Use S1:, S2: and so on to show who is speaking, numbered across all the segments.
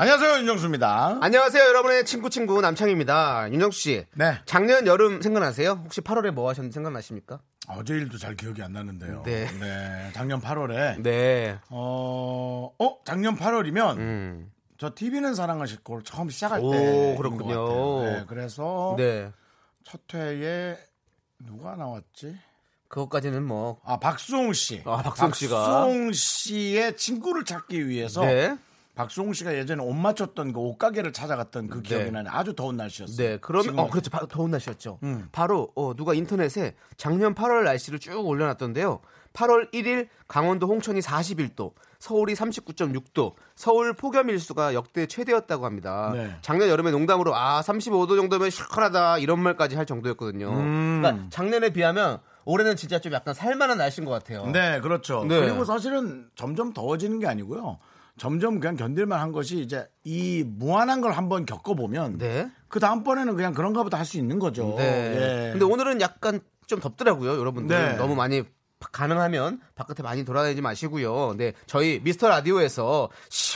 S1: 안녕하세요 윤정수입니다.
S2: 안녕하세요, 여러분의 친구 친구 남창입니다. 윤정수 씨.
S1: 네.
S2: 작년 여름 생각나세요? 혹시 8월에 뭐 하셨는지 생각나십니까?
S1: 어제 일도 잘 기억이 안 나는데요.
S2: 네.
S1: 네, 작년 8월에
S2: 네.
S1: 어, 어 작년 8월이면 저 TV는 사랑하실 걸 처음 시작할
S2: 음. 오,
S1: 때
S2: 그렇군요.
S1: 네, 그래서
S2: 네.
S1: 첫 회에 누가 나왔지?
S2: 그것까지는 뭐.
S1: 아 박수홍 씨.
S2: 아, 박수홍 씨가.
S1: 박수홍 씨의 친구를 찾기 위해서
S2: 네.
S1: 박수홍 씨가 예전에 옷 맞췄던 그 옷가게를 찾아갔던 그 기억이
S2: 네.
S1: 나네. 아주 더운 날씨였어요.
S2: 네. 그러면
S1: 지금은 음.
S2: 어 그렇죠. 바- 더운 날씨였죠. 바로 어 누가 인터넷에 작년 8월 날씨를 쭉 올려놨던데요. 8월 1일 강원도 홍천이 41도, 서울이 39.6도, 서울 폭염 일수가 역대 최대였다고 합니다.
S1: 네.
S2: 작년 여름에 농담으로 아 35도 정도면 시원하다 이런 말까지 할 정도였거든요.
S1: 음.
S2: 그러니까 작년에 비하면 올해는 진짜 좀 약간 살만한 날씨인 것 같아요.
S1: 네, 그렇죠.
S2: 네.
S1: 그리고 사실은 점점 더워지는 게 아니고요. 점점 그냥 견딜만 한 것이 이제 이 무한한 걸 한번 겪어보면
S2: 네.
S1: 그 다음번에는 그냥 그런가 보다 할 수 있는 거죠.
S2: 네.
S1: 예.
S2: 근데 오늘은 약간 좀 덥더라고요, 여러분들.
S1: 네.
S2: 너무 많이 바- 가능하면 바깥에 많이 돌아다니지 마시고요. 네, 저희 미스터 라디오에서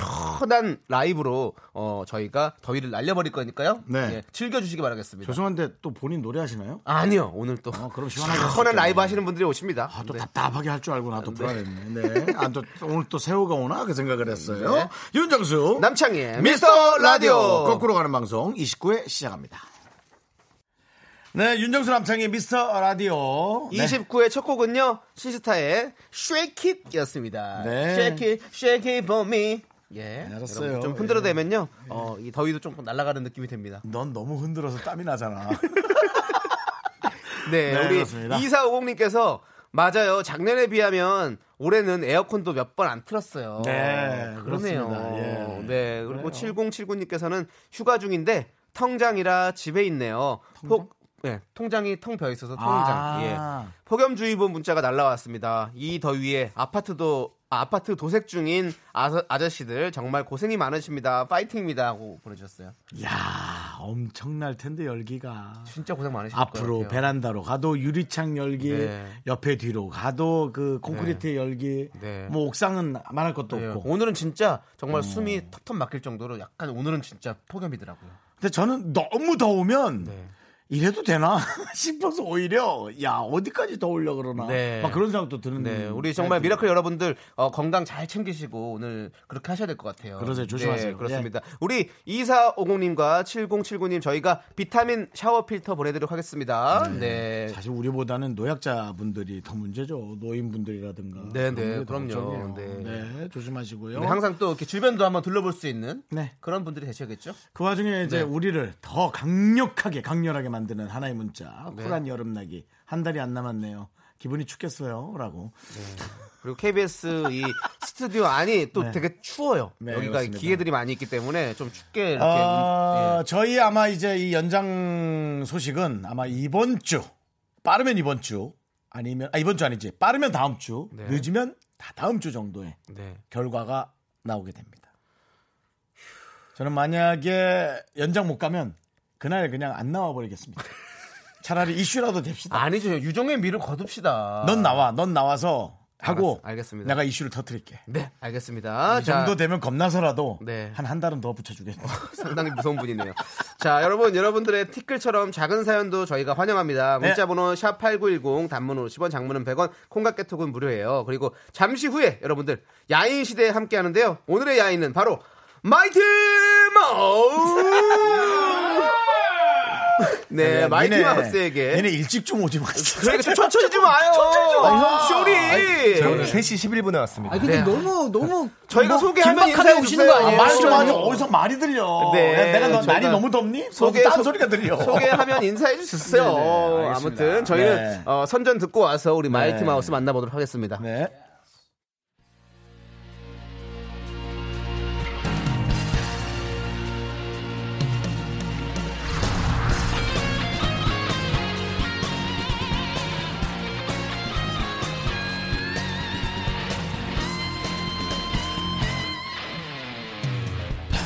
S2: 시원한 라이브로 어, 저희가 더위를 날려버릴 거니까요. 예,
S1: 네.
S2: 즐겨주시기 바라겠습니다.
S1: 죄송한데 또 본인 노래하시나요?
S2: 아니요, 오늘 또
S1: 아, 그럼 시원하게
S2: 시원한
S1: 하셨겠네.
S2: 라이브 하시는 분들이 오십니다.
S1: 아, 또
S2: 네.
S1: 답답하게 할 줄 알고 나 또 불안했네. 네. 아, 또 오늘 또 새우가 오나? 그 생각을 했어요.
S2: 네.
S1: 윤정수.
S2: 남창희의
S1: 미스터 라디오.
S2: 거꾸로.
S1: 거꾸로 가는 방송 29회 시작합니다. 네, 윤정수 남창희 미스터 라디오. 네.
S2: 29의 첫 곡은요, 시스타의 Shake It 였습니다.
S1: 네.
S2: Shake It, Shake It for me. 예.
S1: 알았어요. 예.
S2: 여러분 좀 흔들어대면요, 어, 이 더위도 좀 날아가는 느낌이 됩니다.
S1: 넌 너무 흔들어서 땀이 나잖아.
S2: 네,
S1: 네,
S2: 우리
S1: 그렇습니다.
S2: 2450님께서 맞아요. 작년에 비하면 올해는 에어컨도 몇 번 안 틀었어요.
S1: 네,
S2: 그러네요.
S1: 그렇습니다. 예.
S2: 네, 그리고
S1: 그래요.
S2: 7079님께서는 휴가 중인데 텅장이라 집에 있네요. 폭 네, 통장이 텅 벼 있어서 통장.
S1: 아.
S2: 예. 폭염주의보 문자가 날라왔습니다. 이 더위에 아파트도 아, 파트 도색 중인 아, 아저씨들 정말 고생이 많으십니다. 파이팅입니다 하고 보내주셨어요.
S1: 야 엄청날 텐데 열기가.
S2: 진짜 고생 많으실
S1: 앞으로
S2: 것 같아요.
S1: 베란다로 가도 유리창 열기,
S2: 네.
S1: 옆에 뒤로 가도 그 콘크리트 열기,
S2: 네.
S1: 뭐 옥상은 말할 것도
S2: 예,
S1: 없고.
S2: 오늘은 진짜 정말 숨이 턱턱 막힐 정도로 약간 오늘은 진짜 폭염이더라고요.
S1: 근데 저는 너무 더우면
S2: 네.
S1: 이래도 되나 싶어서 오히려 야 어디까지 더우려 그러나
S2: 네.
S1: 막 그런 생각도 드는데
S2: 네, 우리 정말 미라클 여러분들 어, 건강 잘 챙기시고 오늘 그렇게 하셔야 될 것 같아요.
S1: 그러세요. 조심하세요.
S2: 네, 그렇습니다. 우리 2450님과 7079님 저희가 비타민 샤워 필터 보내드리도록 하겠습니다. 네.
S1: 사실 우리보다는 노약자분들이 더 문제죠 노인분들이라든가
S2: 네, 네,
S1: 그런 분들이 더
S2: 그럼요.
S1: 문제예요.
S2: 네.
S1: 네. 조심하시고요
S2: 네, 항상 또 이렇게 주변도 한번 둘러볼 수 있는
S1: 네.
S2: 그런 분들이 되셔야겠죠.
S1: 그 와중에 이제
S2: 네.
S1: 우리를 더 강력하게 강렬하게 만드는 하나의 문자
S2: 네.
S1: 쿨한 여름나기 한 달이 안 남았네요 기분이 춥겠어요라고
S2: 그리고 KBS 이 스튜디오 안이 또
S1: 네.
S2: 되게 추워요.
S1: 네,
S2: 여기가 아.
S1: 그렇습니다.
S2: 기계들이 많이 있기 때문에 좀 춥게 이렇게 예.
S1: 어, 저희 아마 이제 이 연장 소식은 아마 이번 주 빠르면 이번 주 아니면 아, 이번 주 아니지 빠르면 다음 주
S2: 네.
S1: 늦으면 다 다음 주 정도에
S2: 예. 네.
S1: 결과가 나오게 됩니다. 저는 만약에 연장 못 가면 그날 그냥 안 나와 버리겠습니다. 차라리 이슈라도 됩시다.
S2: 아니죠. 유종의 미를 거둡시다.
S1: 아. 넌 나와, 넌 나와서 하고
S2: 알았- 알겠습니다.
S1: 내가 이슈를 터뜨릴게.
S2: 네, 알겠습니다.
S1: 이 정도 되면 겁나서라도
S2: 네.
S1: 한 한 달은 더 붙여주겠다.
S2: 상당히 무서운 분이네요. 자, 여러분, 여러분들의 티끌처럼 작은 사연도 저희가 환영합니다.
S1: 네.
S2: 문자번호 샵8910, 단문 50원, 장문은 100원, 콩깍개톡은 무료예요. 그리고 잠시 후에 여러분들, 야인 시대에 함께 하는데요. 오늘의 야인은 바로, 마이티 마우스! 네,
S1: 야,
S2: 마이티
S1: 니네,
S2: 마우스에게.
S1: 니네 일찍 좀 오지 마.
S2: 그러니까 좀 천천히 좀 와요! 천천히 좀
S1: 와. 아,
S2: 쇼리!
S3: 저 오늘 3시 11분에 왔습니다.
S2: 근데
S4: 너무 너무
S2: 네.
S4: 뭐
S2: 저희가 소개하면
S4: 긴박하게
S2: 인사해 주세요.
S4: 오시는
S2: 네.
S4: 거 아니에요?
S1: 말 좀 하죠.
S2: 시간이요.
S1: 어디서 말이 들려.
S2: 네,
S1: 야, 내가 너 날이
S2: 저희가
S1: 너무 덥니?
S2: 소개-
S1: 소개 딴
S2: 소-
S1: 소리가 들려.
S2: 소개하면 인사해 주세요.
S1: 네네, 알겠습니다.
S2: 아무튼 저희는
S1: 네.
S2: 어, 선전 듣고 와서 우리 마이티
S1: 네.
S2: 마우스 만나보도록 하겠습니다.
S1: 네.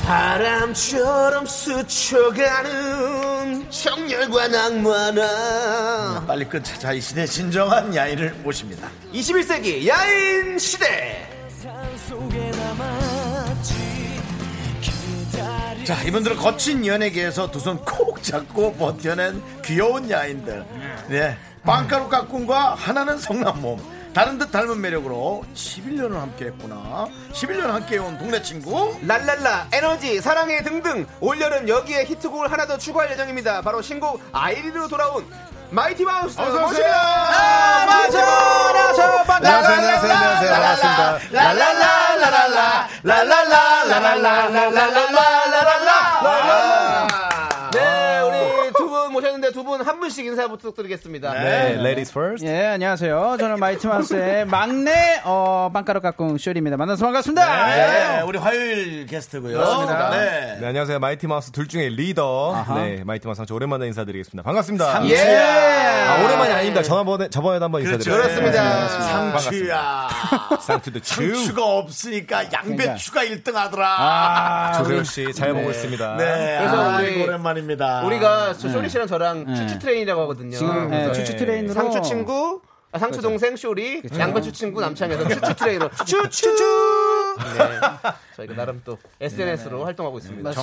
S2: 바람처럼 스쳐가는 정열과 낭만아
S1: 빨리 끝자 자, 이 시대 진정한 야인을 모십니다.
S2: 21세기 야인 시대
S1: 자 이분들은 거친 연예계에서 두 손 콕 잡고 버텨낸 귀여운 야인들 네 빵가루 깍꿍과 하나는 성남몸 다른 듯 닮은 매력으로 11년을 함께했구나 11년 함께해온 동네 친구
S2: 랄랄라 에너지 사랑해 등등 올여름 여기에 히트곡을 하나 더 추가할 예정입니다 바로 신곡 아이리로 돌아온 마이티 마우스
S1: 어서 오세요.
S2: 모십니다. 아, 맞아라, 저 바-
S1: 안녕하세요, 안녕하세요, 안녕하세요. 반갑습니다.
S2: 랄랄라, 랄랄라, 랄랄라, 랄랄라, 랄랄라. 아. 네, 우리 두 분 모셨는데 두 분 한 분씩 인사 부탁드리겠습니다.
S3: 네, ladies first.
S4: 예, 안녕하세요. 저는 마이트마우스의 막내, 어, 빵가루 깍꿍 쇼리입니다. 만나서 반갑습니다. 예.
S1: 네 우리 화요일 게스트고요
S4: 그렇습니다.
S1: 네.
S3: 네, 안녕하세요. 마이티 마우스 둘 중에 리더. 네, 마이티 마우스 상처 오랜만에 인사드리겠습니다. 반갑습니다.
S1: 삼- 예.
S2: 예.
S3: 아, 오랜만이 아닙니다. 저번에 저번에도 한번
S1: 그렇죠.
S3: 인사드렸습니다. 네.
S2: 그렇습니다.
S1: 상추야
S3: 상투드 주.
S1: 상추가 없으니까 양배추가 1등 하더라
S4: 아,
S3: 조세호 씨 잘 보고 있습니다.
S1: 네
S2: 그래서
S1: 아,
S2: 우리-
S1: 이거 오랜만입니다
S2: 우리가 저 쇼리 씨랑 저랑 추추 트레인이라고 하거든요.
S4: 지금 예,
S2: 그래서
S4: 추추 트레인으로.
S2: 네. 상추 어. 친구, 아, 상추 동생 쇼리, 양배추 친구 남창에서 추추 트레인으로 네. 추추. 네. 저희가 나름 또 SNS로 활동하고 있습니다.
S1: 네,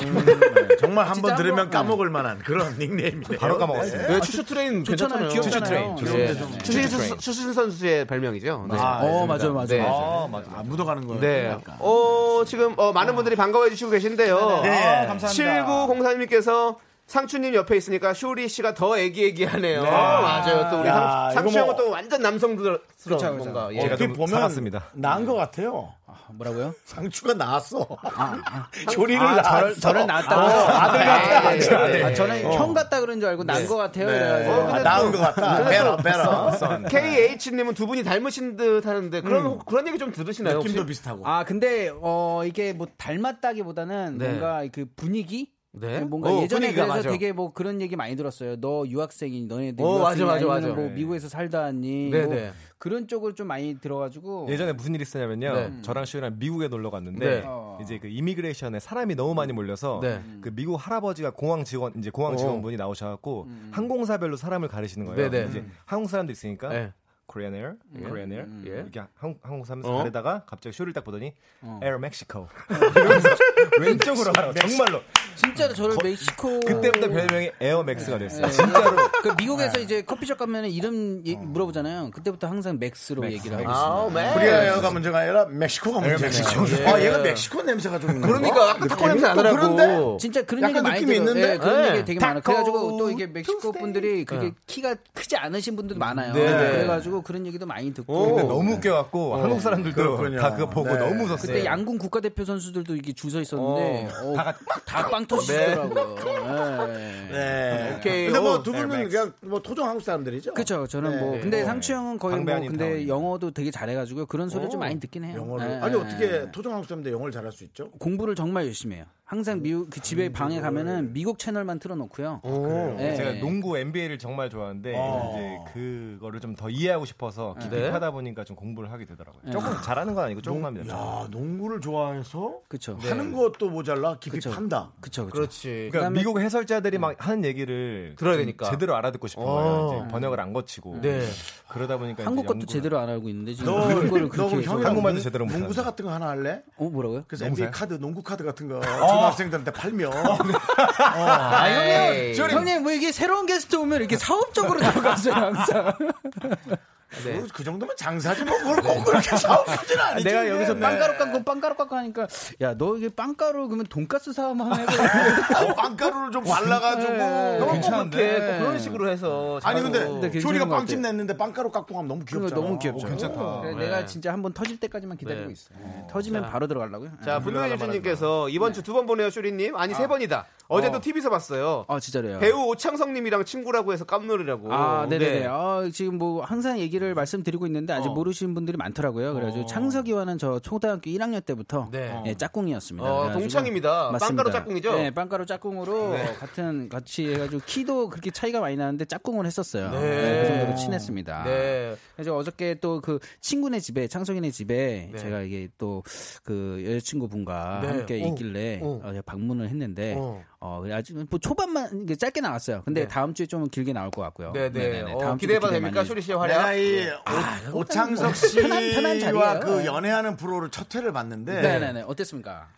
S1: 정말 한번 들으면 까먹을 만한 그런 닉네임이네요
S3: 바로 까먹었어요.
S2: 왜 추추 트레인 괜찮잖아요.
S4: 추추 트레인.
S2: 예. 추신- 추신 선수의 별명이죠. 네.
S1: 아,
S4: 어, 맞아요, 맞아요.
S2: 네.
S3: 아, 맞아.
S1: 아, 묻어가는 거예요.
S2: 네.
S1: 약간.
S2: 어, 지금 어, 많은 분들이 반가워해 주시고 계신데요.
S1: 네.
S4: 감사합니다.
S2: 7903님께서 상추님 옆에 있으니까 쇼리 씨가 더 애기애기하네요. 아, 맞아요. 또 우리
S1: 야,
S2: 상-
S1: 이거
S2: 상추
S1: 뭐-
S2: 형은 또 완전 남성스러운
S4: 그쵸.
S2: 뭔가. 예.
S3: 제가
S1: 어떻게
S3: 좀
S1: 보면
S3: 살았습니다.
S1: 나은 것 같아요.
S4: 뭐라고요?
S1: 상추가 나았어. 조리를
S4: 아, 저를,
S1: 낳았어. 네.
S4: 저를 낳았다고. 아들
S2: 같다.
S4: 아, 저는 형 같다 그런 줄 알고 난 것 같아요.
S1: 네.
S2: 어,
S4: 이래가지고.
S1: 어. 아, 나은 것 같다. 배라 네. 배라.
S2: 네. KH님은 두 분이 닮으신 듯 하는데 그런 혹- 그런 얘기 좀 들으시나요? 혹시?
S1: 느낌도 비슷하고.
S4: 아 근데 어 이게 뭐 닮았다기보다는
S2: 네.
S4: 뭔가 그 분위기
S2: 네?
S4: 뭔가
S2: 어,
S4: 예전에
S2: 분위기가
S4: 그래서
S2: 맞아.
S4: 되게 뭐 그런 얘기 많이 들었어요. 너 유학생이니 너네들
S2: 어, 맞아,
S4: 유학생이니
S2: 맞아,
S4: 아니면
S2: 맞아.
S4: 뭐
S2: 네.
S4: 미국에서 살다 왔니
S2: 네,
S4: 뭐
S2: 네.
S4: 그런 쪽을 좀 많이 들어가지고
S3: 예전에 무슨 일이 있었냐면요.
S2: 네.
S3: 저랑 시우랑 미국에 놀러 갔는데
S2: 네.
S4: 어.
S3: 이제 그 이미그레이션에 사람이 너무 많이 몰려서
S2: 네.
S3: 그 미국 할아버지가 공항 직원 이제 공항 직원분이 나오셔갖고 항공사별로 사람을 가리시는 거예요.
S2: 네, 네.
S3: 이제 한국 사람도 있으니까
S2: 네.
S3: 코리안 에어, 코리안 에어
S2: 예.
S3: 이렇게 한, 한국 사람에서
S2: 어?
S3: 가리다가 갑자기 쇼를 딱 보더니 에어 멕시코 이러면서 왼쪽으로 가라 정말로
S4: 진짜로 저를 멕시코
S3: 그때부터 별명이 에어 멕스가 됐어요.
S4: 네.
S3: 진짜로
S4: 그
S1: 네.
S4: 미국에서 이제 커피숍 가면 이름 얘- 물어보잖아요. 그때부터 항상 맥스로 얘기를 하고 있어요.
S2: 아우, 네. 맨.
S1: 코리아가 문제가 아니라 멕시코가 문제가.
S3: 멕시코.
S1: 아, 얘가 멕시코 냄새가 좀. 나는
S2: 그러니까
S1: 거?
S2: 아까 타코 냄새
S1: 또
S2: 나더라고.
S4: 진짜 그런
S1: 약간
S4: 얘기 많이
S1: 느낌이
S4: 들어요.
S1: 있는데?
S4: 예, 그런
S2: 네.
S4: 얘기 되게 많아요.
S1: 타코
S4: 그래가지고 또 이게 멕시코 분들이 그게
S1: 네.
S4: 키가 크지 않으신 분들도 많아요. 그래가지고 그런 얘기도 많이 듣고
S3: 근데 너무 웃겨갖고 한국 사람들도
S1: 그렇군요.
S3: 다 그거 보고
S1: 네. 어.
S3: 너무 웃었어요.
S4: 그때 양궁 국가대표 선수들도 이게 줄 서 있었는데 어, 다빵 터지더라고요.
S1: 네.
S2: 오케이.
S1: 근데 뭐
S2: 어,
S1: 두 분은
S3: 에어맥스.
S1: 그냥 뭐 토종 한국 사람들이죠.
S4: 그렇죠. 저는 뭐
S1: 네.
S4: 근데 상추 형은 거의
S3: 방배
S4: 뭐
S3: 아닌
S4: 근데
S3: 타운이네.
S4: 영어도 되게 잘해가지고 그런 소리 좀 많이 듣긴 해요.
S1: 영어를.
S4: 예,
S1: 아니
S4: 예.
S1: 어떻게 토종 한국 사람인데 영어를 잘할 수 있죠?
S4: 공부를 정말 열심히 해요. 항상 미국 그 집에 방에 가면은 미국 채널만 틀어놓고요. 예.
S3: 제가 농구 NBA를 정말 좋아하는데 이제 그거를 좀 더 이해하고 싶어서 깊이
S2: 네.
S3: 파다 보니까 좀 공부를 하게 되더라고요. 조금 잘하는 건 아니고 조금 합니다.
S1: 야, 농구를 좋아해서
S4: 그쵸.
S1: 네. 하는 것도 모자라 깊이
S4: 그쵸.
S1: 판다.
S4: 그쵸 그쵸.
S2: 그렇지.
S3: 그러니까 미국 해설자들이 막 하는 얘기를
S2: 들어야
S3: 좀
S2: 되니까.
S3: 제대로 알아듣고 싶은 거예요. 이제 번역을 안 거치고
S2: 네.
S3: 그러다 보니까
S4: 한국
S3: 이제
S4: 것도
S3: 연구를-
S4: 제대로 안 알고 있는데 지금
S1: 너,
S4: 미국 거를
S1: 너
S4: 그렇게
S1: 그럼
S4: 해서
S1: 형이랑
S3: 한국말도
S1: 농-
S3: 제대로 못하는데.
S1: 농구사 같은 거 하나 할래?
S4: 어 뭐라고요?
S1: 그래서
S3: 농구사요? 아.
S1: NBA 카드, 농구 카드 같은 거 초등학생들한테 팔면
S4: 아 형님 네.
S2: 에이.
S4: 형님 왜 이게 새로운 게스트 오면 이렇게 사업적으로 들어가세요 항상.
S2: 네.
S1: 그- 그 정도면 장사지 뭐 그걸 꼭
S3: 네.
S1: 그렇게 사업하진 아니지.
S4: 내가 여기서
S1: 네.
S4: 빵가루 깎고 빵가루 깎고 하니까 야 너 이게 빵가루 그러면 돈가스 사업 한번 해봐.
S1: 어, 빵가루를
S4: 네.
S1: 좀 발라가지고. 너무
S2: 그렇게 또 그런 식으로 해서
S1: 아니
S2: 잘하고.
S1: 근데
S4: 네, 괜찮은
S1: 조리가
S4: 것
S1: 빵집
S4: 같아.
S1: 냈는데 빵가루 깍꿍 하면 너무
S4: 그거
S1: 귀엽잖아.
S4: 너무 귀엽죠. 네.
S3: 괜찮다.
S4: 그래, 내가 진짜 한번 터질 때까지만 기다리고
S2: 네.
S4: 있어. 터지면 바로 들어가려고요. 네.
S2: 자, 분노의 일주님께서 이번 주 두 번 보내요, 쇼리님. 아니, 세 번이다. 어제도 TV에서 봤어요.
S4: 아 진짜래요.
S2: 배우 오창성님이랑 친구라고 해서 깜놀이라고.
S4: 아, 네네네.
S2: 네.
S4: 아, 지금 뭐 항상 얘기를 얘기를 말씀드리고 있는데 아직
S2: 어.
S4: 모르시는 분들이 많더라고요. 그래가지고 창석이와는 저 초등학교 1학년 때부터
S2: 네.
S4: 예, 짝꿍이었습니다.
S2: 어,
S4: 그래가지고
S2: 동창입니다. 빵가루 짝꿍이죠?
S4: 네, 빵가루 짝꿍으로 같은 같이 해가지고 키도 그렇게 차이가 많이 나는데 짝꿍을 했었어요.
S2: 네.
S4: 네, 그 정도로 친했습니다.
S2: 네.
S4: 그래서 어저께 또 그 친구네 집에 창석이네 집에 제가 이게 또 그 여자친구분과
S2: 네.
S4: 함께
S2: 오.
S4: 있길래
S2: 오.
S4: 어, 제가 방문을 했는데
S2: 어.
S4: 어, 그래 아직 뭐 초반만 이게 짧게 나왔어요. 근데 다음 주에 좀 길게 나올 것 같고요.
S2: 네, 네.
S4: 네네네.
S2: 어,
S4: 다음 주도
S2: 기대해봐도
S4: 기대
S2: 됩니까?
S4: 많이 네.
S2: 쇼리 씨의
S1: 내가
S2: 활약?
S1: 이
S4: 아,
S1: 오, 오창석 씨와
S4: 뭐 편한- 편한 자리예요. 네.
S1: 그 연애하는 프로를 첫 회를 봤는데
S4: 네네네. 어땠습니까?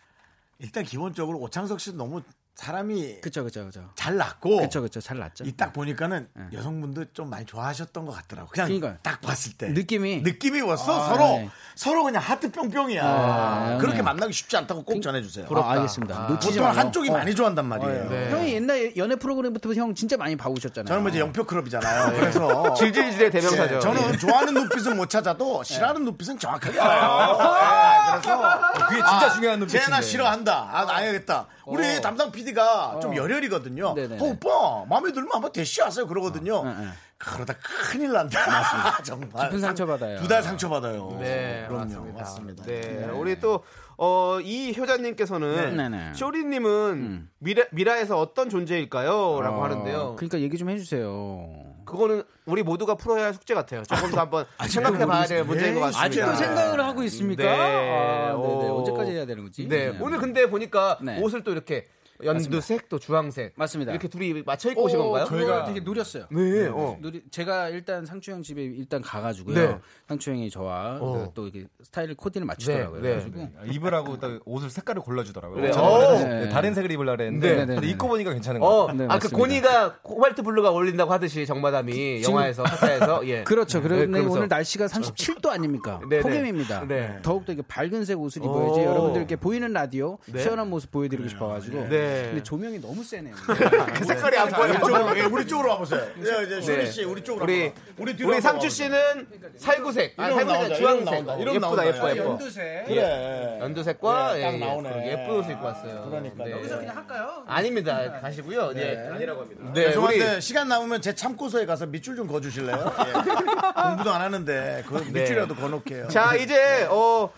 S1: 일단 기본적으로 오창석 씨는 너무 사람이
S4: 그쵸 그쵸
S2: 어.
S4: 그쵸.
S1: 잘 났고
S4: 그쵸 그쵸 잘 났죠.
S1: 이 딱 보니까는 여성분들 좀 많이 좋아하셨던 것 같더라고. 그냥
S4: 그러니까요.
S1: 딱 봤을 때
S4: 느낌이
S1: 느낌이 왔어.
S4: 아,
S1: 서로
S4: 네.
S1: 서로 그냥 하트 뿅뿅이야.
S4: 네.
S1: 그렇게 만나기 쉽지 않다고 꼭 전해주세요.
S4: 아, 알겠습니다. 어. 놓치지
S1: 보통
S4: 말고.
S1: 한쪽이 많이 좋아한단 말이에요.
S2: 네.
S4: 형이 옛날 연애 프로그램부터 형 진짜 많이 봐오셨잖아요.
S1: 저는 뭐 이제 영표 클럽이잖아요. 그래서
S2: 질질질의
S4: 네.
S2: 대명사죠.
S1: 예, 저는 좋아하는 눈빛은 못 찾아도 싫어하는 눈빛은 정확하게 알아요. 예, 그래서
S3: 그게 진짜
S1: 아,
S3: 중요한 눈빛인데.
S1: 쟤나 싫어한다. 아, 나야겠다. 우리 담당 PD가 좀 열혈이거든요.
S4: 네네네.
S1: 어, 오빠, 마음에 들면 한번 대시하세요. 그러거든요. 그러다 큰일 난다. 정말.
S4: 깊은 상처받아요.
S1: 두달 상처받아요.
S2: 네,
S1: 그럼요.
S2: 맞습니다.
S1: 맞습니다.
S2: 네, 우리 또 어, 이효자님께서는
S4: 네, 네.
S2: 쇼리님은 미라, 미라에서 어떤 존재일까요?라고
S4: 어,
S2: 하는데요.
S4: 그러니까 얘기 좀 해주세요.
S2: 그거는 우리 모두가 풀어야 할 숙제 같아요. 조금 더 한번 생각해봐야 될 문제인 것 같습니다.
S4: 네, 아직도 생각을 하고 있습니까?
S2: 네.
S4: 아, 네네.
S2: 오.
S4: 언제까지 해야 되는 거지?
S2: 네, 오늘 근데 보니까
S4: 네.
S2: 옷을 또 이렇게 연두색 또 주황색
S4: 맞습니다. 어,
S2: 이렇게 둘이 맞춰 입고 오신 건가요?
S4: 저희가 되게 노렸어요.
S2: 네, 어.
S4: 노리- 제가 일단 상추 형 집에 일단 가가지고요.
S2: 네.
S4: 상추 형이 저와 그
S2: 어.
S4: 또 이렇게 스타일 코디를 맞추더라고요.
S2: 네, 네.
S4: 그래가지고
S3: 입으라고 딱 옷을 색깔을 골라주더라고요.
S2: 그래요?
S3: 저는
S2: 오.
S3: 네, 다른 색을 입으려 그랬는데
S4: 네, 네,
S3: 근데
S4: 네.
S3: 입고 보니까 괜찮은 거
S2: 어,
S3: 같아요.
S4: 네,
S2: 아까
S4: 맞습니다. 그,
S2: 고니가 코발트 블루가 어울린다고 하듯이 정마담이 영화에서 사사에서 예.
S4: 그렇죠. 그런데
S2: 그러면서.
S4: 오늘 날씨가 37도 아닙니까?
S2: 네, 네.
S4: 폭염입니다.
S2: 네.
S4: 더욱더 이게 밝은색 옷을
S2: 오.
S4: 입어야지 여러분들께 보이는 라디오
S2: 네.
S4: 시원한 모습 보여드리고 싶어가지고.
S2: 네.
S4: 근데 조명이 너무 세네요.
S2: 그 색깔이 안 보여요.
S1: 이쪽으로, 예, 우리 쪽으로 와보세요. 예, 이제 쇼리
S2: 네.
S1: 씨, 우리 쪽으로
S2: 우리
S1: 와봐.
S2: 우리,
S1: 뒤로 와봐.
S2: 상추 씨는 살구색, 아니,
S1: 그러니까 이러면 나온다,
S2: 살구색 주황색,
S1: 이러면 나온다, 이러면
S2: 예쁘다 예뻐
S1: 나온다.
S2: 예뻐.
S4: 연두색.
S1: 그래.
S2: 연두색과
S1: 예,
S2: 예,
S1: 딱
S2: 예,
S1: 나오네.
S2: 그리고 예쁜 옷을 입고 왔어요. 네.
S1: 그러니까.
S2: 여기서 그냥
S4: 할까요?
S2: 아닙니다. 가시고요. 네. 아니라고 합니다.
S1: 네,
S2: 네, 우리
S1: 죄송한데 시간 남으면 제 참고서에 가서 밑줄 좀 거주실래요? 예. 공부도 안 하는데 그 밑줄이라도 거놓게요.
S2: 자
S4: 네.
S2: 이제 어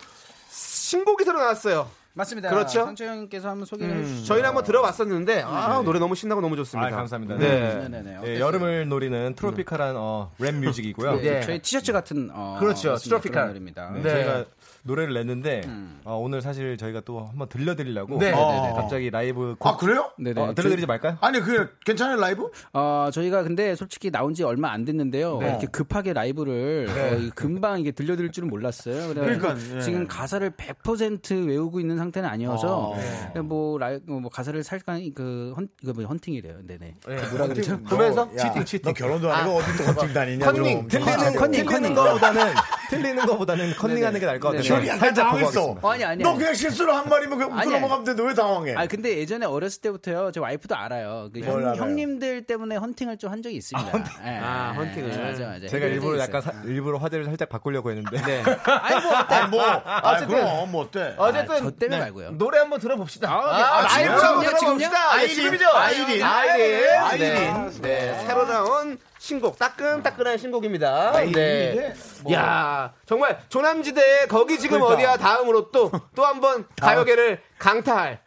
S2: 신곡이 새로 나왔어요.
S4: 맞습니다.
S2: 그렇죠. 음.
S4: 상추 형님께서 한번 소개를 해주시죠.
S2: 저희는 한번 들어봤었는데 아 노래 너무 신나고 너무 좋습니다.
S3: 아, 감사합니다.
S2: 네.
S4: 네. 네네네.
S3: 예,
S4: 어땠어요?
S3: 여름을 노리는 트로피칼한 어, 랩 뮤직이고요.
S2: 네.
S4: 저희 티셔츠 같은 어,
S2: 그렇죠.
S4: 맞습니다.
S2: 스트로피칼.
S4: 그런 노래입니다.
S2: 네.
S3: 저희가 노래를 냈는데
S1: 음.
S3: 아, 오늘 사실 저희가 또 한번 들려드리려고
S2: 네.
S3: 어, 갑자기 라이브 곡
S1: 아 그래요?
S4: 네네.
S3: 어, 들려드리지 말까요?
S1: 아니 그 괜찮아요 라이브?
S4: 어, 저희가 근데 솔직히 나온 지 얼마 안 됐는데요. 이렇게 급하게 라이브를 어, 이 금방 이게 들려드릴 줄은 몰랐어요. 그래가지고
S1: 그러니까, 예.
S4: 지금 가사를 100% 외우고 있는 상태는 아니어서 뭐, 라이, 뭐 가사를 살짝 그 헌, 그뭐 헌팅이래요. 네네.
S1: 뭐라 그러죠?
S2: 보면서
S1: 치팅 치팅. 너 결혼도 안 하고 어디 또 헌팅 다니냐? 아,
S2: 컨닝,
S3: 틀리는
S4: 컨닝,
S3: 틀리는
S4: 컨닝.
S3: 아, 거보다는 틀리는 거보다는 컨닝하는 게 나을 것 같아요.
S1: 쇼리 약간 네. 당황했어.
S3: 네. 보고
S4: 어, 아니, 아니,
S1: 너
S4: 아니.
S1: 그냥 실수로 한 말이면 그냥 웃고
S4: 아니, 아니.
S1: 넘어가면 되는데 왜 당황해?
S4: 아 근데 예전에 어렸을 때부터요. 제 와이프도 알아요. 그
S1: 뭘 알아요?
S4: 형, 님들 때문에 헌팅을 좀 한 적이 있습니다. 아, 헌팅.
S2: 아, 헌팅을.
S4: 맞아, 맞아.
S3: 제가 일부러
S4: 있어요.
S3: 약간 사- 일부러 화제를 살짝 바꾸려고 했는데
S4: 아니 뭐 어때?
S1: 뭐? 아
S2: 어쨌든.
S1: 그럼 뭐 어때?
S2: 어쨌든
S4: 아, 저 때문에
S2: 네.
S4: 말고요.
S2: 노래 한번 들어봅시다.
S1: 아,
S2: 라이브
S1: 지금요?
S2: 한번 들어봅시다.
S1: 지금요?
S2: 예, 지금이죠.
S1: 아이린.
S2: 아이린.
S1: 아이린.
S2: 네. 네, 새로 나온 신곡 따끈따끈한 신곡입니다. 네. 야, 정말 조남지대의 거기 지금 어디야 다음으로 또 또 한 번 가요계를 강타할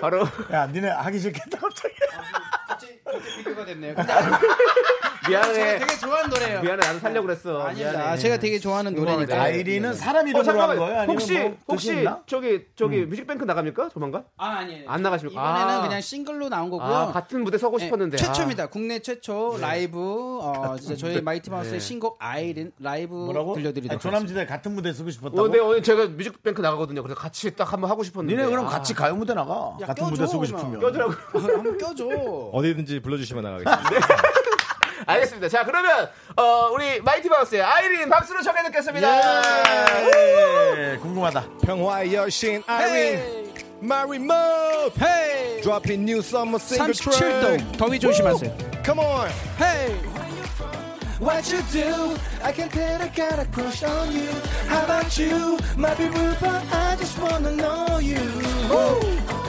S2: 바로
S1: 야 니네 하기 싫겠다 갑자기.
S4: 비교가 됐네요. 근데 아니, 아, 제가
S2: 미안해.
S4: 되게 좋아하는 노래예요.
S2: 미안해. 나도 살려고 그랬어.
S4: 아닙니다.
S2: 미안해.
S4: 제가 되게 좋아하는 노래니까.
S1: 아이린은 사람
S2: 어,
S1: 이름으로 한
S2: 잠깐만.
S1: 거야? 아니면
S2: 혹시
S1: 뭐
S2: 혹시
S1: 뜻이 있나?
S2: 저기 저기 뮤직뱅크 나갑니까? 조만간?
S4: 아, 아니에요.
S2: 안 나가십니까?
S4: 이번에는
S2: 아.
S4: 그냥 싱글로 나온 거고요.
S2: 아, 같은 무대 서고
S4: 네,
S5: 아.
S2: 싶었는데.
S4: 최초입니다. 국내
S5: 네.
S4: 최초 라이브 어 진짜 저희 마이티 마우스의 신곡
S5: 음.
S4: 아이린 라이브
S1: 뭐라고?
S4: 들려드리도록
S1: 아니, 조남지대 같은 무대 쓰고
S2: 아. 어,
S1: 싶었다고?
S2: 네, 오늘 제가 뮤직뱅크 나가거든요. 그래서 같이 딱 한번 하고 싶었는데.
S1: 니네 그럼
S2: 아.
S1: 같이 가요 무대 나가.
S4: 야,
S1: 같은
S4: 껴줘,
S1: 무대 쓰고
S4: 그러면.
S1: 싶으면.
S2: 껴주라고.
S4: 하겠습니다. 아, 한번 껴줘.
S3: 어디든지 불러주시면 나가겠습니다.
S2: 알겠습니다. 자, 그러면 어, 우리 마이티 마우스의 아이린 박수로 청해 듣겠습니다.
S3: 네.
S1: 예, 궁금하다.
S3: 평화의 여신 아이린 마리 모 헤이 dropping new summer single
S4: 37도 더위 조심하세요.
S3: Come on
S4: 헤이.
S5: what you do. I can tell I got a crush on you. How about you? Might be rude, but I just wanna know you.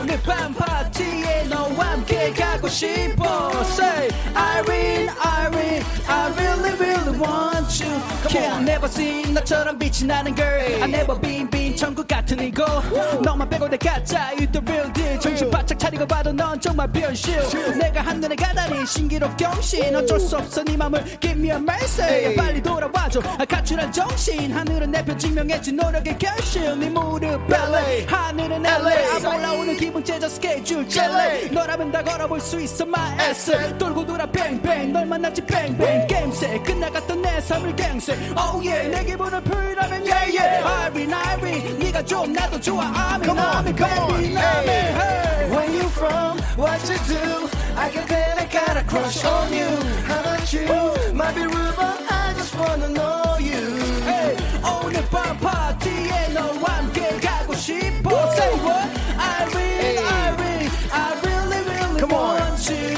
S5: 오늘 밤 파티에 너와 함께 가고 싶어. Say, Irene, Irene, I really, really want you. Come on. never seen 너처럼 빛이 나는 girl. I never been, been 천국 같은 이곳. 너만 빼고 내 가짜, you the real deal. 정신 바짝 차리고 봐도 넌 정말 변실. 내가 한눈에 가다니 신기록 경신. 어쩔 수 없어 네 맘을 give me a mercy. 빨리 돌아와줘. 아, 가출한 정신. 하늘은 내표 증명했지 노력의 결실. 네 무릎 발레. 하늘은 LA. 아, 올라오는 기분 제자 스케줄 젤레. 너라면 다 걸어볼 수 있어 my essay. 돌고 돌아 뱅뱅. 널 만났지 뱅뱅. 게임세. 끝나갔던 내 삶을 갱세. Oh yeah. 내 기분을 풀라면 yeah yeah. Irene Irene. 네가 좀 나도 좋아. I'm in I'm in baby. I'm in hey. Where you from? What you do? I can tell I got a crush on you. How about you? Might be rude, but I just wanna know you. Hey, 오늘 밤 파티에 너와 함께 가고 싶어. Say what? I really, I really, I really, really Come want on. you.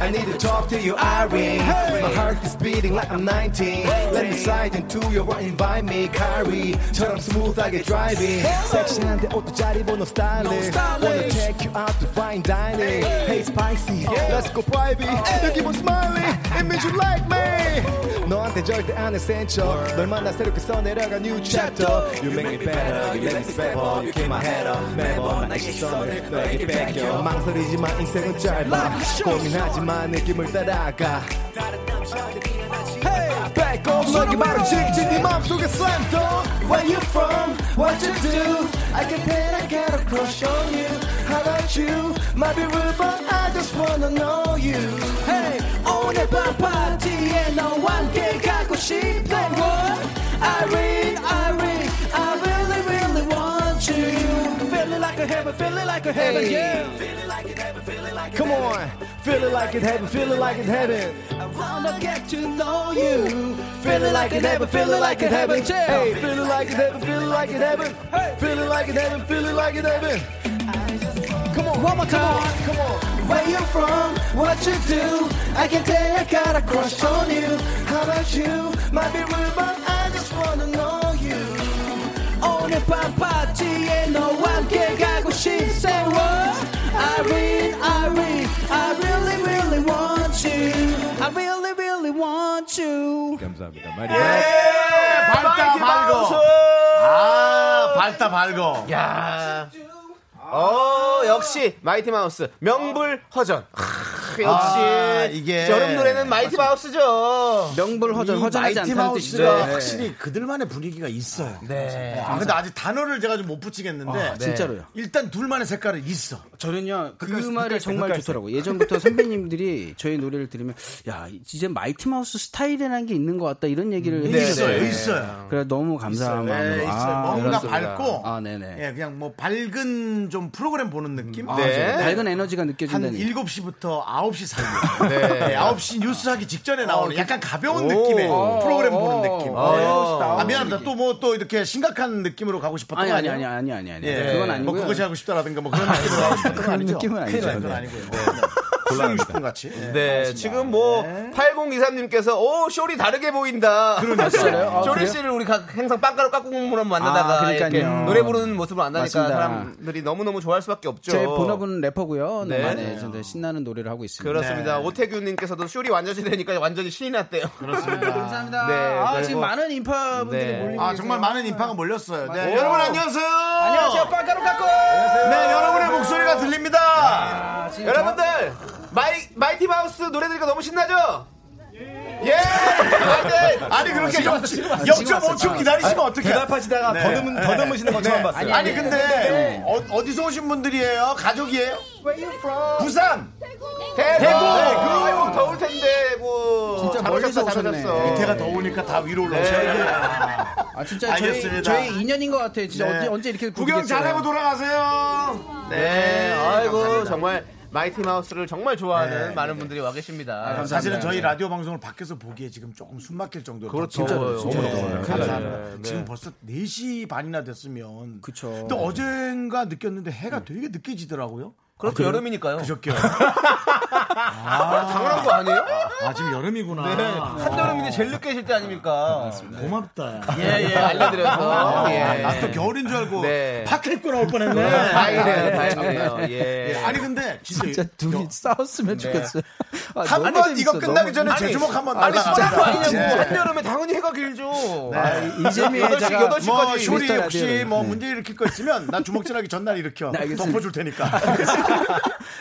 S6: I need to talk to you, Irene. My heart is beating like I'm 19. Let me slide into your world, invite me, Kyrie. 처럼 스무하게 driving. 섹시한데 옷도 잘 입어, no styling. Wanna take you out to fine dining. Hey, Oh! spicy, let's go private. You keep on smiling, it means you like me. 너한테 절대 안 essential. 널 만나 새롭게 써내려가 new chapter. You make me better, you make me better. You keep my head up, 매번 날 시선을 너에게 뺏겨. 망설이지만 인생은 짧아. 고민하지만 느낌을 따라가.
S5: 아,
S6: Hey, back off, 너게 바로 직진 네 맘속에 slam dunk.
S5: Where you from? What you do? I can tell I got a crush on you. How about you? Might be rude, but I just wanna know you. Hey, 오늘 밤 파티에 너와 함께 가고 싶대. What? Irene, Irene, I really, really want you. Feeling like a heaven, feeling like a heaven,
S6: Hey.
S5: yeah.
S6: Come on, feel it like it heaven, feel it like it heaven.
S5: I wanna get to know you. Feeling like it heaven, feeling like it heaven, yeah.
S6: Hey, feel it like it heaven, feel it like it heaven. Hey, feel it like it heaven, feel it like it heaven.
S5: Come on, one more time.
S6: Come on.
S5: Where you from? What you do? I can tell I got a crush on you. How about you? Might be rude, but I just wanna know you. 오늘 밤 파티에 너와 함께 가고 싶어. Irene, Irene, I really, really want you. I really, really want you.
S3: 감사합니다. 마리아.
S1: 예, 밝다 밝어. 아 밝다 밝어.
S2: 야. 어 역시 마이티 마우스 명불 허전. 아, 역시
S1: 예, 이게-
S2: 여름 노래는 마이티 마우스죠.
S4: 명불허전
S1: 이
S4: 허전하지
S1: 마이티
S4: 않다는
S1: 마우스가
S4: 뜻이죠.
S1: 확실히 그들만의 분위기가 있어요. 네. 아, 근데 아직 단어를 제가 좀 못 붙이겠는데
S4: 진짜로요.
S1: 일단 둘만의 색깔은 있어.
S4: 네. 저는요 그 말이 정말 좋더라고요. 예전부터 선배님들이 저희 노래를 들으면 야 이제 마이티 마우스 스타일이라는 게 있는 것 같다 이런 얘기를 해주셨어요.
S1: 있어요, 있어요.
S4: 그래 너무 감사한
S1: 네,
S4: 마음으로
S1: 있어요.
S4: 아,
S1: 뭔가
S4: 그렇습니다.
S1: 밝고
S4: 아 네네
S1: 예, 그냥 뭐 밝은 좀 프로그램 보는 느낌.
S4: 아,
S2: 네.
S4: 저 밝은 에너지가
S1: 한
S4: 느껴진다는
S1: 7시부터 9시 사이. 네. 아, 9시 뉴스 하기 직전에 나오는 약간 가벼운 느낌의 프로그램 보는 느낌.
S2: 어,
S1: 아, 미안합니다. 또 뭐 또 이렇게 심각한 느낌으로 가고 싶었던
S4: 아니
S1: 거
S4: 아니
S1: 아니에요?
S4: 아니 아니 아니 아니
S1: 예.
S4: 그건
S1: 뭐
S4: 아니고요.
S1: 그것이 하고 싶다라든가 뭐 그런 느낌으로 하고 싶었던 건
S4: 그런
S1: 아니죠.
S4: 느낌은 아니죠. 네.
S1: 큰일 날 건 아니고요. 곤란합니다. 60분 같이. 예.
S2: 네, 지금 뭐 8023님께서 오 쇼리 다르게 보인다.
S4: 그러니까요. 아,
S2: 쇼리
S4: 그래요?
S2: 씨를 우리 가- 항상 빵가루 깎꿍으로 만나다가
S4: 아,
S2: 이렇게
S4: 그러니까요.
S2: 노래 부르는 모습을 만나니까
S4: 맞습니다.
S2: 사람들이 너무 너무 좋아할 수밖에 없죠.
S4: 제 본업은 래퍼고요.
S2: 네.
S4: 네. 네. 저는 신나는 노래를 하고 있습니다.
S2: 그렇습니다. 오태규님께서도 쇼리 완전 시대니까 완전히 신이 났대요.
S4: 네, 감사합니다.
S2: 네,
S4: 아,
S2: 그리고-
S4: 지금 많은 인파분들이
S2: 네.
S4: 몰리고
S1: 아,
S4: 계세요.
S1: 정말 많은 인파가 몰렸어요. 네,
S2: 오.
S1: 여러분 안녕하세요.
S4: 안녕하세요. 빵가루 깎고.
S1: 네, 여러분의 목소리가 들립니다.
S4: 아, 네.
S2: 여러분들 마이 마이티 마우스 노래 들으니까 너무 신나죠? 예. 네. 여러분들,
S1: 아니 그렇게 역, 역점 5초 기다리시면 어떻게
S3: 대답하시다가 더듬, 더듬으시는 거 처음 봤어요.
S1: 네. 아니 근데 어, 디서 오신 분들이에요? 가족이에요? 부산
S2: 대박.
S1: 대박!
S2: 아이고, 네, 더울 텐데 뭐. 진짜
S4: 멀리서 오셨네.
S1: 밑에가 더우니까 다 위로 올라오셔야 돼요.
S4: 아, 진짜
S1: 알겠습니다.
S4: 저희 저희 인연인 것 같아요. 진짜
S1: 네.
S4: 언제, 언제 이렇게
S1: 구경
S4: 부르겠어요.
S1: 잘하고 돌아가세요.
S2: 네. 아이고 정말 마이티 마우스를 정말 좋아하는
S1: 네,
S2: 많은 분들이 와
S1: 아,
S2: 계십니다.
S1: 사실은 저희 라디오 방송을 밖에서 보기에 지금 조금 숨 막힐 정도로
S2: 그렇죠.
S1: 더워요.
S2: 진짜요, 진짜요.
S1: 네,
S2: 더워요.
S1: 감사합니다.
S2: 네, 네.
S1: 지금 벌써 4시 반이나 됐으면
S4: 그쵸.
S1: 근데 어젠가 느꼈는데 해가 되게 늦게 지더라고요.
S2: 그렇죠 여름이니까요.
S1: 아, 그저께요.
S2: 당연한 거 아니에요? 네,
S1: 아, 지금 여름이구나.
S2: 한여름인데 제일 늦게 쉴 때 아닙니까?
S1: 고맙다. 아,
S2: 예예 알려드려서.
S4: 아,
S2: 예.
S1: 나또 겨울인 줄 알고
S2: 네.
S1: 파크 입고 나올 뻔했네.
S2: 다행이네요 다행이네요.
S1: 예,
S2: 예.
S1: 아니 근데 진짜, 네.
S4: 진짜 둘이 싸웠으면 좋겠어요. 아,
S1: 한
S4: 너무
S1: 번 이거
S4: 재밌어,
S1: 끝나기
S4: 너무
S1: 전에
S2: 아니,
S1: 제주목 한번
S2: 아니 뻔한 거 아니냐고
S4: 뭐
S1: 예.
S2: 한여름에 당연히 해가 길죠.
S1: 아,
S4: 네, 이재미
S2: 여덟 시,
S4: 회자가
S2: 여덟 시까지
S1: 뭐 쇼리
S4: 미스터
S1: 혹시
S4: 라디오를. 네.
S1: 뭐 문제 일으킬 거 있으면 난 주먹질하기 전날 일으켜
S4: 알겠습니다.
S1: 덮어줄 테니까.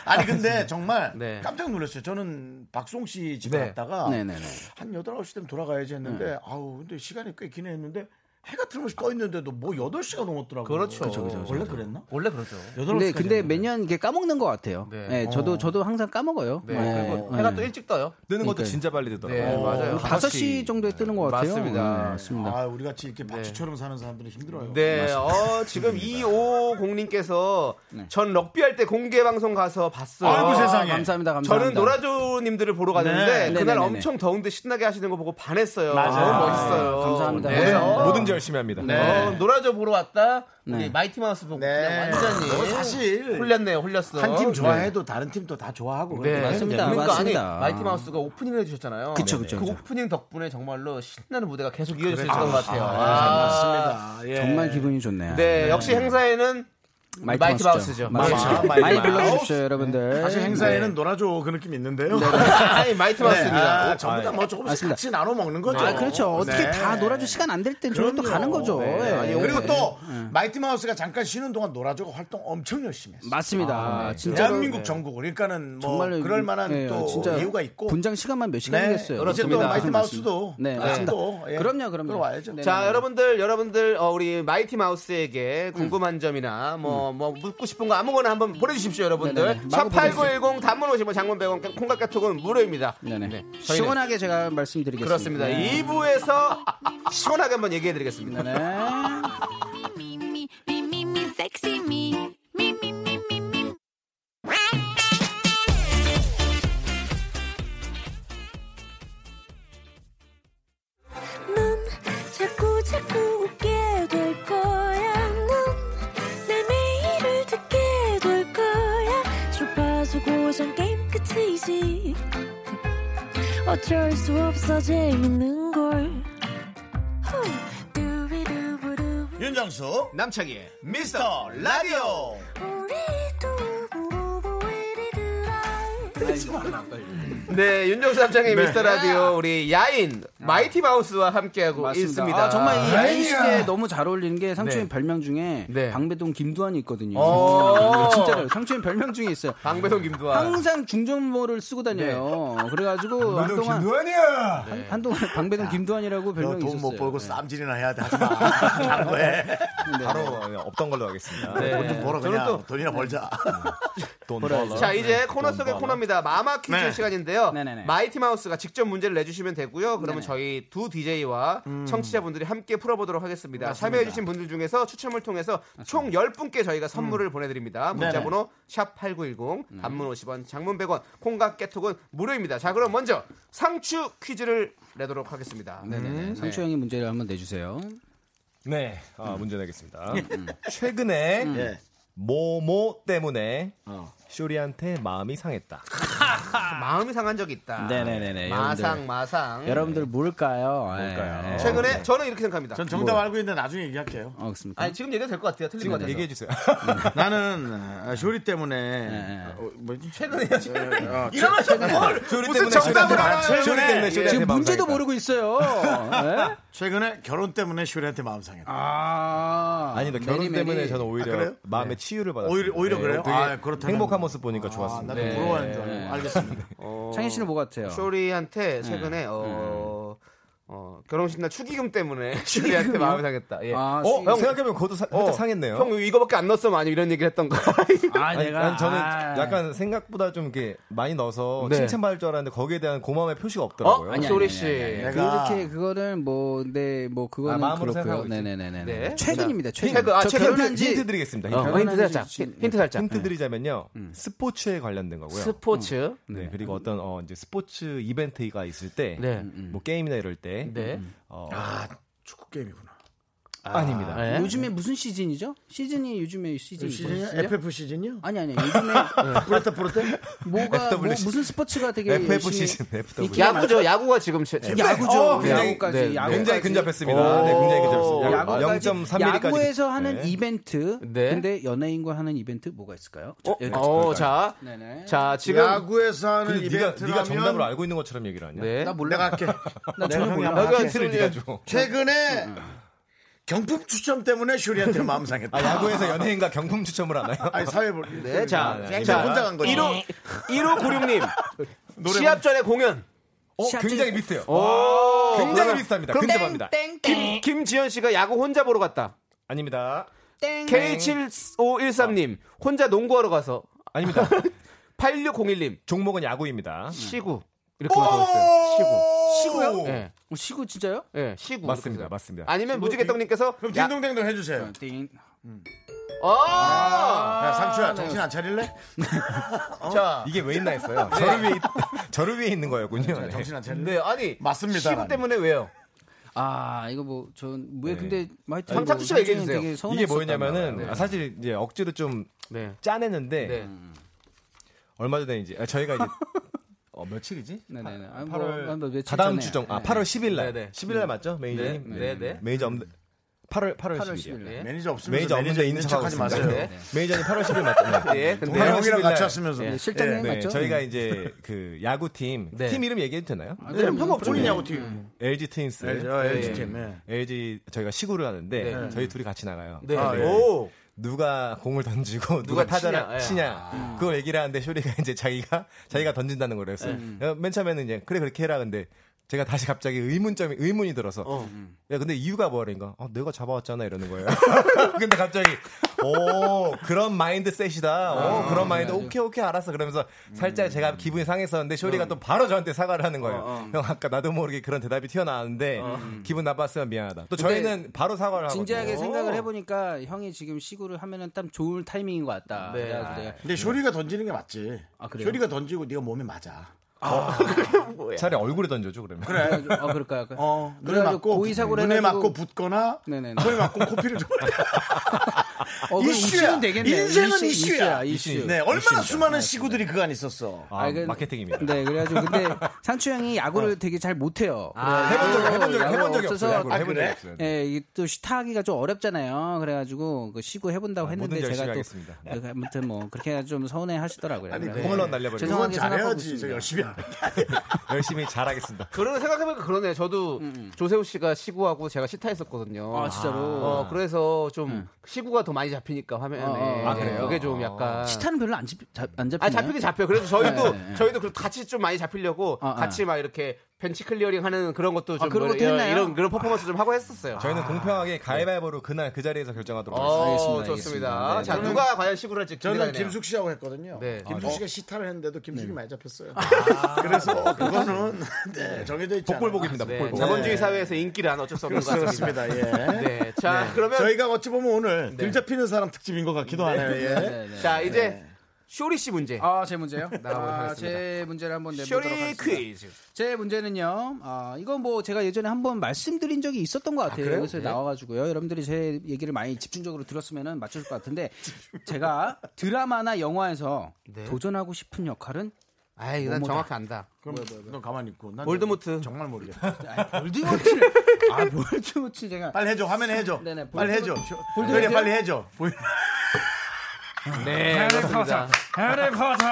S1: 아니 근데 정말
S2: 네.
S1: 깜짝 놀랐어요. 저는 박송 씨 집에
S2: 네.
S1: 갔다가
S4: 네네네. 네.
S1: 한 8, 9시 되면 돌아가야지 했는데 아우 근데 시간이 꽤 기네 했는데 해가 틀림없이 떠 있는데도 뭐 8시가 넘었더라고요.
S2: 그렇죠. 그렇죠, 그렇죠,
S1: 원래 그랬나?
S2: 원래 그렇죠.
S4: 네, 근데 근데 매년 이게 까먹는 것 같아요. 네.
S2: 네.
S4: 저도 저도 항상 까먹어요.
S2: 네.
S4: 네.
S2: 그리고
S4: 네.
S2: 해가 또 일찍 떠요.
S3: 뜨는 것도
S4: 그러니까요.
S3: 진짜 빨리 되더라고요. 어.
S2: 네 맞아요.
S4: 다섯 시 정도에 뜨는 것 같아요.
S2: 맞습니다.
S4: 네, 맞습니다.
S1: 아, 우리 같이
S4: 네.
S1: 이렇게 마취처럼 사는 사람들은 힘들어요.
S2: 네, 어, 지금 250님께서 전 럭비 할 때 공개 방송 가서 봤어요.
S1: 네. 아이고, 세상에.
S4: 감사합니다. 감사합니다.
S2: 저는 노라조님들을 보러
S1: 네.
S2: 갔는데 그날
S4: 네네네네.
S2: 엄청 더운데 신나게 하시는 거 보고 반했어요.
S1: 맞아요.
S2: 너무 멋있어요.
S4: 감사합니다.
S2: 네.
S4: 뭐든-
S3: 뭐든지 열심히 합니다.
S2: 어, 노라조 보러 왔다. 우리
S4: 네.
S2: 마이티 마우스 보고
S1: 네.
S2: 그냥 완전히
S1: 어, 사실
S2: 홀렸네요. 홀렸어.
S1: 한 팀 좋아해도 다른 팀도 다 좋아하고
S2: 네.
S1: 그러니까
S4: 맞습니다.
S2: 그러니까
S4: 맞습니다.
S2: 아니 마이티 마우스가 오프닝을 해주셨잖아요.
S4: 그쵸, 그쵸,
S2: 그
S4: 그쵸.
S2: 오프닝 덕분에 정말로 신나는 무대가 계속 이어질 수 있었던 것 같아요. 아,
S1: 맞습니다. 예.
S4: 정말 기분이 네, 좋네요.
S2: 네, 역시 행사에는
S4: 마이트,
S2: 마이티
S4: 마우스죠.
S2: 마우스죠.
S4: 맞습니다.
S1: 아, 마이티
S4: 많이
S1: 마우스. 네.
S4: 불러주십시오, 여러분들.
S1: 사실
S4: 네.
S1: 행사에는 놀아줘 그 느낌이 있는데요.
S2: 아니 마이트 마우스입니다.
S1: 아, 전부 다 뭐 조금씩
S4: 네. 맞습니다.
S1: 같이 나눠 먹는 거죠.
S4: 아 그렇죠. 어떻게
S1: 네.
S4: 다 놀아줄 시간 안 될 땐 저는 또
S1: 그럼요.
S4: 가는 거죠.
S1: 네.
S4: 예.
S1: 아니, 그리고 또 마이티 마우스가 잠깐 쉬는 동안 놀아줘가 활동 엄청 열심히 했어요.
S4: 맞습니다. 아, 진짜
S1: 대한민국 전국을 그러니까는 뭐
S4: 정말
S1: 그럴 만한
S4: 예,
S1: 또
S4: 진짜
S1: 이유가 있고
S4: 분장 시간만 몇
S1: 네,
S4: 시간이겠어요.
S1: 이제 또 마이티 마우스도
S4: 네,
S1: 아,
S4: 맞습니다.
S1: 또, 예.
S4: 그럼요, 그럼요.
S1: 들어와야죠.
S4: 네,
S2: 자,
S4: 네.
S2: 여러분들, 여러분들, 어, 우리 마이티 마우스에게 궁금한
S4: 음.
S2: 점이나 뭐, 뭐, 묻고 싶은 거 아무거나 한번 보내주십시오, 여러분들.
S4: 네네네. 마구
S2: 샵8910 단문 50원, 장문 100원, 콩깍개톡은 무료입니다.
S4: 네네.
S2: 저희는
S4: 시원하게 제가 말씀드리겠습니다.
S2: 그렇습니다.
S4: 네.
S2: 2부에서 시원하게 한번 얘기해드리겠습니다.
S4: 네.
S7: me, me, me, me, me, sexy me. Me, me, me, me, me. 넌 자꾸, 자꾸 웃게 될 거야. 넌내 매일을 듣게 될 거야. 주파수 고정 게임 끝이지. 어쩔 수 없어, 재밌는 걸. 후. 두비두부두.
S4: 네.
S1: 윤정수
S2: 남창희의
S1: 미스터 라디오
S2: 네, 윤정수 남창희 미스터 라디오 우리 야인 마이티 마우스와 함께하고 있습니다.
S4: 아, 정말 이 야인
S1: 아이야.
S4: 시대에 너무 잘 어울리는 게 상추인
S2: 네.
S4: 별명 중에
S2: 네.
S4: 방배동 김두한이 있거든요.
S1: 어.
S4: 어,
S2: 오.
S4: 진짜로 상추인 별명 중에 있어요.
S2: 방배동
S1: 아.
S2: 김두한.
S4: 항상 중전모를 쓰고 다녀요. 그래가지고
S1: 네.
S4: 한동안
S1: 김두현이야.
S4: 한- 한동안 방배동 김두한이라고 별명이
S1: 네. 아. 너돈
S4: 있었어요. 네.
S1: 못 벌고 쌈질이나 해야 돼. 하지 마. 아, 바로 해.
S3: 바로 그냥 없던 걸로 하겠습니다.
S4: 네.
S1: 돈좀 벌어
S2: 저는
S1: 그냥
S2: 또-
S1: 돈이나 벌자.
S3: 돈 벌어.
S2: 자 이제 코너 속의 코너입니다. 마마 퀴즈
S1: 네.
S2: 시간인데요.
S4: 네네네. 네,
S2: 마이티 마우스가 직접 문제를 내주시면 되고요. 그러면 저희 두 DJ와 청취자분들이 함께 풀어보도록 하겠습니다. 참여해주신 분들 중에서 추첨을 통해서 총 10분께 저희가 선물을 보내드립니다. 문자번호 샵
S4: 네.
S2: #8910 단문 50원, 장문 100원, 콩과 깨톡은 무료입니다. 자 그럼 먼저 상추 퀴즈를 내도록 하겠습니다. 음,
S4: 네네네. 상추 형이 문제를 한번 내주세요.
S3: 네, 아, 문제 내겠습니다. 최근에
S1: 음. 네. 예.
S3: 모모 때문에
S1: 어.
S3: 쇼리한테 마음이 상했다.
S2: 마음이 상한 적이
S1: 아,
S2: 있다.
S4: 네네네네.
S2: 마상
S4: 여러분들.
S2: 마상.
S4: 네. 여러분들 뭘까요? 뭘까요?
S2: 최근에 저는 이렇게 생각합니다.
S1: 전 정답 알고 있는데 나중에 얘기할게요.
S4: 어, 그렇습니까?
S2: 아니 지금 얘기해도 될 것 같아요. 틀린 것 같아요.
S3: 얘기해 주세요.
S1: 네. 나는 아, 쇼리 때문에 어, 뭐지? 최근에
S2: 일어나셔. 뭘?
S3: 쇼리
S2: 무슨 정답을 알아요?
S3: 쇼리 때문에 쇼리한테
S4: 지금
S3: 마음
S4: 문제도
S3: 상했다.
S4: 모르고 있어요. 네?
S1: 최근에 결혼 때문에 쇼리한테 마음 상했다.
S4: 아.
S3: 아니, 근 결혼
S4: 매니, 매니.
S3: 때문에 저는
S1: 아,
S3: 오히려
S1: 그래요?
S3: 마음의 치유를 받았어요.
S1: 오히려 오히려 그래요? 아, 그렇다면
S3: 행복한 모습 보니까
S1: 아,
S3: 좋았습니다.
S1: 나도 부러워하는 줄 알고. 알겠습니다.
S4: 창희 씨는 뭐
S3: 그러니까.
S4: 같아요?
S3: 예.
S2: 쇼리한테 최근에 어, 어, 결혼식 날 축의금 때문에 쇼리한테 마음이 상했다. 예.
S4: 아,
S3: 어,
S4: 씨.
S3: 형, 생각해보면 그것도 사- 살짝
S2: 어,
S3: 상했네요.
S2: 형 이거밖에 안 넣었어 많이 이런 얘기를 했던 거.
S4: 아,
S3: 그, 아니,
S4: 내가
S3: 난 저는
S4: 아.
S3: 약간 생각보다 좀 이렇게 많이 넣어서
S2: 네.
S3: 칭찬받을 줄 알았는데 거기에 대한 고마움의 표시가
S2: 어?
S3: 없더라고요.
S4: 아니,
S2: 쇼리
S4: 아니,
S2: 씨.
S4: 아니, 아니,
S1: 내가-
S4: 그렇게 그거는 뭐, 네, 뭐
S3: 아,
S4: 그거는
S3: 마음으로
S4: 그렇고요.
S3: 생각하고 있지.
S4: 네네네네.
S2: 네.
S4: 최근입니다. 최근.
S2: 최근, 아,
S4: 그, 저
S2: 최근
S4: 결혼한 지
S3: 힌트 드리겠습니다.
S4: 어.
S3: 힌트,
S2: 힌트 살짝.
S3: 네.
S2: 힌트 살짝.
S3: 힌트 드리자면요. 스포츠에 관련된 거고요.
S2: 스포츠.
S3: 네, 그리고 어떤 어, 이제 스포츠 이벤트가 있을 때,
S2: 네.
S3: 뭐 게임이나 이럴 때,
S2: 네.
S3: 어,
S1: 축구 게임이구나.
S3: 아닙니다.
S2: 네.
S4: 요즘에 무슨 시즌이죠? 시즌이 요즘에 시즌이
S1: 시즌이요?
S4: 뭐였어요?
S1: FF 시즌이요?
S4: 아니 아니 요즘에
S3: 네.
S1: 프로테 프로테?
S4: 뭐가 뭐,
S3: FWC.
S4: 무슨 스포츠가 되게
S3: FF
S4: 열심히
S3: 시즌, FW.
S4: 인기가
S2: 야구죠. 야구가 지금 제,
S4: 많- 야구죠.
S3: 어, 굉장히-
S4: 야구까지
S2: 네, 네.
S4: 야구까지.
S3: 굉장히 근접했습니다. 네, 굉장히 근접했습니다.
S4: 야구까지.
S3: 0.3mm까지.
S4: 야구에서 하는 이벤트.
S2: 네.
S4: 근데 연예인과 하는 이벤트 뭐가 있을까요?
S2: 어,
S3: 네.
S4: 여기
S2: 어,
S3: 그렇죠.
S2: 자,
S4: 네네.
S2: 자 지금
S1: 야구에서 하는
S3: 네가,
S1: 이벤트라면
S3: 네가 정답을 알고 있는 것처럼 얘기를 하냐?
S2: 네.
S4: 나 몰라.
S1: 내가 할게.
S4: 나 전혀 몰라.
S2: 한번
S4: 아,
S2: 할게.
S3: 힌트를 네가 줘.
S1: 최근에 경품 추첨 때문에 쇼리한테 마음 상했다.
S3: 아, 야구에서 연예인과 경품 추첨을 하나요?
S1: 아니 사회볼.
S2: 네, 자,
S1: 그냥
S2: 자,
S1: 혼자 간 거지.
S2: 1호 1호 96님 시합 전에 공연.
S3: 어, 굉장히 비슷해요.
S2: 오,
S3: 굉장히 비슷합니다. 근접합니다.
S2: 김 김지현 씨가 야구 혼자 보러 갔다.
S3: 아닙니다.
S2: K7513님 혼자 농구하러 가서
S3: 아닙니다.
S2: 8601님
S3: 종목은 야구입니다.
S2: 시구 이렇게 적었어요. 시구.
S3: 시구요?
S2: 예.
S4: 어, 시구 진짜요?
S2: 예, 시구.
S3: 맞습니다,
S2: 이렇게
S3: 맞습니다.
S2: 써요. 아니면 무지개떡님께서
S1: 그럼
S2: 야-
S1: 딩동댕동 해주세요.
S4: 띵.
S2: 아!
S1: 야 상추야 정신 안 차릴래? 자
S3: 이게 왜 있나 했어요. 저를 위해, 있- 저를 위해 있는 거였군요. 네.
S1: 정신 안 차릴래?
S2: 네, 아니
S1: 맞습니다.
S2: 시구 때문에 왜요?
S4: 아 이거 뭐 전 왜 근데 하여튼
S2: 황탁수
S4: 뭐
S2: 씨가 얘기해
S4: 되게
S2: 주세요.
S4: 서운했었단
S3: 네. 이게 뭐였냐면은
S4: 말이에요.
S3: 아, 사실 이제 억지로 좀
S2: 네.
S3: 짜내는데
S2: 네.
S3: 얼마 전에 이제 아, 저희가 이제 어, 며칠이지?
S4: 네네네. 아, 뭐, 아, 뭐
S3: 8월
S4: 며칠
S3: 다다음
S4: 전에.
S3: 주정 아
S4: 네.
S3: 8월 10일 날
S2: 네, 네.
S3: 10일 날 맞죠
S2: 네.
S3: 매니저님
S2: 네, 네.
S3: 매니저 없는 8월 8월,
S4: 8월
S3: 10일 이요.
S4: 10일. 에
S1: 매니저 없으면서
S3: 매니저 없는데
S1: 매니저 있는
S3: 인척하고
S1: 척하지
S3: 있습니다.
S1: 마세요.
S2: 네.
S3: 매니저님 8월 10일 맞죠? 네.
S2: 예. 근데
S3: 네.
S1: 동네 형이랑
S3: 8월
S1: 같이
S3: 10일
S1: 왔으면서
S4: 네,
S1: 예.
S4: 실장님
S3: 네,
S4: 맞죠?
S3: 저희가 이제 그 야구팀
S2: 네.
S3: 팀 이름 얘기해도 되나요?
S1: 네, 상관없죠.
S3: 네.
S1: 야구 팀.
S3: LG 트윈스.
S1: 네, 저 LG 팀. 예.
S3: LG 저희가 시구를 하는데
S2: 네.
S3: 저희 둘이 같이 나가요.
S2: 네.
S1: 아, 예.
S2: 오.
S3: 누가 공을 던지고 누가,
S2: 누가 치냐,
S3: 타자를
S2: 예.
S3: 치냐 그걸 얘기를 하는데 쇼리가 이제 자기가 자기가 던진다는 거를 했어요. 맨 처음에는 이제 그래 그렇게 해라 근데 제가 다시 갑자기 의문점이 의문이 들어서 야 근데 이유가 뭐라니까 아, 내가 잡아왔잖아 이러는 거예요. 근데 갑자기 오 그런 마인드셋이다. 오 그런 마인드 오케이 오케이 알았어 그러면서 살짝 제가 기분이 상했었는데 쇼리가 또 바로 저한테 사과를 하는 거예요. 형 아까 나도 모르게 그런 대답이 튀어나왔는데 기분 나빴으면 미안하다. 또 저희는 바로 사과를 하고
S4: 진지하게 생각을 해보니까 형이 지금 시구를 하면은 딱 좋은 타이밍인 것 같다.
S2: 네.
S4: 그래가지고 내가
S1: 근데 쇼리가 던지는 게 맞지.
S4: 아, 그래요?
S1: 쇼리가 던지고 네가 몸에 맞아.
S3: 차라리 얼굴에 던져줘 그러면.
S4: 그래가지고, 어 그럴까요?
S1: 어, 눈에
S4: 그래가지고
S1: 맞고
S4: 고의사고를
S1: 눈에
S4: 해가지고-
S1: 맞고 붙거나
S4: 네네네.
S1: 코에 맞고 코피를 좀
S4: 어, 그럼
S1: 이슈야.
S4: 이슈는 되겠네요.
S1: 인생은
S4: 이슈,
S1: 이슈야.
S4: 이슈.
S1: 네, 얼마나 수많은 시구들이 그간 있었어.
S3: 아,
S4: 아, 그-
S3: 마케팅입니다.
S4: 네, 그래가지고 근데 상추 형이 야구를 되게 잘 못해요.
S3: 아, 해본 적이 해본 적이
S4: 야구가
S3: 해본 적이
S4: 없어서
S3: 없어요. 야구를
S1: 아,
S3: 해본
S1: 그래?
S3: 적이 없어요.
S4: 예, 이게 또 시타하기가 좀 어렵잖아요. 그래가지고 그 시구 해본다고
S3: 아,
S4: 했는데
S3: 뭐든지
S4: 제가 또
S3: 열심히 하겠습니다. 네.
S4: 그, 아무튼 뭐 그렇게 좀 서운해 하시더라고요.
S1: 아니,
S4: 그래서
S3: 홈런 날려버리고
S1: 그건
S4: 죄송하게 생각하고
S1: 잘해야지. 저
S4: 있습니다.
S1: 열심히 하는 게
S3: 열심히 잘하겠습니다.
S2: 그런 생각해보니까 그러네. 저도 조세호 씨가 시구하고 제가 시타했었거든요.
S4: 아 진짜로.
S2: 어, 음. 그래서 좀 시구가 더 많이 잡히니까 화면에.
S4: 아,
S2: 그래요? 아, 게좀
S3: 아.
S2: 약간.
S4: 시타는 별로 안 잡, 잡, 안 잡히나요?
S2: 아 잡히긴 잡혀. 그래서 저희도
S4: 네, 네, 네.
S2: 저희도 그 같이 좀 많이 잡히려고
S4: 아,
S2: 같이 막 이렇게 벤치 클리어링 하는 그런 것도 좀
S4: 그런
S2: 뭐
S4: 것도
S2: 이런-
S4: 했나요?
S2: 이런 그런 퍼포먼스 좀 하고 했었어요.
S3: 저희는
S4: 아,
S3: 공평하게
S4: 네.
S3: 가위바위보로 그날 그 자리에서 결정하도록
S2: 어,
S3: 하겠습니다.
S4: 알겠습니다,
S2: 좋습니다.
S4: 알겠습니다.
S2: 자
S4: 네, 네.
S2: 누가 과연 시구를 할지
S1: 저는
S2: 기대가 되네요.
S1: 김숙 씨하고 했거든요.
S2: 네.
S1: 김숙 씨가 시타를 했는데도 김숙이 많이 잡혔어요. 그래서 그거는 네, 정해져 있지
S3: 복불복입니다.
S2: 네,
S3: 복불복.
S2: 자본주의 사회에서 인기란 어쩔 수 없는 것 같습니다.
S1: 그렇습니다. 예.
S2: 네, 자 그러면
S1: 저희가 어찌 보면 오늘 들 잡히는 사람 특집인 것 같기도 하네요. 예.
S2: 자 이제 쇼리 씨 문제.
S4: 아, 제 문제요?
S2: 나가보도록
S4: 아,
S2: 하겠습니다.
S4: 제 문제를 한번 내보도록
S2: 쇼리
S4: 하겠습니다.
S2: 퀴즈.
S4: 제 문제는요. 아, 이건 뭐 제가 예전에 한번 말씀드린 적이 있었던 것 같아요. 여기서 나와가지고요. 여러분들이 제 얘기를 많이 집중적으로 들었으면 맞춰줄 것 같은데 제가 드라마나 영화에서 도전하고 싶은 역할은
S2: 아이 난 정확히 안다.
S1: 그럼 너 가만히 있고. 난
S2: 볼드모트.
S1: 정말 모르겠어.
S4: 볼드모트. 아, 볼드모트 제가
S1: 빨리 해줘. 화면에 해줘.
S4: 네네,
S1: 빨리 해줘.
S4: 볼드모트.
S1: 그래, 빨리 해줘. 보이-
S2: 네, 그렇습니다. 해리포터.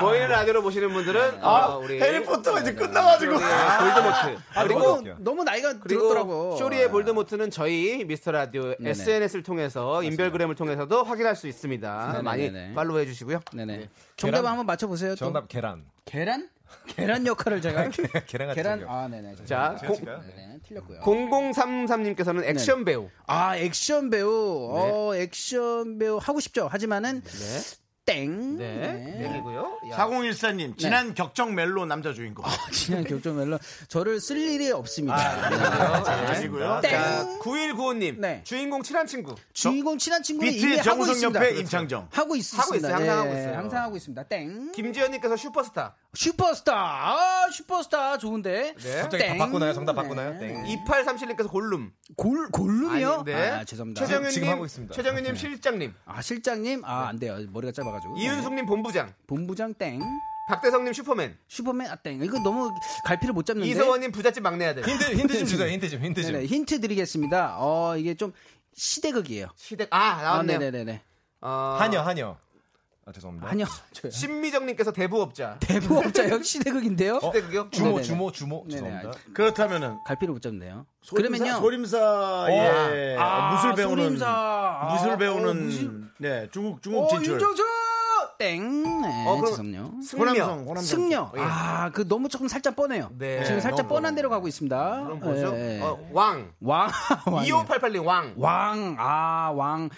S2: 보이는 라디오로 보시는 분들은 아, 우리
S1: 해리포터가 이제 끝나가지고.
S2: 아, 볼드모트. 그리고
S4: 너무, 너무 나이가
S2: 그리고
S4: 들었더라고. 아.
S2: 쇼리의 볼드모트는 저희 미스터 라디오 SNS를 통해서 인별그램을 통해서도 확인할 수 있습니다.
S4: 네네,
S2: 많이
S4: 네네.
S2: 팔로우 해주시고요.
S4: 네네. 정답 을
S3: 계란-
S4: 한번 맞춰보세요. 또.
S3: 정답 계란.
S4: 계란? 계란 역할을 제가
S3: 계란 같은
S4: 계란
S3: 거.
S4: 아 네네
S2: 자,
S4: 죄송합니다.
S2: 공,
S4: 네네 틀렸고요.
S2: 0033님께서는 액션 배우.
S4: 아 액션 배우 어 액션 배우 하고 싶죠. 하지만은 땡.
S2: 네, 얘기고요. 야.
S1: 4014님, 아. 지난 격정
S4: 네.
S1: 멜로 남자 주인공.
S4: 그냥 격조 멜론 저를 쓸 일이 없습니다. 네.
S1: 아니고요. 맞아요.
S4: 땡.
S2: 자, 9195님.
S4: 네.
S2: 주인공 친한 친구.
S4: 주인공 친한 친구는 이미
S1: 비트
S4: 하고
S1: 정우성
S4: 있습니다. 그렇죠. 네,
S1: 옆에 임창정.
S4: 하고 있습니다. 예.
S2: 하고 있어요. 항상 하고 있어요.
S4: 항상 하고 있습니다. 땡.
S2: 김지현님께서 슈퍼스타.
S4: 슈퍼스타. 아, 슈퍼스타 좋은데.
S3: 갑자기 다 바꾸나요? 정답
S4: 네.
S3: 바꾸나요? 땡.
S2: 2837님께서 골룸.
S4: 골 골룸이요?
S2: 아니, 네.
S4: 아, 죄송합니다.
S2: 최정현님.
S3: 지금 하고 있습니다. 네.
S2: 최정현님 실장님.
S4: 아, 실장님. 아, 안 돼요. 머리가 짧아 가지고. 네.
S2: 이윤숙님 본부장.
S4: 본부장 땡.
S2: 박대성님 슈퍼맨.
S4: 슈퍼맨 아, 땡. 이거 너무 갈피를 못 잡는데.
S2: 이서원님 부잣집 막내 아들.
S3: 힌트 힌트 좀 주세요. 힌트 좀 힌트 좀.
S4: 네네, 힌트 드리겠습니다. 어, 이게 좀 시대극이에요.
S2: 시댁. 아, 나왔네요.
S4: 네, 네, 네.
S2: 어,
S3: 한여 한여. 아
S1: 뭐?
S3: 죄송합니다.
S4: 아니요. 저
S2: 신미정님께서 대부업자.
S4: 대부업자 역시 시대극인데요.
S3: 어?
S2: 시댁이요?
S3: 주모
S4: 네네네.
S3: 주모 주모
S4: 네네.
S3: 죄송합니다.
S1: 그렇다면은
S4: 갈피를 못 잡네요.
S1: 소림사,
S4: 그러면요. 어. 아,
S1: 소림사의 예. 아, 무술 배우는
S4: 소림사. 아,
S1: 무술
S4: 어,
S1: 배우는
S4: 무술.
S1: 네 중국 중국
S4: 어,
S1: 진출
S4: 윤정수 땡. 네,
S2: 어, 그럼-
S4: 죄송요.
S1: 호남성
S2: 승려.
S1: 호남성
S4: 승려. 아, 그 너무 조금 살짝 뻔해요.
S2: 네.
S4: 지금 살짝
S1: 어, 예. 너무
S4: 뻔한 대로 가고 있습니다.
S2: 그럼 뭐죠?
S4: 예, 예.
S2: 어, 왕.
S4: 왕. 왕이에요.
S2: 2588님 왕.
S4: 왕. 아, 왕.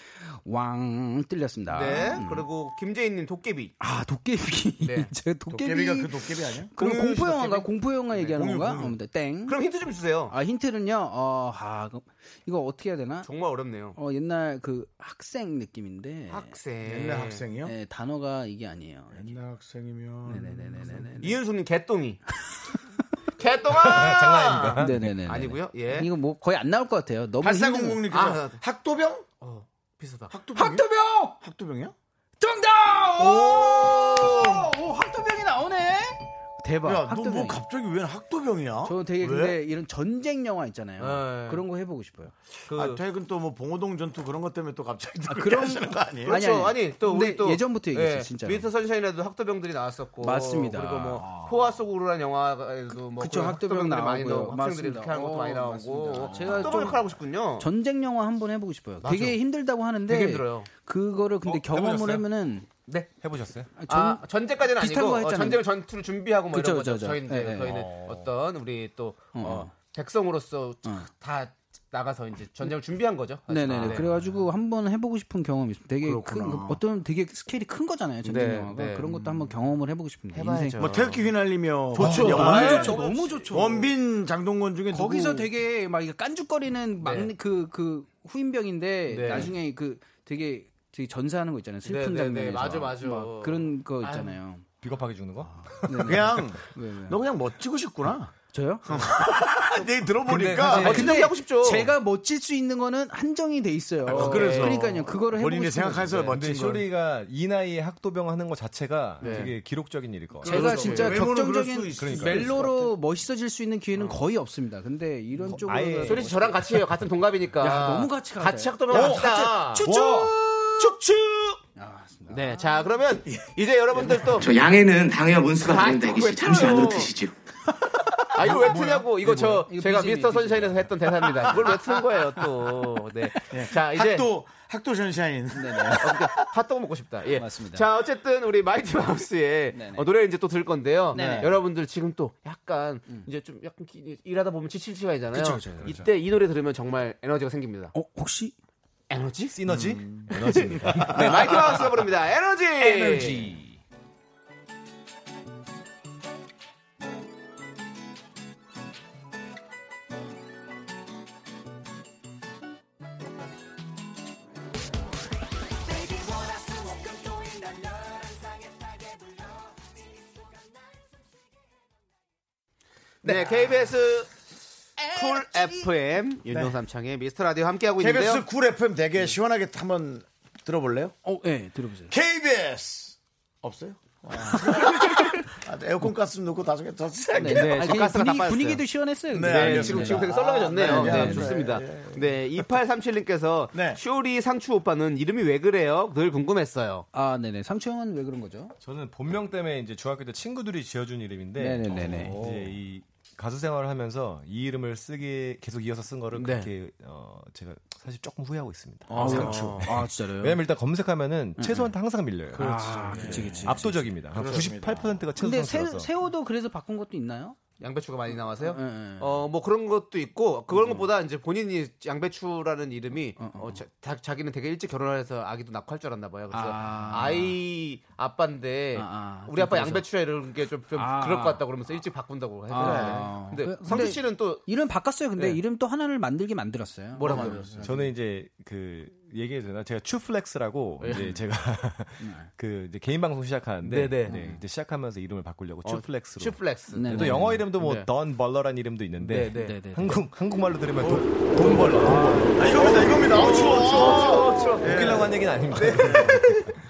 S4: 왕 뚫렸습니다.
S2: 네. 그리고 김재인님 도깨비.
S4: 아, 도깨비.
S2: 네.
S4: 제가 도깨비.
S1: 도깨비가 그 도깨비 아니야?
S4: 그럼
S2: 공유
S4: 공포 영화가 공포 영화 얘기하는
S1: 공유,
S4: 건가?
S1: 공유.
S4: 아무튼 땡.
S2: 그럼 힌트 좀 주세요.
S4: 아, 힌트는요. 어, 아, 그럼 이거 어떻게 해야 되나?
S2: 정말 어렵네요.
S4: 어, 옛날 그 학생 느낌인데.
S2: 학생.
S1: 옛날 학생이요?
S4: 네, 단어가 이게 아니에요.
S1: 옛날 학생이면
S4: 네네네네네.
S2: 이윤수님 개똥이. 개똥아. 장난입니다.
S4: 네네네.
S2: 아니고요. 예.
S4: 이거 뭐 거의 안 나올 것 같아요. 너무 힘든-
S1: 8400님께서
S2: 아,
S4: 네.
S1: 학도병?
S2: 어, 비슷하다.
S1: 학도병?
S4: 학도병!
S1: 학도병이야?
S4: 정답! 어, 오! 오, 학도병이 나오네? 대박.
S1: 야, 너
S4: 아, 학도병.
S1: 뭐 갑자기 왜 학도병이야?
S4: 저 되게
S1: 왜?
S4: 근데 이런 전쟁 영화 있잖아요.
S2: 네.
S4: 그런 거 해보고 싶어요.
S2: 그
S1: 아, 퇴근 또 뭐 봉호동 전투 그런 것 때문에 또 갑자기 또 그렇게
S4: 아, 그런-
S1: 하시는 거 아니에요?
S4: 아니,
S2: 그렇죠.
S4: 아니.
S2: 아니, 또 우리
S4: 근데
S2: 또
S4: 예전부터 얘기했어요, 진짜로.
S2: 미스터 선샤인에도 학도병들이 나왔었고
S4: 맞습니다.
S2: 그리고
S4: 아.
S2: 뭐 포화 속으로란 영화에도 뭐
S4: 그쵸,
S2: 그런
S4: 학도병
S2: 학도병들이 많이
S4: 나오고요.
S2: 나오고 학생들이
S4: 맞습니다.
S2: 이렇게 하는 것도
S4: 어,
S2: 많이 나오고
S4: 맞습니다. 제가
S2: 제가
S4: 좀-
S2: 학도병 역할 하고 싶군요.
S4: 전쟁 영화 한번 해보고 싶어요. 되게 힘들다고 하는데
S2: 어. 되게 힘들어요.
S4: 그거를 근데
S3: 어,
S4: 경험을
S3: 해보셨어요?
S4: 하면은
S2: 네.
S3: 해보셨어요?
S4: 아, 전-
S2: 아, 전제까지는
S4: 비슷한
S2: 아니고
S4: 거
S2: 어,
S4: 했잖아요.
S2: 전쟁 전투를 준비하고 뭐
S4: 그쵸,
S2: 이런 거죠.
S4: 그쵸, 그쵸.
S2: 저희는
S4: 네, 음, 네.
S2: 저희는 어. 떤 우리 또 어, 백성으로서 다 나가서 이제 전쟁을 준비한 거죠. 사실.
S4: 음. 네네네.
S2: 네.
S4: 그래가지고 한번 해보고 싶은 경험이 있어요. 되게 큰,
S1: 그렇구나.
S4: 어떤 되게 스케일이 큰 거잖아요. 전쟁
S2: 네,
S4: 영화가.
S2: 네.
S4: 그런 것도 한번 경험을 해보고 싶은데. 인생.
S1: 뭐 태극기 휘날리며
S4: 아. 좋죠.
S1: 영화에
S4: 너무 좋죠. 너무 좋죠.
S1: 원빈 장동건 중에
S4: 거기서
S1: 누구-
S4: 되게 막 이게 깐죽거리는 막내 그, 그 후임병인데
S2: 네.
S4: 나중에 그 되게 되게 전사하는 거 있잖아요. 슬픈
S2: 네, 네,
S4: 장면에서.
S2: 네. 맞아, 맞아.
S4: 막 그런 거 있잖아요.
S3: 비겁하게 죽는 거?
S1: 그냥
S4: 왜, 왜.
S1: 너 그냥 멋지고 싶구나.
S4: 저요?
S1: 내 들어보니까
S4: 아,
S2: 멋진 하고 싶죠.
S4: 제가 멋질 수 있는 거는 한정이 돼 있어요.
S1: 그래서.
S4: 러니까요 그거를 해보고
S1: 본인이
S4: 싶은 거죠.
S1: 생각해서
S3: 근데
S1: 멋진 걸.
S3: 쇼리가 이 나이에 학도병 하는 거 자체가
S4: 네.
S3: 되게 기록적인 일일 것 같아요.
S4: 제가 진짜
S1: 외모는 그럴
S4: 격정적인
S1: 수 있을
S4: 멜로로 멋있어질 수 있는 기회는 거의 없습니다. 근데 이런 쪽으로
S3: 아예
S2: 소리 씨 저랑 같이 해요. 같은 동갑이니까.
S4: 야, 너무 같이 어, 가자.
S2: 같이 학도병 합시다.
S4: 추추
S2: 축축. 네, 자 그러면 이제 여러분들 또
S8: 저 양에는 당해와 문수가 다른다 이게
S2: 왜
S8: 잠시
S2: 틀어요?
S8: 안으로 드시죠.
S2: 아 이거 왜 트냐고 이거 저
S4: 이거
S2: 제가
S4: BGM 이에요,
S2: 미스터 선샤인에서 했던 대사입니다. 이걸 왜 트는 거예요 또. 네. 자 이제 어,
S1: 학도 학도 션샤인.
S2: 핫도그 먹고 싶다. 예.
S4: 맞습니다.
S2: 자, 어쨌든 우리 마이티 마우스의
S4: 네네.
S2: 어, 노래 이제 또 들을 건데요.
S4: 네네. 음.
S2: 여러분들 지금 또 약간 이제 좀 약간 기- 일하다 보면 지칠 시간이잖아요.
S4: 그쵸, 그쵸, 그쵸.
S2: 이때 이 노래 들으면 정말 에너지가 생깁니다. 음,
S4: 어, 혹시
S2: 에너지?
S3: 시너지? 에너지입니다.
S2: 네, 마이티 마우스가 부릅니다. 에너지.
S3: 에너지.
S2: 네, KBS 쿨 FM 윤종삼창의 미스터 라디오 함께 하고 있는데요.
S1: 네. KBS 쿨 FM 되게 시원하게 한번 들어볼래요?
S4: 어, 예, 네, 들어보세요.
S1: KBS 없어요? 아, 에어컨 가스 넣고 다섯 개더 쓰세요.
S4: 네,
S2: 네,
S4: 아니,
S2: 저 가스가 다
S4: 분위기,
S2: 빠졌어요.
S4: 분위기도 시원했어요. 근데.
S1: 네,
S2: 네,
S1: 알겠습니다.
S2: 지금 지금 되게 썰렁해졌네요.
S1: 아,
S2: 네,
S1: 네, 네,
S2: 좋습니다.
S1: 네,
S2: 네, 2837님께서
S1: 네.
S2: 쇼리 상추 오빠는 이름이 왜 그래요? 늘 궁금했어요.
S4: 아, 네네. 상추 형은 왜 그런 거죠?
S3: 저는 본명 때문에 이제 중학교 때 친구들이 지어준 이름인데
S4: 네네네네.
S3: 어, 이제 이 가수 생활을 하면서 이 이름을 쓰기 계속 이어서 쓴 거를
S2: 네.
S3: 그렇게 어, 제가 사실 조금 후회하고 있습니다.
S4: 상추. 아, 진짜로요?
S3: 왜냐면 일단 검색하면은 채소한테 항상 밀려요.
S4: 아, 음, 그치, 그치.
S3: 압도적입니다. 한 98%가 채소
S4: 근데
S3: 네. 상태라서.
S4: 새, 새우도 그래서 바꾼 것도 있나요?
S2: 양배추가 많이 나와서요.
S4: 예, 예.
S2: 어 뭐 그런 것도 있고
S4: 음.
S2: 그런 것보다 이제 본인이 양배추라는 이름이 어, 자, 기는 되게 일찍 결혼해서 아기도 낳고 할 줄 알았나 봐요. 그래서
S4: 아.
S2: 아. 이 아빠인데
S4: 아, 아.
S2: 우리 아빠
S4: 그래서.
S2: 양배추야 이런 게 좀
S4: 아.
S2: 그럴 것 같다 그러면서 일찍 바꾼다고
S4: 아.
S2: 해요. 근데
S4: 근데
S2: 성규 씨는 또
S4: 이름 바꿨어요. 근데
S2: 예.
S4: 이름 또 하나를 만들긴 만들었어요.
S2: 뭐라고 하셨어요?
S3: 저는 이제 그 얘기해도 되나? 제가 추플렉스라고 이제 제가 그 이제 개인 방송 시작하는데
S2: 네네.
S3: 네, 이제 시작하면서 이름을 바꾸려고 추플렉스로.
S2: 슈플렉스.
S4: 네.
S3: 또 영어 이름도 뭐
S2: 네.
S3: 던 벌러란 이름도 있는데
S2: 네,
S4: 네, 네.
S3: 한국 한국말로 들으면 돈, 돈 벌러. 돈 벌러.
S1: 아, 이겁니다, 이겁니다. 아우, 추워, 추워, 추워.
S3: 웃기려고 한 얘기는 아닙니다.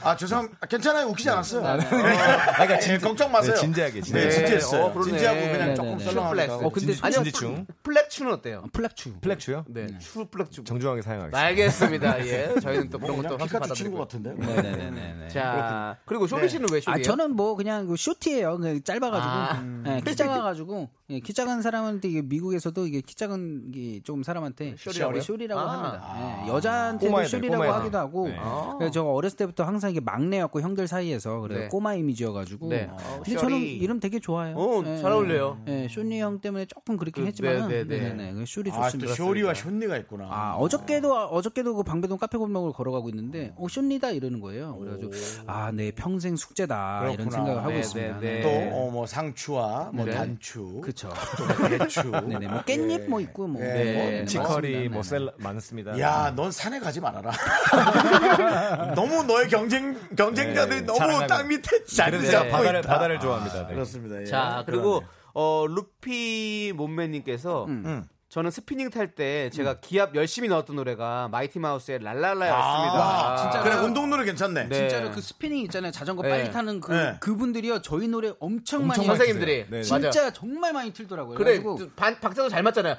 S1: 아, 죄송합니다. 괜찮아요. 웃기지 않았어요.
S3: 아, 그러니까
S1: 예, 걱정 마세요.
S3: 네, 진지하게, 진지하게.
S1: 네, 진지했어요.
S2: 어, 그러네.
S1: 진지하고 그냥
S4: 네,
S1: 조금
S4: 네, 네.
S1: 썰렁하니까.
S2: 슈플렉스.
S4: 어, 근데
S3: 진지-
S2: 아니요.
S3: 진지충.
S2: 플렉추는 어때요?
S4: 플렉추.
S3: 플렉추요?
S2: 네. 슈플렉추.
S3: 정중하게 사용하겠습니다.
S4: 네.
S2: 알겠습니다. 예. 저희는 또 그런 것도
S1: 그냥 피카츄 어,
S2: 받아들이고.
S1: 친구 같은데.
S4: 네네네네.
S2: 자, 그리고 쇼리 씨는 왜 쇼리예요?
S4: 아 저는 뭐 그냥 그 쇼티예요. 그냥
S2: 아.
S4: 짧아가지고 예, 키 작아가지고 예, 키 작은 사람한테 이게 미국에서도 이게 키 작은 게 조금 사람한테
S2: 쇼리라고요?
S4: 쇼리라고
S2: 아.
S4: 합니다. 예, 여자한테도
S3: 꼬마애들,
S4: 쇼리라고
S3: 꼬마애들.
S4: 하기도 하고.
S3: 네.
S4: 그래서 저 어렸을 때부터 항상 이게 막내였고 형들 사이에서 그래
S2: 아. 네.
S4: 서 꼬마 이미지여가지고.
S2: 네.
S4: 어,
S2: 어,
S4: 근데
S2: 쇼리.
S4: 저는 이름 되게 좋아해요.
S2: 어,
S4: 예,
S2: 잘 어울려요.
S4: 예, 쇼니 형 때문에 조금 그렇긴
S2: 그,
S4: 했지만,
S2: 네,
S4: 네,
S2: 네, 네.
S4: 네, 그 쇼리
S1: 아, 또
S4: 좋습니다.
S1: 쇼리와 쇼니가 있구나.
S4: 아, 어저께도 어저께도 그 방배동 카페 골목을 걸어가고 있는데 어 쇼니다 이러는 거예요. 그래가지고 아 내 평생 숙제다 이런
S1: 그렇구나.
S4: 생각을 하고
S2: 네,
S4: 있습니다.
S2: 네, 네.
S1: 또, 어, 뭐, 상추와, 뭐, 단추.
S4: 그렇죠.
S1: 또 배추.
S4: 네네 뭐 깻잎 뭐 있고 뭐.
S1: 예,
S4: 뭐
S1: 뭐
S3: 치커리
S4: 맞습니다.
S3: 뭐
S4: 네.
S3: 셀 많습니다.
S1: 야, 넌 산에 가지 말아라. 너무 너의 경쟁, 경쟁자들이
S3: 네,
S1: 너무
S3: 자랑하고.
S1: 땅 밑에 자리
S3: 그래서
S1: 잡고
S3: 제가 바다를
S1: 있다.
S3: 바다를 좋아합니다. 네.
S1: 네. 그렇습니다. 예.
S2: 자, 그리고 어 루피 몸매님께서
S4: 음.
S3: 음.
S2: 저는 스피닝 탈 때 제가 기합 열심히 넣었던 노래가 마이티 마우스의 랄랄라였습니다.
S1: 아,
S4: 진짜.
S1: 그래, 운동 노래 괜찮네.
S2: 네.
S4: 진짜로 그 스피닝 있잖아요. 자전거
S2: 네.
S4: 빨리 타는 그
S1: 네.
S4: 그분들이요. 저희 노래 엄청, 많이
S2: 선생님들이
S3: 네, 네.
S2: 맞아.
S4: 진짜 정말 많이 틀더라고요.
S2: 그래
S4: 그래가지고
S2: 반, 박자도 잘 맞잖아요.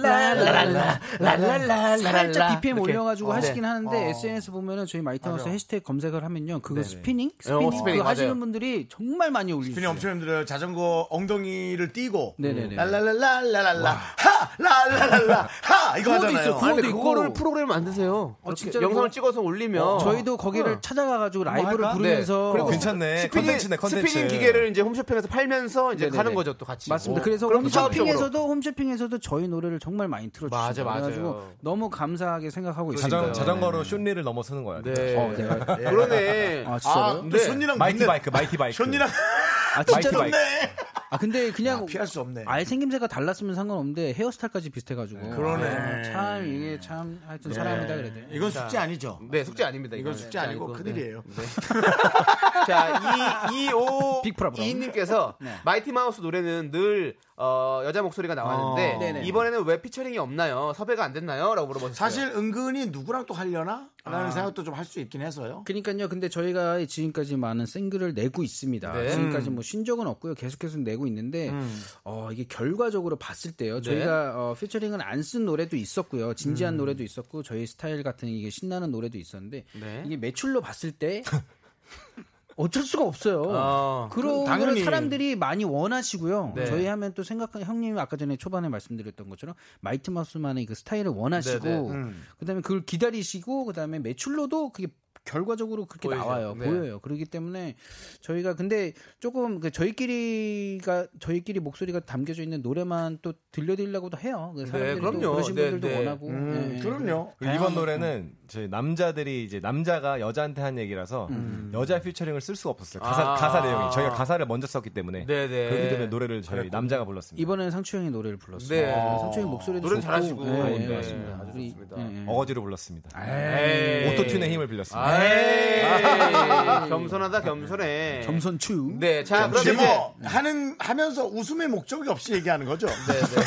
S2: 랄랄랄랄랄랄라 랄랄랄랄라
S4: 살짝 BPM
S2: 이렇게.
S4: 올려가지고
S2: 어,
S4: 하시긴 하는데 SNS 보면은 저희 마이트하우스 해시태그 검색을 하면요 그거 스피닝 스피닝
S2: 어, 스피닝,
S4: 그거
S2: 맞아요.
S4: 하시는 분들이 정말 많이 올리시죠.
S1: 스피닝 엄청 힘들어요. 자전거 엉덩이를 띄고
S2: 음.
S4: 네네네.
S1: 랄랄랄랄랄라 하 랄랄랄라 하 이거
S4: 그것도
S1: 하잖아요.
S4: 있어요.
S2: 아니, 근데
S4: 그것도 있고.
S2: 그거를 프로그램 만드세요. 그렇게
S4: 진짜로
S2: 영상을
S4: 그거-
S2: 찍어서 어. 뭐 올리면
S4: 저희도 거기를 찾아가가지고 라이브를
S3: 할까?
S4: 부르면서
S3: 어, 괜찮네.
S2: 스피닝,
S3: 컨텐츠네 컨텐츠.
S2: 스피닝 기계를 이제 홈쇼핑에서 팔면서 이제
S4: 네네네.
S2: 가는 거죠 또 같이.
S4: 맞습니다.
S2: 어,
S4: 그래서
S2: 그럼 사업적으로.
S4: 홈쇼핑에서도 홈쇼핑에서도 저희 노래를 정말 많이 틀어주시고
S2: 맞아, 맞아요.
S4: 그래가지고 너무 감사하게
S1: 그
S4: 생각하고
S3: 자전
S4: 있습니다.
S3: 자전거로 슌리를 넘어서는 거야.
S2: 네.
S4: 어, 내가-
S2: 그러네.
S4: 아
S1: 아,
S4: 진짜요?
S1: 또
S2: 네.
S1: 쇼니랑
S3: 마이티
S1: 붙네.
S3: 바이크, 마이티 바이크.
S1: 쇼니랑
S4: 아
S3: 마이티
S4: 진짜로?
S3: 바이크.
S4: 아 근데 그냥
S1: 피할 수 없네.
S4: 아예 생김새가 달랐으면 상관없는데 헤어스타일까지 비슷해가지고
S1: 그러네.
S4: 아, 참 이게 참 하여튼 사람이다 그래야 돼.
S1: 이건 숙제 아니죠.
S2: 네, 숙제 아닙니다.
S1: 이건
S2: 이거는.
S1: 숙제
S2: 자,
S1: 아니고
S2: 이거,
S1: 큰일이에요.
S2: 자, 이, 이, 오,
S4: 빅프라브라.
S2: 이님께서 마이티 마우스 노래는 늘 어, 여자 목소리가
S1: 어.
S2: 나왔는데
S4: 네네.
S2: 이번에는 왜 피처링이 없나요? 섭외가 안 됐나요? 라고 물어보셨어요.
S1: 사실 은근히 누구랑 또 하려나? 라는 생각도 좀 할 수 있긴 해서요.
S4: 그러니까요. 근데 저희가 지금까지 많은 싱글을 내고 있습니다.
S2: 네.
S4: 지금까지 뭐 신적은 없고요. 계속해서 내고 있는데 어, 이게 결과적으로 봤을 때요. 저희가 어, 피처링은 안 쓴 노래도 있었고요. 진지한 노래도 있었고 저희 스타일 같은 이게 신나는 노래도 있었는데
S2: 네.
S4: 이게 매출로 봤을 때 어쩔 수가 없어요.
S2: 어.
S4: 그런
S1: 당연히.
S4: 거를 사람들이 많이 원하시고요.
S2: 네.
S4: 저희 하면 또 생각 형님이 아까 전에 초반에 말씀드렸던 것처럼 마이트 마우스만의 그 스타일을 원하시고
S2: 네네.
S4: 그다음에 그걸 기다리시고 그다음에 매출로도 그게 결과적으로 그렇게
S2: 보이죠.
S4: 나와요.
S2: 네.
S4: 보여요. 그렇기 때문에 저희가 근데 조금 그 저희끼리가 저희끼리 목소리가 담겨져 있는 노래만 또 들려드리려고도 해요. 그 사람들이 또
S2: 그럼요.
S4: 그러신
S2: 네,
S4: 분들도
S2: 네.
S4: 원하고.
S1: 음,
S4: 네.
S1: 그럼요.
S3: 그리고 이번 노래는 저희 남자들이 이제 남자가 여자한테 한 얘기라서 여자 피처링을 쓸 수가 없었어요. 가사,
S2: 아.
S3: 가사 내용이 저희가 가사를 먼저 썼기 때문에
S2: 네네.
S3: 그렇기 때문에 노래를 저희 남자가 불렀습니다.
S4: 이번에는 상추 형이 노래를 불렀어요.
S2: 네.
S4: 상추 형 목소리도
S2: 노래
S4: 좋고.
S2: 잘하시고.
S4: 네, 네,
S2: 네.
S4: 맞습니다.
S2: 아주
S4: 우리-
S2: 좋습니다.
S4: 네, 네.
S3: 어거지로 불렀습니다. 네.
S2: 에이.
S3: 오토튠의 힘을 빌렸습니다. 네.
S2: 에이. 겸손하다 겸손해.
S4: 겸손추.
S2: 네, 자 그럼
S1: 근데
S2: 이제
S1: 뭐 하는 하면서 웃음의 목적이 없이 얘기하는 거죠.
S2: 네, 네.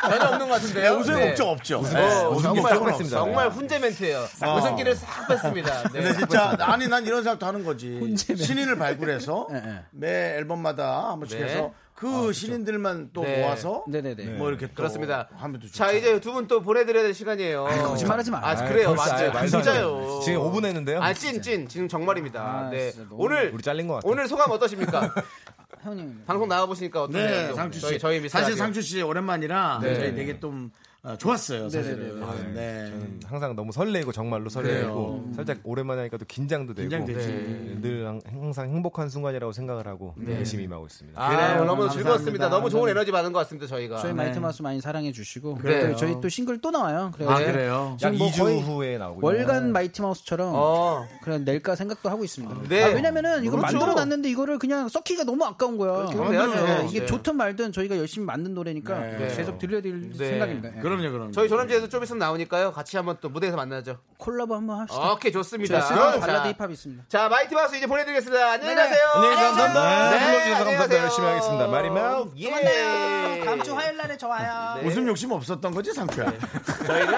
S2: 전혀 없는 것
S1: 네,
S2: 같은데요.
S1: 웃음의
S2: 네.
S1: 목적 없죠.
S2: 네,
S1: 네,
S3: 웃음
S2: 정말,
S3: 목적은 없습니다.
S2: 정말 훈제 멘트예요. 웃음기를 싹 뺐습니다. 네.
S1: 근데 진짜 아니 난 이런 생각도 하는 거지.
S4: 혼재네.
S1: 신인을 발굴해서
S4: 예, 예.
S1: 매 앨범마다 한 번씩
S2: 네.
S1: 해서 그 신인들만 또
S2: 네.
S1: 모아서
S4: 네네네.
S1: 뭐 이렇게 또
S2: 그렇습니다.
S1: 하면 또 좋죠.
S2: 자 이제 두 분 또 보내드려야 될 시간이에요.
S4: 거짓말하지 마.
S2: 아
S4: 아이,
S2: 그래요,
S3: 벌써 아예
S2: 맞아요.
S3: 말도 안 돼.
S2: 진짜요.
S3: 지금 5분 했는데요.
S2: 아찐 찐 지금 정말입니다. 네
S4: 진짜 너무-
S2: 오늘
S3: 우리 잘린 것 같아요.
S2: 오늘 소감 어떠십니까?
S4: 형님.
S2: 방송 나와 보시니까 어떠세요?
S1: 네, 상추 씨.
S2: 저희 저희 미스
S1: 사실
S2: 라디오.
S1: 상추 씨 오랜만이라
S2: 네.
S1: 저희 되게 좀 아, 좋았어요 사실은.
S4: 네네네.
S1: 아, 네.
S3: 저는 항상 너무 설레고 정말로 설레고 살짝 오랜만에 하니까 또 긴장도 되고
S1: 긴장되지.
S3: 네, 늘 항- 항상 행복한 순간이라고 생각을 하고 열심히 임하고 있습니다.
S2: 네. 아,
S1: 그래요.
S2: 너무 즐거웠습니다.
S4: 감사합니다.
S2: 너무 좋은 에너지 받은 것 같습니다, 저희가. 네.
S4: 저희 마이트마우스 많이 사랑해 주시고
S2: 그래요.
S4: 또 저희 또 싱글 또 나와요. 그래서
S1: 아 그래요.
S3: 약
S4: 지금 뭐
S3: 2주
S4: 거의
S3: 후에 나오고
S4: 월간 마이티마우스처럼
S2: 네. 어.
S4: 그냥 낼까 생각도 하고 있습니다.
S2: 네.
S4: 아, 왜냐면은 이걸
S2: 그렇죠.
S4: 만들어 놨는데 이거를 그냥 썩기가 너무 아까운 거야.
S2: 그렇게 해야죠.
S4: 네, 이게
S2: 네.
S4: 좋든 말든 저희가 열심히 만든 노래니까
S1: 네.
S4: 계속 들려드릴
S2: 네.
S4: 생각입니다. 예.
S1: 그럼요, 그럼요.
S2: 저희 조남지에서 좀 있으면 나오니까요. 같이 한번 또 무대에서 만나죠.
S4: 콜라보 한번 합시다.
S2: 오케이, 좋습니다.
S4: 저희 새로운
S2: 아, 자,
S4: 발라드 힙합 있습니다.
S2: 자, 마이티마우스 이제 보내드리겠습니다. 안녕히 가세요.
S3: 안녕히 계세요. 감사합니다.
S2: 네,
S3: 불러주셔서
S2: 안녕히
S3: 감사합니다.
S2: 가세요.
S3: 열심히 하겠습니다. 마리마우.
S2: 예.
S4: 다음 주 화요일 날에 저 와요.
S2: 네.
S1: 웃음 욕심 없었던 거지 상쾌야.
S2: 저희는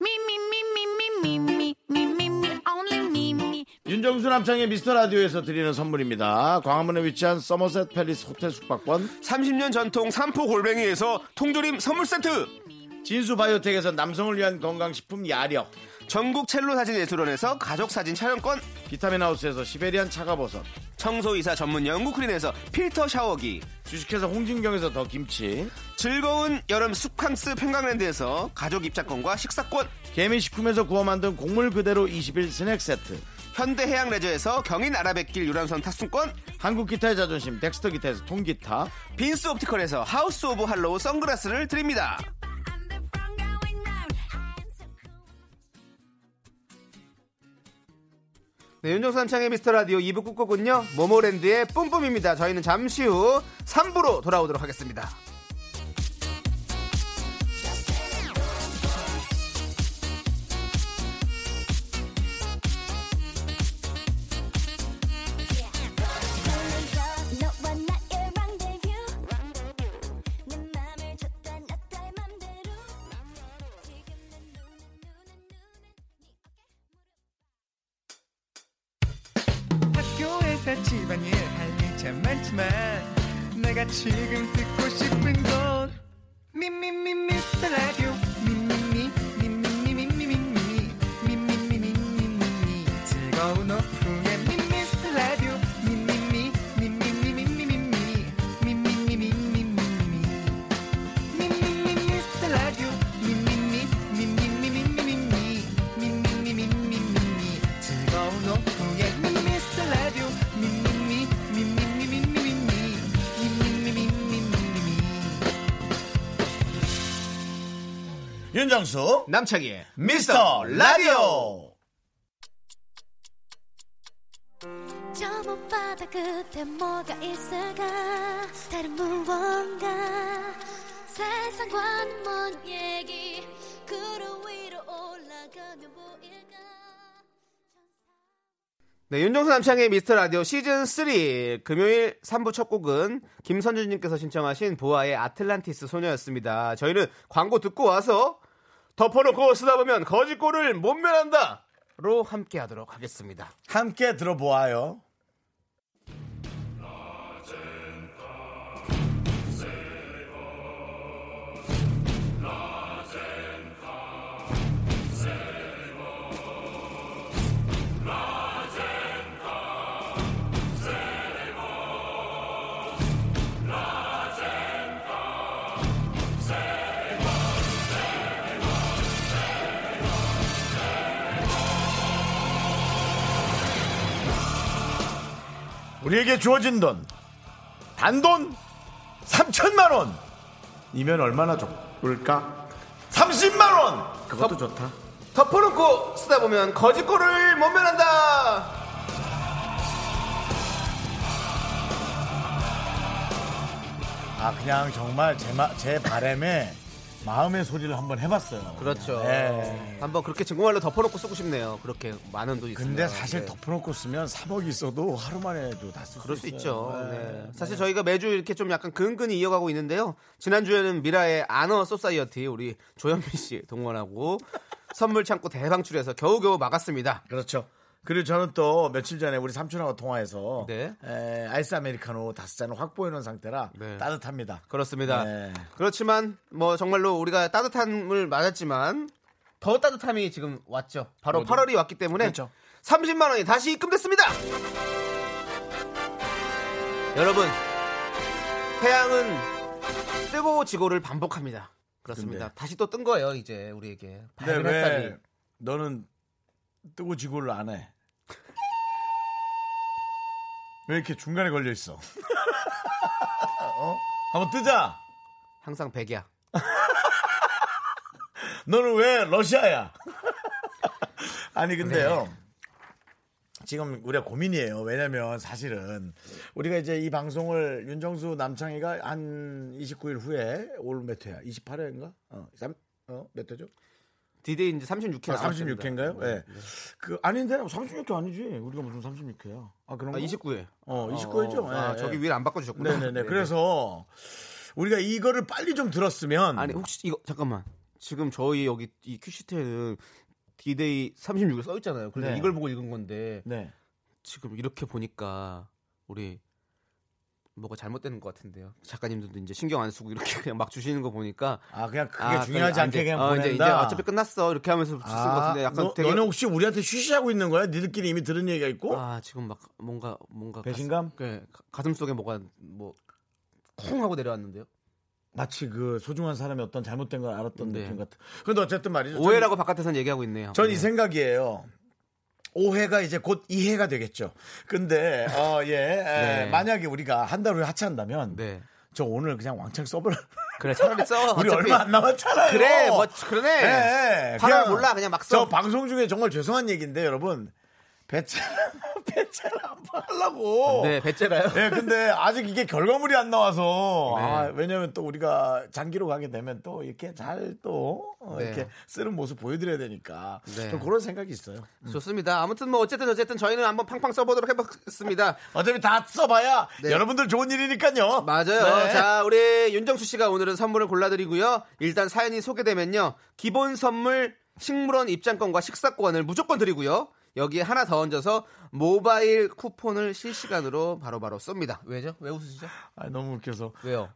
S7: Me, me, me, me, me, me, me, me, me, me, only me, me.
S1: 윤정수 남창의 미스터 라디오에서 드리는 선물입니다. 광화문에 위치한 서머셋 팰리스 호텔 숙박권,
S2: 30년 전통 삼포 골뱅이에서 통조림 선물 세트.
S1: 진수 바이오텍에서 남성을 위한 건강식품 야력,
S2: 전국 첼로 사진 예술원에서 가족 사진 촬영권.
S1: 비타민 하우스에서 시베리안 차가버섯,
S2: 청소이사 전문 영국 크린에서 필터 샤워기.
S1: 주식회사 홍진경에서 더 김치,
S2: 즐거운 여름 숙캉스 평강랜드에서 가족 입장권과 식사권.
S1: 개미식품에서 구워 만든 곡물 그대로 21 스낵 세트,
S2: 현대해양 레저에서 경인 아라뱃길 유람선 탑승권.
S1: 한국 기타의 자존심 덱스터 기타에서 통기타,
S2: 빈스 옵티컬에서 하우스 오브 할로우 선글라스를 드립니다.
S7: I'm the one going round. I'm so cool.
S2: 네, 윤정수 남창의 미스터 라디오 2부 끝곡은요. 모모랜드의 뿜뿜입니다. 저희는 잠시 후 3부로 돌아오도록 하겠습니다.
S7: 너와 나의 rendezvous. 내 맘을 줬다 놨다 맘대로. 지금 내 눈에, 눈에, 눈에 네 어깨.
S9: 학교에서 집안일 할 일 참 많지만 내가 지금 듣고 싶은 건 미미미 미스터 라디오 미미미 미미미 미미미 미미미 미미미 미미미 즐거운 오후에 미스터 라디오 미미미 미미미 미미미 미미미 미미미 미미미
S1: 윤정수
S2: 남창희의
S1: 미스터 라디오.
S7: 저 못받아 그때 뭐가 있을까 다른 무언가 세상과는 먼 얘기 구름 위로 올라가면 보일까
S2: 네, 윤정수 남창의 미스터 라디오 시즌 3 금요일 3부 첫 곡은 김선준 님께서 신청하신 보아의 아틀란티스 소녀였습니다. 저희는 광고 듣고 와서 덮어놓고 쓰다 보면 거짓골을 못 면한다. 로 함께 하도록 하겠습니다.
S1: 함께 들어보아요. 우리에게 주어진 돈 단돈 3천만 원 이면 얼마나 좋을까? 30만 원 그것도 좋다
S2: 덮어놓고 쓰다 보면 거짓골을 못 면한다.
S1: 아 그냥 정말 제, 마, 제 바램에 마음의 소리를 한번 해봤어요
S2: 그렇죠.
S1: 네.
S2: 한번 그렇게 증거말로 덮어놓고 쓰고 싶네요. 그렇게 많은 돈이 있으면.
S1: 근데 사실
S2: 네.
S1: 덮어놓고 쓰면 3억 있어도 하루 만에도 다 쓸 수
S2: 그럴 수
S1: 있어요
S2: 있죠. 네. 사실 저희가 매주 이렇게 좀 약간 근근히 이어가고 있는데요. 지난주에는 미라의 아너 소사이어티 우리 조현민 씨 동원하고 선물 창고 대방출해서 겨우겨우 막았습니다.
S1: 그렇죠 그리고 저는 또 며칠 전에 우리 삼촌하고 통화해서
S2: 네.
S1: 에, 아이스 아메리카노 다섯 잔을 확보해놓은 상태라
S2: 네.
S1: 따뜻합니다
S2: 그렇습니다.
S1: 네.
S2: 그렇지만 뭐 정말로 우리가 따뜻함을 맞았지만 더 따뜻함이 지금 왔죠. 바로 8월이 왔기 때문에
S1: 그렇죠.
S2: 30만 원이 다시 입금됐습니다. 여러분 태양은 뜨고 지고를 반복합니다. 그렇습니다.
S1: 근데.
S2: 다시 또 뜬 거예요 이제 우리에게.
S1: 근데
S2: 밝은 햇살이.
S1: 왜 너는 뜨고 지고를 안 해? 왜 이렇게 중간에 걸려 있어? 어? 한번 뜨자.
S2: 항상 백이야.
S1: 너는 왜 러시아야? 아니 근데요.
S2: 네.
S1: 지금 우리가 고민이에요. 왜냐면 사실은 우리가 이제 이 방송을 윤정수 남창희가 한 29일 후에 올 몇 회야? 28회인가? 어, 삼- 어, 몇 회죠?
S2: 디데이 이제 36회
S1: 아,
S2: 나왔습니다.
S1: 36회인가요? 예. 그 아닌데 36회 아니지. 우리가 무슨 36회야? 아 그런
S2: 아,
S1: 거?
S2: 29회.
S1: 어, 29회죠. 예.
S2: 아, 저기 위를 안 바꿔주셨구나.
S1: 네네네.
S2: 네네.
S1: 그래서 우리가 이거를 빨리 좀 들었으면
S2: 아니 혹시 이거 잠깐만 지금 저희 여기 이 큐시트에는 디데이 36에 써 있잖아요. 그래서
S1: 네.
S2: 이걸 보고 읽은 건데
S1: 네.
S2: 지금 이렇게 보니까 우리 뭐가 잘못되는 것 같은데요. 작가님들도 이제 신경 안 쓰고 이렇게 그냥 막 주시는 거 보니까
S1: 아 그냥 그게
S2: 아,
S1: 중요하지
S2: 그냥
S1: 않게
S2: 이제-
S1: 그냥
S2: 어,
S1: 보낸다. 아,
S2: 이제, 이제 어차피 끝났어 이렇게 하면서 주신 것 같은데 약간
S1: 너,
S2: 되게
S1: 너는 혹시 우리한테 쉬쉬하고 있는 거야? 니들끼리 이미 들은 얘기가 있고?
S2: 아 지금 막 뭔가 뭔가
S1: 배신감?
S2: 가슴, 네, 가- 가슴 속에 뭐가 뭐 쿵 하고 내려왔는데요.
S1: 마치 그 소중한 사람의 어떤 잘못된 걸 알았던
S2: 네.
S1: 느낌 같은. 근데 어쨌든 말이죠.
S2: 오해라고 바깥에서는 얘기하고 있네요.
S1: 전이 생각이에요. 오해가 이제 곧 이해가 되겠죠. 근데 어 예. 에,
S2: 네.
S1: 만약에 우리가 한 달 후에 하차한다면
S2: 네.
S1: 저 오늘 그냥 왕창 써버려.
S2: 그래 차라리 써.
S1: 우리
S2: 어차피.
S1: 얼마 안 남았잖아요.
S2: 그래 뭐 그러네.
S1: 예, 예.
S2: 화를 몰라 그냥 막
S1: 저
S2: 써.
S1: 방송 중에 정말 죄송한 얘기인데 여러분 배차람 배차람 하려고.
S2: 네 배째라요. 네.
S1: 예, 근데 아직 이게 결과물이 안 나와서 아, 왜냐면 또 우리가 장기로 가게 되면 또 이렇게 잘 또 어,
S2: 네.
S1: 이렇게 쓰는 모습 보여드려야 되니까
S2: 네.
S1: 좀 그런 생각이 있어요.
S2: 좋습니다. 아무튼 뭐 어쨌든 어쨌든 저희는 한번 팡팡 써보도록 해보겠습니다.
S1: 어차피 다 써봐야
S2: 네.
S1: 여러분들 좋은 일이니까요.
S2: 맞아요.
S1: 네.
S2: 자, 우리 윤정수 씨가 오늘은 선물을 골라드리고요. 일단 사연이 소개되면요. 기본 선물 식물원 입장권과 식사권을 무조건 드리고요. 여기에 하나 더 얹어서 모바일 쿠폰을 실시간으로 바로바로 쏩니다. 왜죠? 왜 웃으시죠?
S1: 아, 너무 웃겨서
S2: 왜요?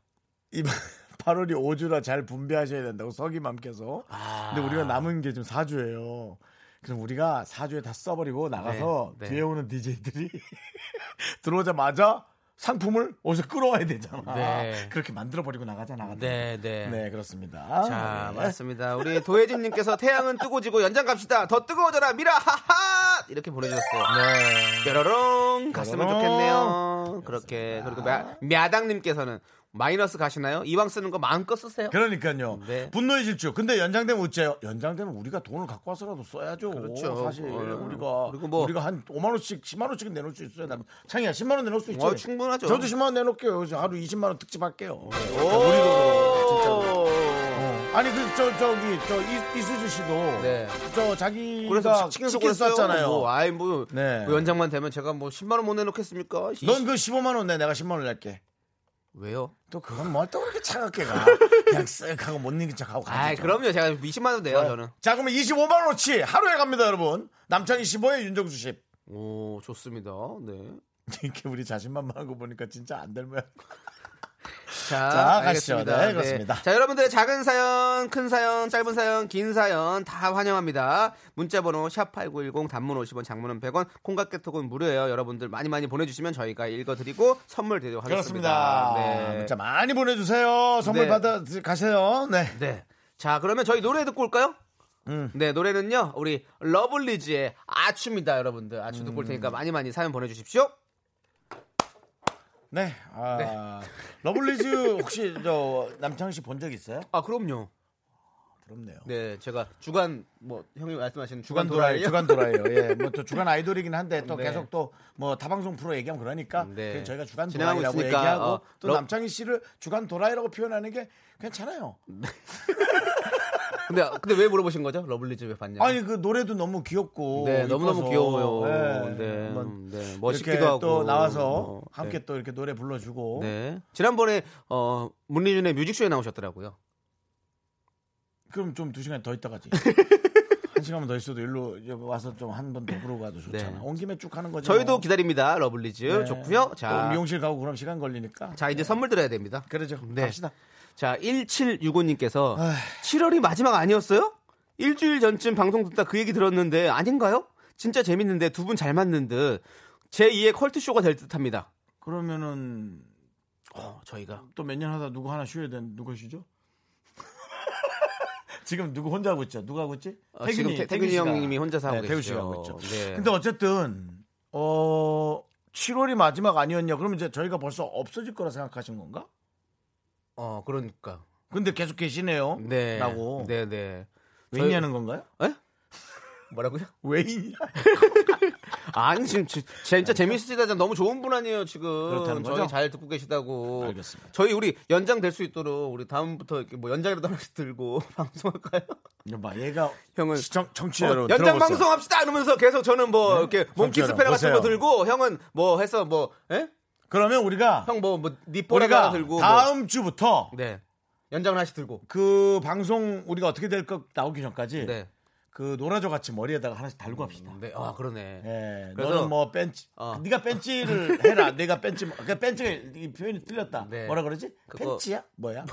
S1: 이 8월이 5주라 잘 분배하셔야 된다고 서기맘께서.
S2: 아,
S1: 근데 우리가 남은 게 지금 4주예요. 그럼 우리가 4주에 다 써버리고 나가서
S2: 네, 네.
S1: 뒤에 오는 DJ들이 들어오자마자 상품을 어디서 끌어와야 되잖아.
S2: 네.
S1: 그렇게 만들어버리고 나가잖아.
S2: 네, 네.
S1: 네, 그렇습니다.
S2: 자,
S1: 네.
S2: 맞습니다. 우리 도혜진님께서 태양은 뜨고 지고 연장 갑시다. 더 뜨거워져라, 미라, 하하! 이렇게 보내주셨어요.
S1: 네.
S2: 뾰로롱 갔으면
S1: 뾰로롱.
S2: 좋겠네요. 그렇게. 그리고 마- мя당님께서는 마이너스 가시나요? 이왕 쓰는 거 마음껏 쓰세요.
S1: 그러니까요.
S2: 네.
S1: 분노의 질주. 근데 연장되면 어째요? 연장되면 우리가 돈을 갖고 와서라도 써야죠.
S2: 그렇죠.
S1: 사실
S2: 어,
S1: 우리가
S2: 그리고 뭐-
S1: 우리가 한 5만 원씩, 10만 원씩은 내놓을 수 있어야 남. 창이야, 10만 원 내놓을 수 있죠.
S2: 어, 충분하죠.
S1: 저도 10만 원 내놓을게요. 그래서 하루 20만 원 특집 할게요. 그러니까
S2: 오!
S1: 아니 그 저 저기 저 이, 이수지 씨도
S2: 네.
S1: 저 자기가
S2: 그래서 치킨 속을
S1: 쐈잖아요.
S2: 뭐, 아이 뭐,
S1: 네.
S2: 뭐 연장만 되면 제가 뭐 10만 원 못 내놓겠습니까? 이-
S1: 넌 그 15만 원 내, 내가 10만 원 낼게.
S2: 왜요?
S1: 또 그건 뭘 또 그렇게 차갑게 가. 그냥 쓱 하고 못 이긴 척하고 가.
S2: 아, 그럼요. 제가 20만 원 내요, 저는.
S1: 자, 그러면 25만 원어치 하루에 갑니다, 여러분. 남창희 15에 윤정수 10.
S2: 오, 좋습니다. 네.
S1: 이렇게 우리 자신만만한 거 보니까 진짜 안 닮아요.
S2: 자,
S1: 자,
S2: 알겠습니다.
S1: 가시죠. 네, 그렇습니다.
S2: 자, 여러분들의 작은 사연, 큰 사연, 짧은 사연, 긴 사연 다 환영합니다. 문자 번호 샵8910 단문 50원, 장문은 100원, 콩깍개톡은 무료예요. 여러분들 많이 많이 보내 주시면 저희가 읽어 드리고 선물 드리도록
S1: 그렇습니다. 아,
S2: 하겠습니다. 네.
S1: 문자 많이 보내주세요. 선물
S2: 네.
S1: 받아 가세요. 네.
S2: 네. 자, 그러면 저희 노래 듣고 올까요?
S1: 음.
S2: 네, 노래는요. 우리 러블리즈의 아추입니다, 여러분들. 아추 듣고 올
S1: 음.
S2: 테니까 많이 많이 사연 보내 주십시오.
S1: 네. 아, 러블리즈 혹시 저 남창희 씨 본 적 있어요?
S2: 아, 그럼요.
S1: 부럽네요.
S2: 네, 제가 주간 뭐 형이 말씀하시는
S1: 주간
S2: 주간
S1: 도라이,
S2: 도라이
S1: 주간 도라이요. 예, 뭐 또 주간 아이돌이긴 한데 또
S2: 네.
S1: 계속 또 뭐 타방송 프로 얘기하면 그러니까
S2: 네.
S1: 그냥 저희가 주간
S2: 진행하고
S1: 도라이라고
S2: 있으니까,
S1: 얘기하고
S2: 어,
S1: 또
S2: 러-
S1: 남창희 씨를 주간 도라이라고 표현하는 게 괜찮아요.
S2: 네. 근데 근데 왜 물어보신 거죠? 러블리즈 왜 봤냐?
S1: 아니 그 노래도 너무 귀엽고
S2: 네, 너무너무
S1: 뭐 이뻐서. 네,
S2: 귀여워요. 네,
S1: 한번
S2: 네, 멋있기도
S1: 멋있기도 하고 또
S2: 하고.
S1: 나와서
S2: 어,
S1: 함께 또 이렇게 노래 불러주고
S2: 네. 지난번에 어 문리준의 뮤직쇼에 나오셨더라고요.
S1: 그럼 좀 두 시간 더 있다가지. 한 시간만 더 있어도 일로 이제 와서 좀 한 번 더 부르고 가도 좋잖아.
S2: 네.
S1: 온 김에 쭉 하는 거죠.
S2: 저희도 기다립니다. 러블리즈 좋고요.
S1: 네. 또
S2: 자,
S1: 미용실 가고 그럼 시간 걸리니까.
S2: 자 이제 선물 드려야 됩니다.
S1: 그러죠.
S2: 네.
S1: 갑시다.
S2: 자, 1765님께서 7월이 마지막 아니었어요? 일주일 전쯤 방송 듣다 그 얘기 들었는데 아닌가요? 진짜 재밌는데 두 분 잘 맞는 듯. 제2의 컬트쇼가 될 듯합니다.
S1: 그러면은
S2: 어, 저희가
S1: 또 몇 년 하다 누구 하나 쉬어야 되는 누가 쉬죠? 지금 누구 혼자 하고 있죠? 누가 하고 있지?
S2: 어, 지금 태- 태균이
S1: 씨가.
S2: 형님이 혼자서 하고
S1: 네, 태균 씨가
S2: 계시죠.
S1: 하고 있죠.
S2: 네.
S1: 근데 어쨌든 어 7월이 마지막 아니었냐? 그러면 이제 저희가 벌써 없어질 거라 생각하신 건가?
S2: 어, 그러니까.
S1: 근데 계속 계시네요.
S2: 네.
S1: 라고.
S2: 네, 네.
S1: 왜
S2: 저희-
S1: 있냐는 건가요?
S2: 뭐라고요?
S1: 왜 있냐?
S2: 아니 지금 지- 진짜 재밌으시다 너무 좋은 분 아니에요 지금
S1: 그렇다는 거죠?
S2: 저희 잘 듣고 계시다고
S1: 알겠습니다.
S2: 저희 우리 연장 될 수 있도록 우리 다음부터 이렇게 뭐 연장이라도 하나씩 들고 방송할까요?
S1: 봐, 얘가
S2: 형은
S1: 시청 청취
S2: 어,
S1: 자 여러분
S2: 연장
S1: 들어보세요.
S2: 방송합시다 이러면서 계속 저는 뭐 이렇게 몸키스
S1: 여러분,
S2: 페라 같은 거
S1: 보세요.
S2: 들고 형은 뭐 해서 뭐 에?
S1: 그러면 우리가
S2: 형 뭐 뭐 니뽀라 하나
S1: 우리가
S2: 들고
S1: 다음 주부터
S2: 뭐. 네 연장을 하나씩 들고
S1: 그 방송 우리가 어떻게 될 것 나오기 전까지
S2: 네.
S1: 그 노라조 같이 머리에다가 하나씩 달고 합시다.
S2: 네, 아 그러네.
S1: 예,
S2: 그래서-
S1: 너는 뭐 벤치,
S2: 어.
S1: 네가 벤치를 해라. 내가 벤치, 그 벤치가 이 표현이 틀렸다.
S2: 네.
S1: 뭐라 그러지?
S2: 그거-
S1: 벤치야? 뭐야?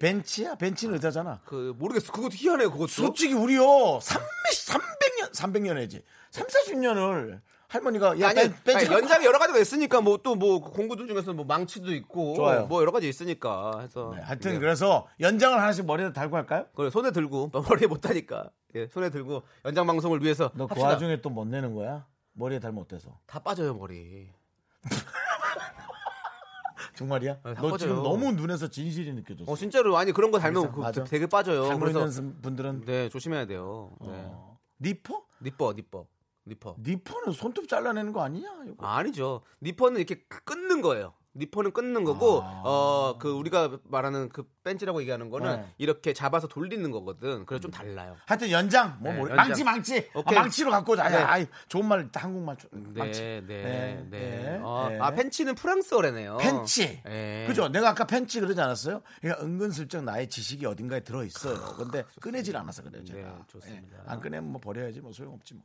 S1: 벤치야? 벤치는 의자잖아.
S2: 그 모르겠어. 그것도 희한해. 그것도.
S1: 솔직히 우리요 3 300년, 300년 해지. 3, 40년을 할머니가 야
S2: 아니,
S1: 벤- 벤치
S2: 아니, 연장이 여러 가지가 있으니까 뭐 또 뭐 공구들 중에서 뭐 망치도 있고
S1: 좋아요.
S2: 뭐 여러 가지 있으니까 해서
S1: 네, 하여튼
S2: 네.
S1: 그래서 연장을 하나씩 머리에다 달고 할까요?
S2: 그래, 손에 들고 뭐 머리에 못 하니까 예, 손에 들고 연장 방송을 위해서
S1: 너 그
S2: 합시다.
S1: 와중에 또 못 내는 거야? 머리에 달면 어때서?
S2: 다 빠져요 머리. 어,
S1: 정말이야?
S2: 네, 다
S1: 너
S2: 꺼져요.
S1: 지금 너무 눈에서 진실이 느껴졌어.
S2: 어 진짜로 아니 그런 거 닮으면
S1: 그래서, 맞아.
S2: 그, 되게 빠져요.
S1: 닮은
S2: 그래서
S1: 분들은
S2: 네 조심해야 돼요. 네.
S1: 니퍼?
S2: 니퍼 니퍼 니퍼.
S1: 어. 니퍼는 손톱 잘라내는 거 아니냐? 이거.
S2: 아니죠. 니퍼는 이렇게 끊는 거예요. 니퍼는 끊는 거고
S1: 아.
S2: 어 그 우리가 말하는 그 벤치라고 얘기하는 거는
S1: 네. 음.
S2: 이렇게 잡아서 돌리는 거거든. 그래서 좀 달라요.
S1: 하여튼 연장 뭐
S2: 네,
S1: 모르-
S2: 연장.
S1: 망치 망치 아,
S2: 오케이.
S1: 망치로 갖고 오자.
S2: 네.
S1: 아, 아이, 좋은 말 한국말 좀- 망치.
S2: 네, 네,
S1: 네,
S2: 네.
S1: 네,
S2: 어,
S1: 네.
S2: 아, 팬츠는 프랑스어래네요.
S1: 팬치.
S2: 네.
S1: 그죠? 내가 아까 팬치 그러지 않았어요? 그러니까 은근슬쩍 나의 지식이 어딘가에 들어 있어요. 근데 꺼내질 않아서 그래요, 제가.
S2: 아, 네, 좋습니다.
S1: 예, 안 꺼내면 뭐 버려야지 뭐 소용없지 뭐.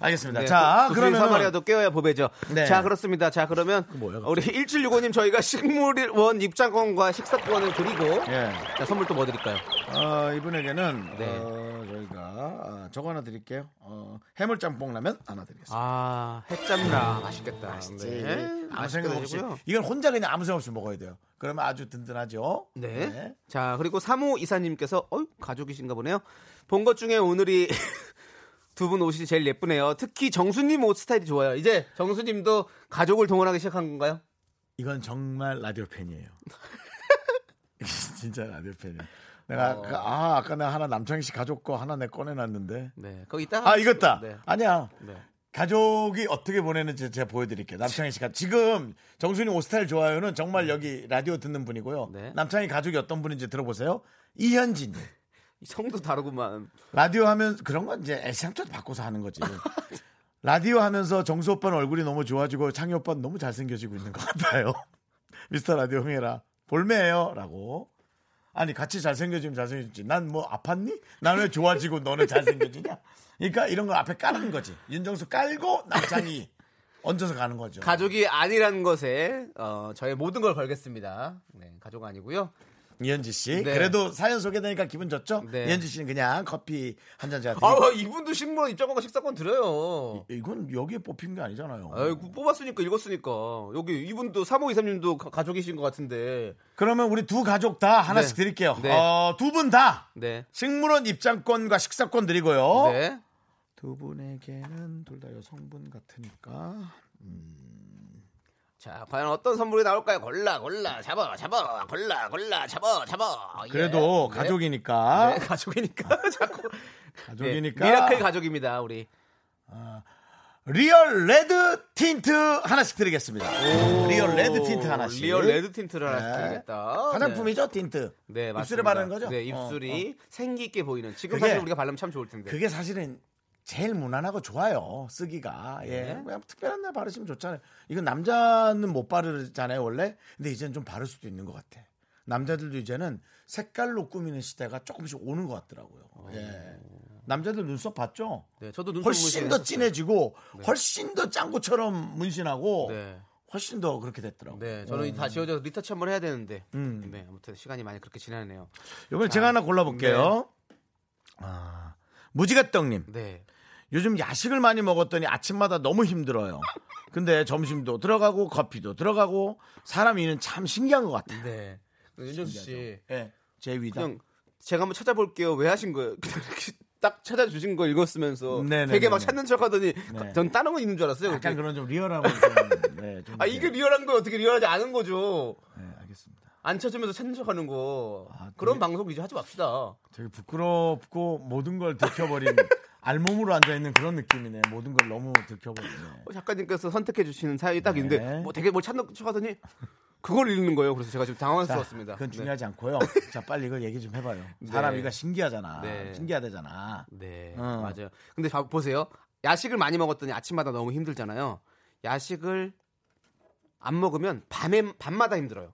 S1: 알겠습니다.
S2: 네,
S1: 자,
S2: 구- 구슬이
S1: 그러면
S2: 사마리아도 깨어야 보배죠.
S1: 네.
S2: 자, 그렇습니다. 자, 그러면
S1: 뭐예요,
S2: 우리 1765님 저희가 식물원 입장권과 식사권을 드리고
S1: 예.
S2: 자, 선물 또 뭐 드릴까요?
S1: 어, 이분에게는
S2: 네.
S1: 어, 저희가 아, 저거 하나 드릴게요. 어, 해물짬뽕 라면 하나 드리겠습니다.
S2: 아, 해짬라 맛있겠다.
S1: 네.
S2: 네.
S1: 아무 생각
S2: 맛있게
S1: 없이
S2: 드시고요.
S1: 이건 혼자 그냥 아무 생각 없이 먹어야 돼요. 그러면 아주 든든하죠.
S2: 네. 자, 그리고 3호 이사님께서, 어이, 가족이신가 보네요. 본 것 중에 오늘이 두 분 옷이 제일 예쁘네요. 특히 정수님 옷 스타일이 좋아요. 이제 정수님도 가족을 동원하기 시작한 건가요?
S1: 이건 정말 라디오 팬이에요. 진짜 라디오 팬이에요. 내가
S2: 어.
S1: 아까, 아, 아까 나 하나 남창희 씨 가족 거 하나 내 꺼내놨는데
S2: 네. 거기 있다가.
S1: 아 이겼다.
S2: 네.
S1: 아니야.
S2: 네.
S1: 가족이 어떻게 보내는지 제가 보여드릴게요. 남창희 씨가 지금 정순이 옷 스타일 좋아요는 정말 여기 라디오 듣는 분이고요.
S2: 음. 네.
S1: 남창희 가족이 어떤 분인지 들어보세요. 이현진. 님
S2: 성도 다르구만.
S1: 라디오 하면 그런 건 이제 애상도 바꿔서 하는 거지. 라디오 하면서 정수 오빠는 얼굴이 너무 좋아지고 창희 오빠는 너무 잘생겨지고 있는 것 같아요. 미스터 라디오 흥해라. 볼매예요. 라고. 아니 같이 잘생겨지면 잘생겨지지. 난 뭐 아팠니? 난 왜 좋아지고 너는 잘생겨지냐? 그러니까 이런 거 앞에 까는 거지. 윤정수 깔고 남창이 얹어서 가는 거죠.
S2: 가족이 아니라는 것에 어, 저의 모든 걸 걸겠습니다. 네, 가족 아니고요.
S1: 이현지 씨.
S2: 네.
S1: 그래도 사연 소개되니까 기분 좋죠?
S2: 네.
S1: 이현지 씨는 그냥 커피 한 잔 제가 드리고.
S2: 아, 이분도 식물원 입장권과 식사권 드려요.
S1: 이건 여기에 뽑힌 게 아니잖아요.
S2: 아이고, 뽑았으니까 읽었으니까 여기 이분도 3523님도 가족이신 것 같은데
S1: 그러면 우리 두 가족 다 하나씩
S2: 네.
S1: 드릴게요. 어,
S2: 네.
S1: 두 분 다
S2: 네.
S1: 식물원 입장권과 식사권 드리고요.
S2: 네.
S1: 두 분에게는 둘 다 여성분 같으니까
S2: 자, 과연 어떤 선물이 나올까요? 골라, 골라, 잡아, 잡아, 골라, 골라, 잡아, 잡아. 예.
S1: 그래도
S2: 네.
S1: 가족이니까
S2: 네, 가족이니까 자꾸
S1: 가족이니까
S2: 네, 미라클 가족입니다, 우리.
S1: 리얼 레드 틴트 하나씩 드리겠습니다. 리얼 레드 틴트 하나씩.
S2: 리얼 레드 틴트를
S1: 네.
S2: 하나씩 드리겠다.
S1: 화장품이죠 틴트.
S2: 네, 맞습니다.
S1: 입술에 바르는 거죠.
S2: 네,
S1: 어,
S2: 입술이 생기 있게 보이는. 지금
S1: 그게-
S2: 사실 우리가 바르면 참 좋을 텐데.
S1: 그게 사실은 제일 무난하고 좋아요 쓰기가 예
S2: 네.
S1: 그냥 특별한 날 바르시면 좋잖아요 이건 남자는 못 바르잖아요 원래 근데 이제는 좀 바를 수도 있는 것 같아 남자들도 이제는 색깔로 꾸미는 시대가 조금씩 오는 것 같더라고요 예 남자들 눈썹 봤죠
S2: 네, 저도 아. 눈썹
S1: 훨씬
S2: 문신을
S1: 더
S2: 했었어요.
S1: 진해지고 훨씬 더 짱구처럼 문신하고
S2: 네.
S1: 훨씬 더 그렇게 됐더라고요
S2: 네, 저는 다 지워져서 리터치 한번 해야 되는데.
S1: 음.
S2: 네, 아무튼 시간이 많이 그렇게 지나네요.
S1: 이번에 제가 하나 골라볼게요 아 무지개떡님
S2: 네.
S1: 요즘 야식을 많이 먹었더니 아침마다 너무 힘들어요. 근데 점심도 들어가고 커피도 들어가고 사람 이는 참 신기한 것 같아요.
S2: 네. 윤정수 씨.
S1: 예, 제 위다.
S2: 그냥 제가 한번 찾아볼게요. 왜 하신 거예요? 이렇게 딱 찾아주신 거 읽었으면서
S1: 네네네네.
S2: 되게 막 찾는 척하더니
S1: 네.
S2: 전 다른 거 있는 줄 알았어요.
S1: 약간
S2: 그렇게.
S1: 그런 좀 리얼하고 좀, 네, 좀
S2: 아 이게 리얼한 거예요. 어떻게 리얼하지 않은 거죠?
S1: 네, 알겠습니다.
S2: 안 찾으면서 찾는 척하는 거
S1: 아, 되게-
S2: 그런 방송 이제 하지 맙시다. 어,
S1: 되게 부끄럽고 모든 걸 들켜버린 알몸으로 앉아 있는 그런 느낌이네. 모든 걸 너무 들켜버리네.
S2: 어, 작가님께서 선택해 주시는 사연이 딱 있는데
S1: 네.
S2: 뭐 되게 뭘 찾는 척하더니 그걸 읽는 거예요. 그래서 제가 지금
S1: 자,
S2: 당황스러웠습니다.
S1: 그건
S2: 네.
S1: 중요하지 않고요. 자, 빨리 이거 얘기 좀 해봐요. 사람
S2: 네.
S1: 이가 신기하잖아.
S2: 네.
S1: 신기하대잖아.
S2: 네,
S1: 어.
S2: 맞아요. 근데 봐- 보세요. 야식을 많이 먹었더니 아침마다 너무 힘들잖아요. 야식을 안 먹으면 밤에 밤마다 힘들어요.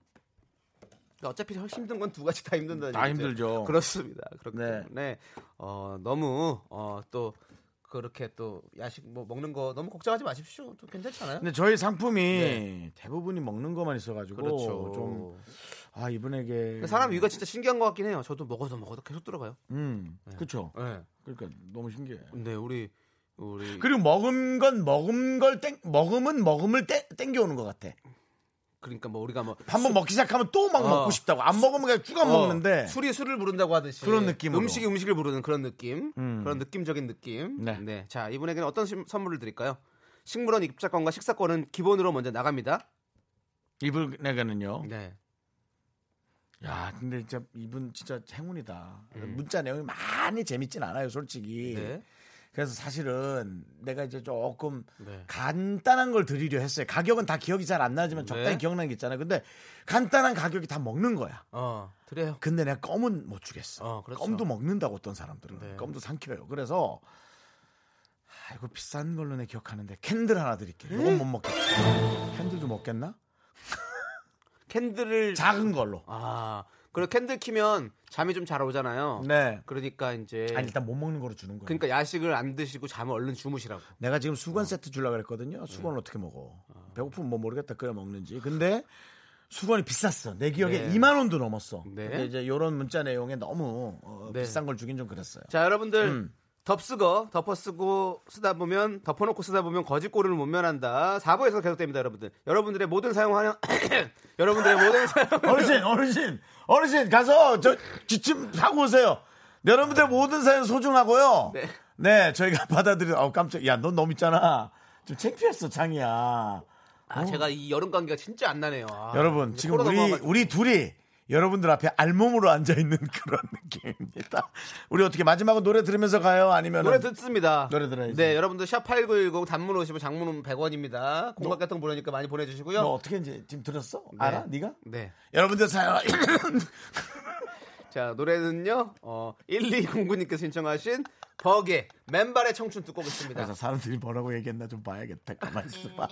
S2: 그러니까 어차피 힘든 건 두 가지 다 힘든다는
S1: 다
S2: 얘기죠.
S1: 힘들죠.
S2: 그렇습니다. 그렇기
S1: 네.
S2: 때문에 어, 너무 어, 또 그렇게 또 야식 뭐 먹는 거 너무 걱정하지 마십시오. 또 괜찮잖아요.
S1: 근데 저희 상품이
S2: 네.
S1: 대부분이 먹는 것만 있어가지고
S2: 그렇죠.
S1: 좀 아 이분에게
S2: 근데 사람 위가 진짜 신기한 것 같긴 해요. 저도 먹어도 먹어도 계속 들어가요.
S1: 음 그렇죠.
S2: 네.
S1: 그러니까 너무 신기해.
S2: 근데 우리 우리
S1: 그리고 먹은 건 먹은 걸땡 먹음은 먹음을 땡, 땡겨오는 것 같아.
S2: 그러니까 뭐 우리가 뭐
S1: 한 번 먹기 시작하면 또 막
S2: 어.
S1: 먹고 싶다고 안 먹으면 그냥 쭉 안
S2: 어,
S1: 먹는데
S2: 술이 술을 부른다고 하듯이
S1: 그런 느낌으로.
S2: 음식이 음식을 부르는 그런 느낌
S1: 음.
S2: 그런 느낌적인 느낌
S1: 네.
S2: 네. 자 이분에게는 어떤 심- 선물을 드릴까요 식물원 입장권과 식사권은 기본으로 먼저 나갑니다
S1: 이분에게는요.
S2: 네
S1: 야 근데 진짜 이분 진짜 행운이다. 문자 내용이 많이 재밌진 않아요 솔직히.
S2: 음. 네.
S1: 그래서 사실은 내가 이제 조금
S2: 네.
S1: 간단한 걸 드리려 했어요. 가격은 다 기억이 잘 안 나지만 적당히
S2: 네.
S1: 기억나는 게 있잖아요. 근데 간단한 가격이 다 먹는 거야.
S2: 어 드려요
S1: 근데 내가 껌은 못 주겠어.
S2: 어, 그렇죠.
S1: 껌도 먹는다고 어떤 사람들은
S2: 네.
S1: 껌도 삼켜요. 그래서 아이고 비싼 걸로 내 기억하는데 캔들 하나 드릴게요. 이건 못 먹겠지. 캔들도 먹겠나?
S2: 캔들을
S1: 작은 걸로.
S2: 아 그리고 캔들 키면 잠이 좀 잘 오잖아요
S1: 네.
S2: 그러니까 이제
S1: 아니 일단 못 먹는 거로 주는 거야.
S2: 그러니까 야식을 안 드시고 잠을 얼른 주무시라고
S1: 내가 지금 수건 세트 주려고 그랬거든요. 수건 을 어떻게 먹어?
S2: 아.
S1: 배고프면 뭐 모르겠다. 끓여 먹는지. 근데 수건이 비쌌어. 내 기억에
S2: 네.
S1: 2만 원도 넘었어.
S2: 네.
S1: 근데 이제 요런 문자 내용에 너무 어,
S2: 네.
S1: 비싼 걸 주긴 좀 그랬어요.
S2: 자 여러분들
S1: 음.
S2: 덮쓰고 덮어쓰고 쓰다 보면 덮어놓고 쓰다 보면 거짓골을 못 면한다 4부에서 계속됩니다 여러분들 여러분들의 모든 사용 환영 여러분들의 모든 사용
S1: 어르신, 어르신, 어르신 가서 저 지침 하고 오세요. 네, 여러분들 모든 사연 소중하고요. 네.
S2: 네.
S1: 저희가 받아들여. 어 깜짝. 야, 넌 너무 있잖아. 좀 창피했어, 장이야.
S2: 아 제가 이 여름 감기가 진짜 안 나네요 아,
S1: 여러분
S2: 이제
S1: 지금
S2: 코로나
S1: 우리
S2: 넘어가가지고.
S1: 우리 둘이 여러분들 앞에 알몸으로 앉아 있는 그런 느낌입니다. 우리 어떻게 마지막으로 노래 들으면서 가요? 아니면
S2: 노래 듣습니다
S1: 노래 들어야지.
S2: 네 여러분들 샵8910 단문 50원 장문 100원입니다 공각 같은 거 보내니까 많이 보내주시고요
S1: 너 어떻게 이제 지금 들었어? 알아? 네가?
S2: 네.
S1: 여러분들 사연
S2: 자, 노래는요, 어, 1209님께서 신청하신 버게, 맨발의 청춘 듣고 오겠습니다.
S1: 그래서 사람들이 뭐라고 얘기했나 좀 봐야겠다. 가만 있어봐.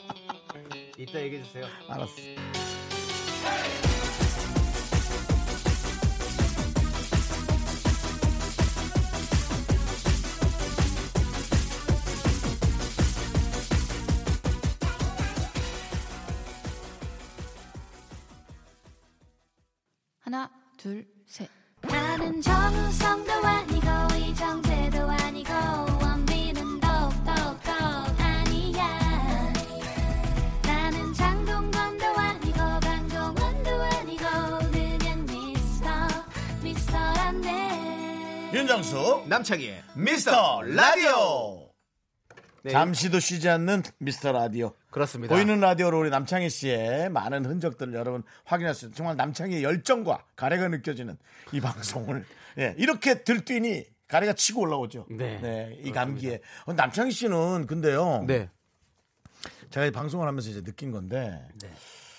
S2: 음. 이따 얘기해주세요.
S1: 알았어.
S10: 하나, 둘, 셋.
S7: 나는 정우성도 아니고 이정재도 아니고 원빈은 더욱더 아니야 나는 장동건도 아니고 강동원도 아니고 그냥 미스터 미스터란데
S1: 윤정수
S2: 남창희의
S1: 미스터 라디오.
S2: 네,
S1: 잠시도 쉬지 않는 미스터 라디오.
S2: 그렇습니다.
S1: 보이는 라디오로 우리 남창희 씨의 많은 흔적들을 여러분 확인할 수 있는 정말 남창희의 열정과 가래가 느껴지는 이 방송을 예, 이렇게 들뛰니 가래가 치고 올라오죠.
S2: 네,
S1: 이 감기에 어, 남창희 씨는 근데요.
S2: 네.
S1: 제가 이 방송을 하면서 이제 느낀 건데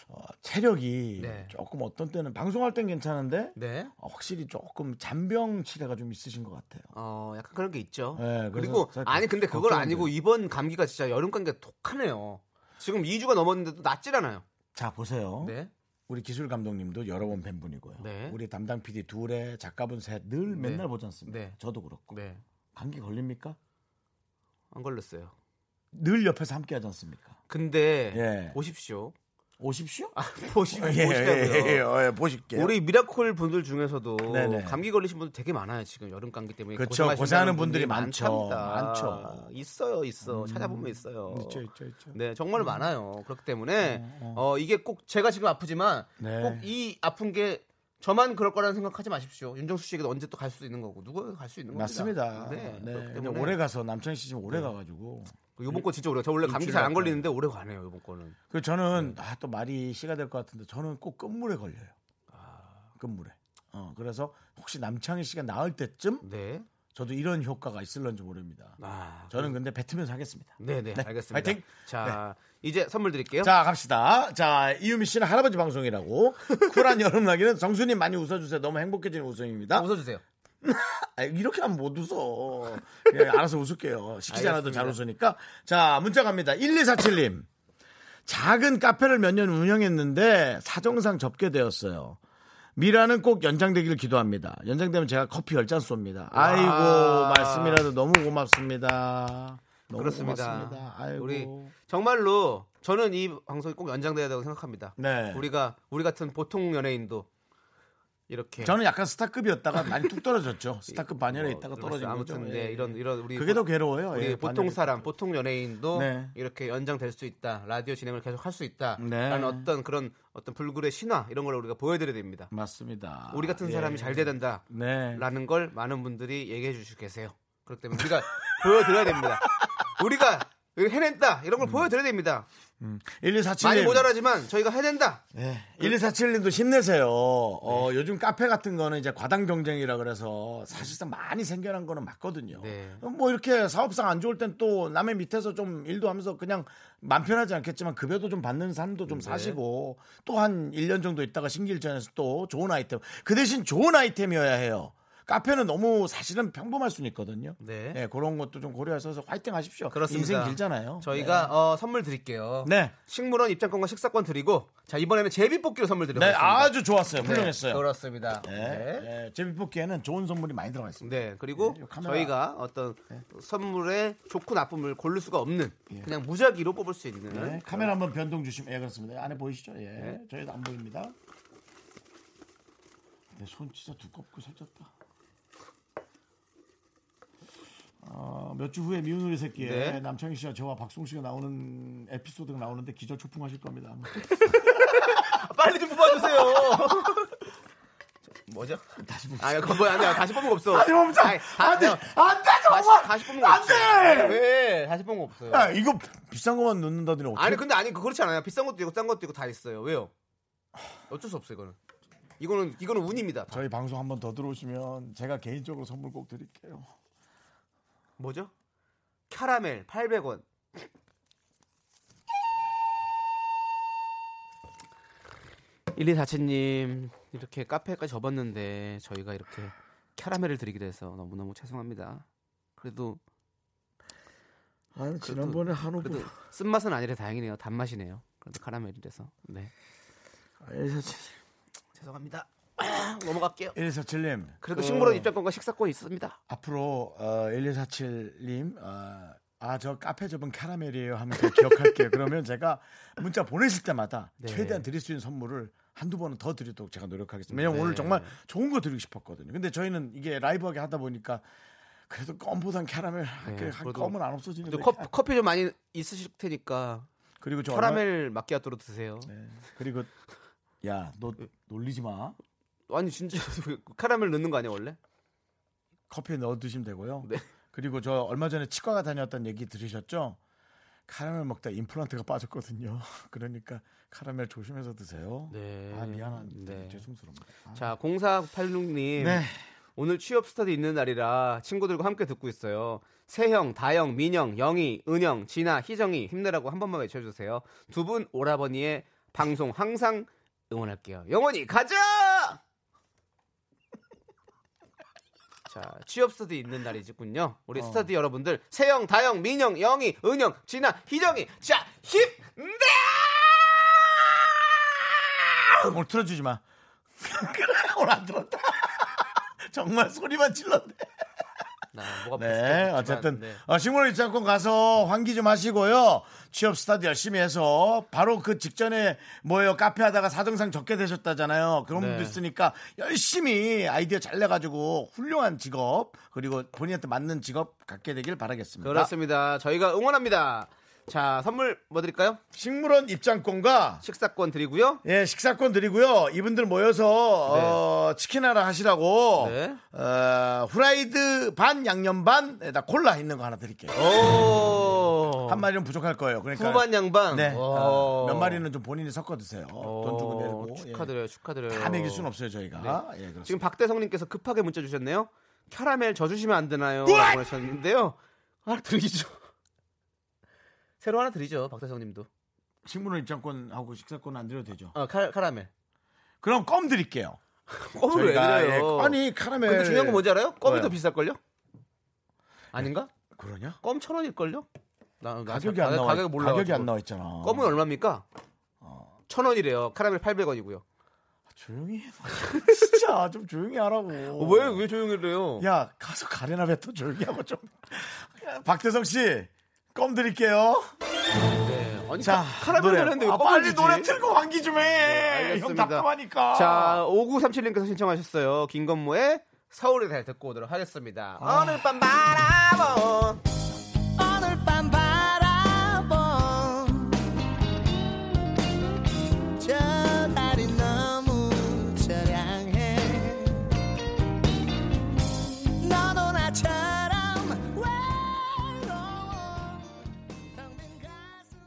S1: 어, 체력이
S2: 네.
S1: 조금 어떤 때는 방송할 땐 괜찮은데
S2: 네.
S1: 어, 확실히 조금 잔병 치레가 좀 있으신 것 같아요.
S2: 어, 약간 그런 게 있죠.
S1: 네, 그래서
S2: 그리고
S1: 제가
S2: 아니 근데 그걸
S1: 걱정이
S2: 아니고 이번 감기가 진짜 여름 감기가 독하네요. 지금 2주가 넘었는데도 낫질 않아요.
S1: 자 보세요.
S2: 네.
S1: 우리 기술 감독님도 여러 번 뵌분이고요.
S2: 네.
S1: 우리 담당 PD 둘에 작가분 셋 늘
S2: 네.
S1: 맨날 보지 않습니까?
S2: 네.
S1: 저도 그렇고.
S2: 네.
S1: 감기 걸립니까?
S2: 안 걸렸어요.
S1: 늘 옆에서 함께 하지 않습니까?
S2: 근데
S1: 예.
S2: 보십시오.
S1: 오십시오?
S2: 아, 보시,
S1: 예,
S2: 보시라고요.
S1: 예, 예, 예, 보실게요.
S2: 우리 미라클 분들 중에서도
S1: 네네.
S2: 감기 걸리신 분들 되게 많아요 지금 여름 감기 때문에
S1: 그쵸,
S2: 고생하신다는
S1: 고생하는 분들이 많죠.
S2: 많답니다.
S1: 많죠. 음.
S2: 있어요 있어 찾아보면 있어요
S1: 있죠, 있죠, 있죠.
S2: 네 정말 어, 많아요 그렇기 때문에 어, 이게 꼭 제가 지금 아프지만
S1: 어. 네.
S2: 꼭 이 아픈 게 저만 그럴 거라는 생각하지 마십시오. 윤정수 씨에게도 언제 또 갈 수도 있는 거고 누가 갈 수 있는 겁니다.
S1: 맞습니다. 네.
S2: 네.
S1: 근데
S2: 그렇기 때문에 네. 그
S1: 오래 가서 남창희 씨 지금 오래 가가지고
S2: 요번 거 진짜 오래. 저 원래 감기 잘 안
S1: 일주일
S2: 걸리는데 오래 가네요. 요번 거는.
S1: 그 저는
S2: 네.
S1: 아, 또 말이 씨가 될 것 같은데 저는 꼭 끝물에 걸려요.
S2: 아.
S1: 끝물에. 어, 그래서 혹시 남창희 씨가 나을 때쯤
S2: 네.
S1: 저도 이런 효과가 있을런지 모릅니다.
S2: 아,
S1: 저는 근데 뱉으면서 하겠습니다.
S2: 네네 알겠습니다.
S1: 화이팅! 네.
S2: 자 이제 선물 드릴게요.
S1: 자 갑시다. 자 이유미 씨는 할아버지 방송이라고 쿨한 여름나기는 정수님 많이 웃어주세요. 너무 행복해지는 웃음입니다.
S2: 웃어주세요.
S1: 아, 이렇게 하면 못 웃어. 예, 알아서 웃을게요. 시키지 않아도 잘 웃으니까. 자, 문자 갑니다. 1247님. 작은 카페를 몇 년 운영했는데 사정상 접게 되었어요. 미라는 꼭 연장되기를 기도합니다. 연장되면 제가 커피 열 잔 쏩니다. 아이고,
S2: 와.
S1: 말씀이라도 너무 고맙습니다. 너무
S2: 그렇습니다.
S1: 고맙습니다. 아이고.
S2: 우리 정말로 저는 이 방송이 꼭 연장돼야 된다고 생각합니다.
S1: 네.
S2: 우리가 우리 같은 보통 연예인도 이렇게
S1: 저는 약간 스타급이었다가 많이 뚝 떨어졌죠. 스타급 반열에
S2: 뭐,
S1: 있다가
S2: 그래서
S1: 떨어진 거죠.
S2: 아무튼
S1: 예.
S2: 네, 이런 이런 우리
S1: 그게 더
S2: 보-
S1: 괴로워요.
S2: 우리
S1: 예,
S2: 보통
S1: 반열에
S2: 사람, 보통 연예인도
S1: 네.
S2: 이렇게 연장될 수 있다. 라디오 진행을 계속 할 수
S1: 네.
S2: 있다라는 어떤 그런 어떤 불굴의 신화 이런 걸 우리가 보여드려야 됩니다.
S1: 맞습니다.
S2: 우리 같은 사람이 잘 돼야 된다.
S1: 아, 예. 네.
S2: 라는 걸 많은 분들이 얘기해 주시고 계세요. 그렇기 때문에 우리가 보여드려야 됩니다. 우리가 해낸다 이런 걸
S1: 음.
S2: 보여드려야 됩니다.
S1: 1247님.
S2: 많이 모자라지만 저희가 해낸다.
S1: 네. 1147님도 힘내세요. 어,
S2: 네.
S1: 요즘 카페 같은 거는 이제 과당 경쟁이라 그래서 사실상 많이 생겨난 거는 맞거든요.
S2: 네.
S1: 뭐 이렇게 사업상 안 좋을 땐 또 남의 밑에서 좀 일도 하면서 그냥 맘 편하지 않겠지만 급여도 좀 받는 삶도
S2: 네.
S1: 좀 사시고 또 한 1년 정도 있다가 신길전에서 또 좋은 아이템. 그 대신 좋은 아이템이어야 해요. 카페는 너무 사실은 평범할 수는 있거든요.
S2: 네.
S1: 그런 것도 좀 고려해서 화이팅 하십시오.
S2: 그렇습니다.
S1: 인생 길잖아요.
S2: 저희가 어, 선물 드릴게요.
S1: 네.
S2: 식물원 입장권과 식사권 드리고 자 이번에는 제비 뽑기로 선물
S1: 네. 네,
S2: 드리겠습니다.
S1: 아주 좋았어요. 훌륭했어요.
S2: 그렇습니다.
S1: 네.
S2: 네.
S1: 네. 제비뽑기에는 좋은 선물이 많이 들어가 있습니다.
S2: 네, 그리고
S1: 네, 요 카메라.
S2: 저희가 어떤 선물의 좋고 나쁨을 고를 수가 없는 그냥 무작위로 뽑을 수 있는
S1: 예. 네, 카메라 한번 변동 주시면 예, 그렇습니다. 안에 보이시죠? 예.
S2: 네.
S1: 저희도 안 보입니다. 내 손 진짜 두껍고 살쪘다. 어, 몇 주 후에 미운 우리 새끼에
S2: 네.
S1: 남창희 씨와 저와 박송 씨가 나오는 에피소드가 나오는데 기절 초풍하실 겁니다. 아마.
S2: 아, 빨리 좀 뽑아주세요. 저, 뭐죠? 다시 뽑. 아, 그거 뭐야? 안돼. 다시 뽑은 거 없어.
S1: 아니 멈춰!
S2: 아니, 다-
S1: 안돼!
S2: 아니요.
S1: 안돼
S2: 다시,
S1: 정말!
S2: 다시 뽑은 거 없어.
S1: 안돼! 아,
S2: 왜? 다시 뽑은 거 없어요.
S1: 야, 이거 비싼 것만 넣는다더니 어떻게
S2: 아, 아니 근데 아니 그렇지 않아요. 비싼 것도 있고 싼 것도 있고 다 있어요. 왜요? 어쩔 수 없어요. 이거는 이거는 이거는 운입니다. 다.
S1: 저희 방송 한번 더 들어오시면 제가 개인적으로 선물 꼭 드릴게요.
S2: 뭐죠? 캐러멜 800원. 일2 4 7님 이렇게 카페까지 접었는데 저희가 이렇게 캐러멜을 드리게 돼서 너무너무 죄송합니다. 그래도
S1: 아,
S2: 지난번에
S1: 한우
S2: 그래도 쓴맛은 아니라 다행이네요. 단맛이네요. 그래도 캐러멜이라서. 네. 아,
S1: 147.
S2: 죄송합니다. 넘어갈게요.
S1: 147님.
S2: 그래도 식물원 입장권과 식사권 있습니다.
S1: 앞으로 어, 1147님 어, 아저 카페 접은 캐러멜이에요 하면 제가 기억할게요. 그러면 제가 문자 보내실 때마다
S2: 네.
S1: 최대한 드릴 수 있는 선물을 한두 번은 더 드리도록 제가 노력하겠습니다. 왜냐면
S2: 네.
S1: 오늘 정말 좋은 거 드리고 싶었거든요. 근데 저희는 이게 라이브하게 하다 보니까 그래도 껌보단 캐러멜
S2: 네,
S1: 네,
S2: 그래도-
S1: 껌은 안 없어지는데
S2: 또 컵- 커피 좀 많이 있으실 테니까
S1: 그리고 저 얼마-
S2: 캐러멜 마끼아토로 드세요.
S1: 네. 그리고 야 너 놀리지 마.
S2: 아니 진짜 카라멜 넣는 거 아니야 원래?
S1: 커피에 넣어 드시면 되고요.
S2: 네.
S1: 그리고 저 얼마 전에 치과가 다녔던 얘기 들으셨죠? 카라멜 먹다 임플란트가 빠졌거든요. 그러니까 카라멜 조심해서 드세요.
S2: 네.
S1: 아 미안한데
S2: 네.
S1: 죄송스럽니다. 아.
S2: 자 0486님
S1: 네.
S2: 오늘 취업 스터디 있는 날이라 친구들과 함께 듣고 있어요. 세형, 다영, 민영, 영희, 은영, 진아, 희정이 힘내라고 한 번만 외쳐주세요. 두 분 오라버니의 방송 항상 응원할게요. 영원히 가자! 자 취업 스터디 있는 날이군요. 우리
S1: 어.
S2: 스터디 여러분들 세영, 다영, 민영, 영희, 은영, 진아, 희정이 자 힘내!
S1: 아, 오늘 틀어주지 마. 그래 오늘 안 들었다. 정말 소리만 질렀네.
S2: 나 뭐가
S1: 네,
S2: 비슷하겠지만,
S1: 어쨌든
S2: 네.
S1: 어, 식물 입장권 가서 환기 좀 하시고요. 취업 스타디 열심히 해서 바로 그 직전에 뭐예요 카페 하다가 사정상 적게 되셨다잖아요. 그런
S2: 네.
S1: 분도 있으니까 열심히 아이디어 잘 내가지고 훌륭한 직업 그리고 본인한테 맞는 직업 갖게 되길 바라겠습니다.
S2: 그렇습니다. 저희가 응원합니다. 자, 선물 뭐 드릴까요?
S1: 식물원 입장권과
S2: 식사권 드리고요.
S1: 예, 식사권 드리고요. 이분들 모여서 어, 치킨 하나 하시라고
S2: 네.
S1: 어, 후라이드 반 양념 반에다 콜라 있는 거 하나 드릴게요.
S2: 오.
S1: 한 어. 마리는 부족할 거예요. 그러니까
S2: 후반 양반.
S1: 네.
S2: 오.
S1: 어, 몇 마리는 좀 본인이 섞어 드세요. 돈 주고 내고 예. 뭐,
S2: 오, 축하드려요, 축하드려요.
S1: 다 먹일 순 없어요 저희가. 예, 그렇습니다.
S2: 지금 박대성님께서 급하게 문자 주셨네요. 캐러멜 져주시면 안 되나요?
S1: 으악!
S2: 보내셨는데요. 하나 드리죠. 새로 하나 드리죠, 박대성님도.
S1: 식물원 입장권 하고 식사권 안 드려도 되죠.
S2: 어, 카, 카라멜.
S1: 그럼 껌 드릴게요.
S2: 껌을 왜
S1: 저희가, 예,
S2: 드려요?
S1: 아니 카라멜.
S2: 근데 중요한 건 뭔지 알아요? 껌이
S1: 뭐요?
S2: 더 비쌀걸요? 아닌가?
S1: 그러냐?
S2: 껌 천 원일걸요? 나, 나
S1: 가격이
S2: 자-
S1: 안 나와.
S2: 가격 몰라.
S1: 가격이 안 나와 어. 있잖아.
S2: 껌은 얼마입니까? 천 원이래요. 카라멜 800원이고요.
S1: 조용히 해. 진짜 좀 조용히 하라고.
S2: 어, 왜 왜 조용히래요?
S1: 야 가서 가래나 뱉어 조용히 하고 좀. 야, 박태성 씨. 껌 드릴게요.
S2: 네. 아니
S1: 자,
S2: 카라멜 했는데 왜
S1: 아,
S2: 껌을
S1: 빨리
S2: 주지? 네,
S1: 노래 틀고 환기 좀 해. 형
S2: 알겠습니다.
S1: 답답하니까.
S2: 자, 5937님께서 신청하셨어요. 김건모의 서울의 달 듣고 오도록 하겠습니다.
S1: 아.
S2: 오늘 밤 바라보.
S5: 오늘 밤 바라본 저 달이 너무 저량해 너도 나처럼 외로워 텅빈 가슴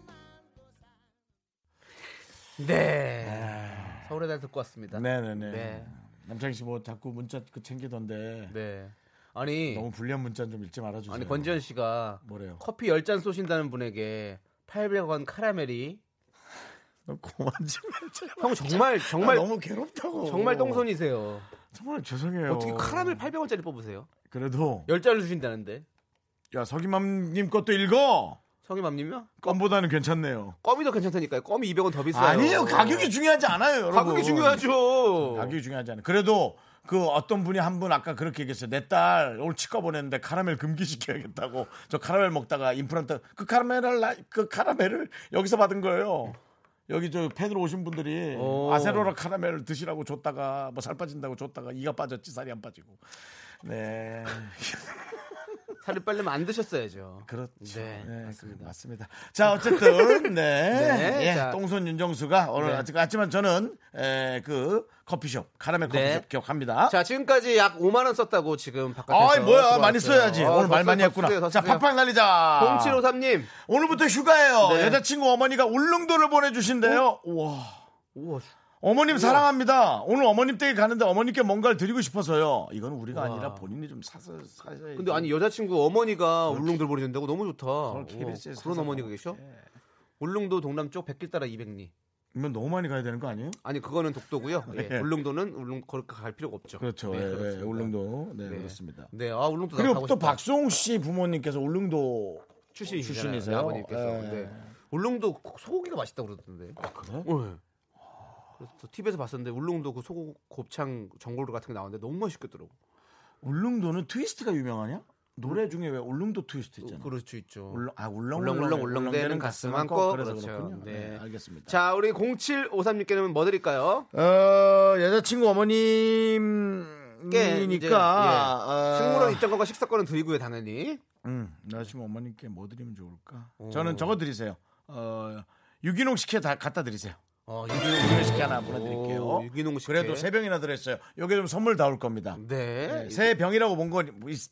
S2: 네. 서울의 달 듣고 왔습니다.
S1: 아. 네네네.
S2: 네.
S1: 남창희 씨 뭐 자꾸 문자 그 챙기던데
S2: 네. 아니,
S1: 너무 불리한 문자 좀 읽지 말아주세요.
S2: 아니 권지현 씨가
S1: 뭐래요?
S2: 커피 10잔 쏘신다는 분에게 800원 카라멜이
S1: 너 그만 좀 해줘.
S2: 형 정말
S1: 정말
S2: 정말
S1: 아, 너무 괴롭다고.
S2: 정말 똥손이세요.
S1: 정말 죄송해요.
S2: 어떻게 카라멜 800원짜리 뽑으세요?
S1: 그래도
S2: 10잔을 주신다는데.
S1: 야 서기맘님 것도 읽어.
S2: 성희맘 님이요?
S1: 껌보다는 괜찮네요.
S2: 껌이 더 괜찮다니까요. 껌이 200원 더 비싸요. 어.
S1: 아니에요 가격이 중요하지 않아요 여러분.
S2: 가격이 중요하죠.
S1: 가격이 중요하지 않아요. 그래도 그 어떤 분이 한 분 아까 그렇게 얘기했어요. 내 딸 오늘 치과 보냈는데 카라멜 금기시켜야겠다고. 저 카라멜 먹다가 임플란트 그 카라멜을 나- 그 카라멜을 여기서 받은 거예요. 여기 저 팬으로 오신 분들이
S2: 오.
S1: 아세로라 카라멜을 드시라고 줬다가 뭐 살 빠진다고 줬다가 이가 빠졌지 살이 안 빠지고. 네.
S2: 살이 빨려면 안 드셨어야죠.
S1: 그렇죠.
S2: 네,
S1: 네, 맞습니다.
S2: 맞습니다.
S1: 맞습니다. 자, 어쨌든 네,
S2: 네,
S1: 예,
S2: 자.
S1: 똥손 윤정수가 오늘
S2: 네.
S1: 아직 같지만 저는 에, 그 커피숍 카라멜
S2: 네.
S1: 커피숍 기억합니다.
S2: 자, 지금까지 약 5만 원 썼다고 지금 바깥에서
S1: 아이 뭐야
S2: 들어왔어요.
S1: 많이 써야지
S2: 어,
S1: 오늘
S2: 더
S1: 말
S2: 쓰-
S1: 많이
S2: 더
S1: 했구나
S2: 쓰세요, 더
S1: 자
S2: 쓰세요.
S1: 팍팍 날리자
S2: 0753님.
S1: 오늘부터 휴가예요
S2: 네. 어?
S1: 여자친구 어머니가 울릉도를 보내주신대요 우와
S2: 우와.
S1: 어머님 사랑합니다 오늘 어머님 댁에 가는데 어머님께 뭔가를 드리고 싶어서요 이건 우리가 아니라 본인이 좀 사서 사서
S2: 근데 아니 여자친구 어머니가 울릉도를 보내준다고 너무 좋다. 어,
S1: KBS 에서 예.
S2: 그런
S1: 사서
S2: 어머니가 계셔? 울릉도 동남쪽 백길 따라 200리.
S1: 이건 너무 많이 가야 되는 거 아니에요?
S2: 아니 그거는 독도고요. 예,
S1: 예.
S2: 울릉도는 울릉 그렇게 갈 필요가 없죠.
S1: 그렇죠
S2: 네,
S1: 예, 예,
S2: 그렇습니다.
S1: 울릉도 네, 그렇습니다
S2: 네, 아 울릉도 나
S1: 그리고
S2: 가고
S1: 또
S2: 싶다.
S1: 박수홍 씨 부모님께서 울릉도
S2: 출신이시잖아요.
S1: 출신이세요?
S2: 아버님께서.
S1: 예. 아,
S2: 근데 울릉도 그 소고기가 맛있다고 그러던데.
S1: 그래?
S2: 네. 그래서 또 TV에서 봤었는데 울릉도 그 소고 곱창 전골 같은 게 나오는데 너무 맛있겠더라고.
S1: 울릉도는 트위스트가 유명하냐? 노래 중에 왜 울릉도 트위스트 있잖아
S2: 어, 그럴 수 있죠.
S1: 울렁 아 울렁
S2: 울렁, 울렁, 울렁대는 가슴 안고.
S1: 그래서
S2: 그렇죠.
S1: 그렇군요.
S2: 네.
S1: 네. 알겠습니다.
S2: 자, 우리 0753님께는 뭐 드릴까요?
S1: 어, 여자친구 어머님
S2: 꽤 이제,
S1: 이니까 아.
S2: 예. 식물원 입장권과 식사권은 드리고요, 당연히.
S1: 어, 음, 여자친구 어머님께 뭐 드리면 좋을까?
S2: 오.
S1: 저는 저거 드리세요. 어, 유기농 식혜 다 갖다 드리세요.
S2: 어,
S1: 유기농 식혜 하나 보내드릴게요.
S2: 오, 유기농 식혜.
S1: 그래도 세 병이나 들었어요. 요게 좀 선물 나올 겁니다.
S2: 네.
S1: 네, 새 병이라고 본 거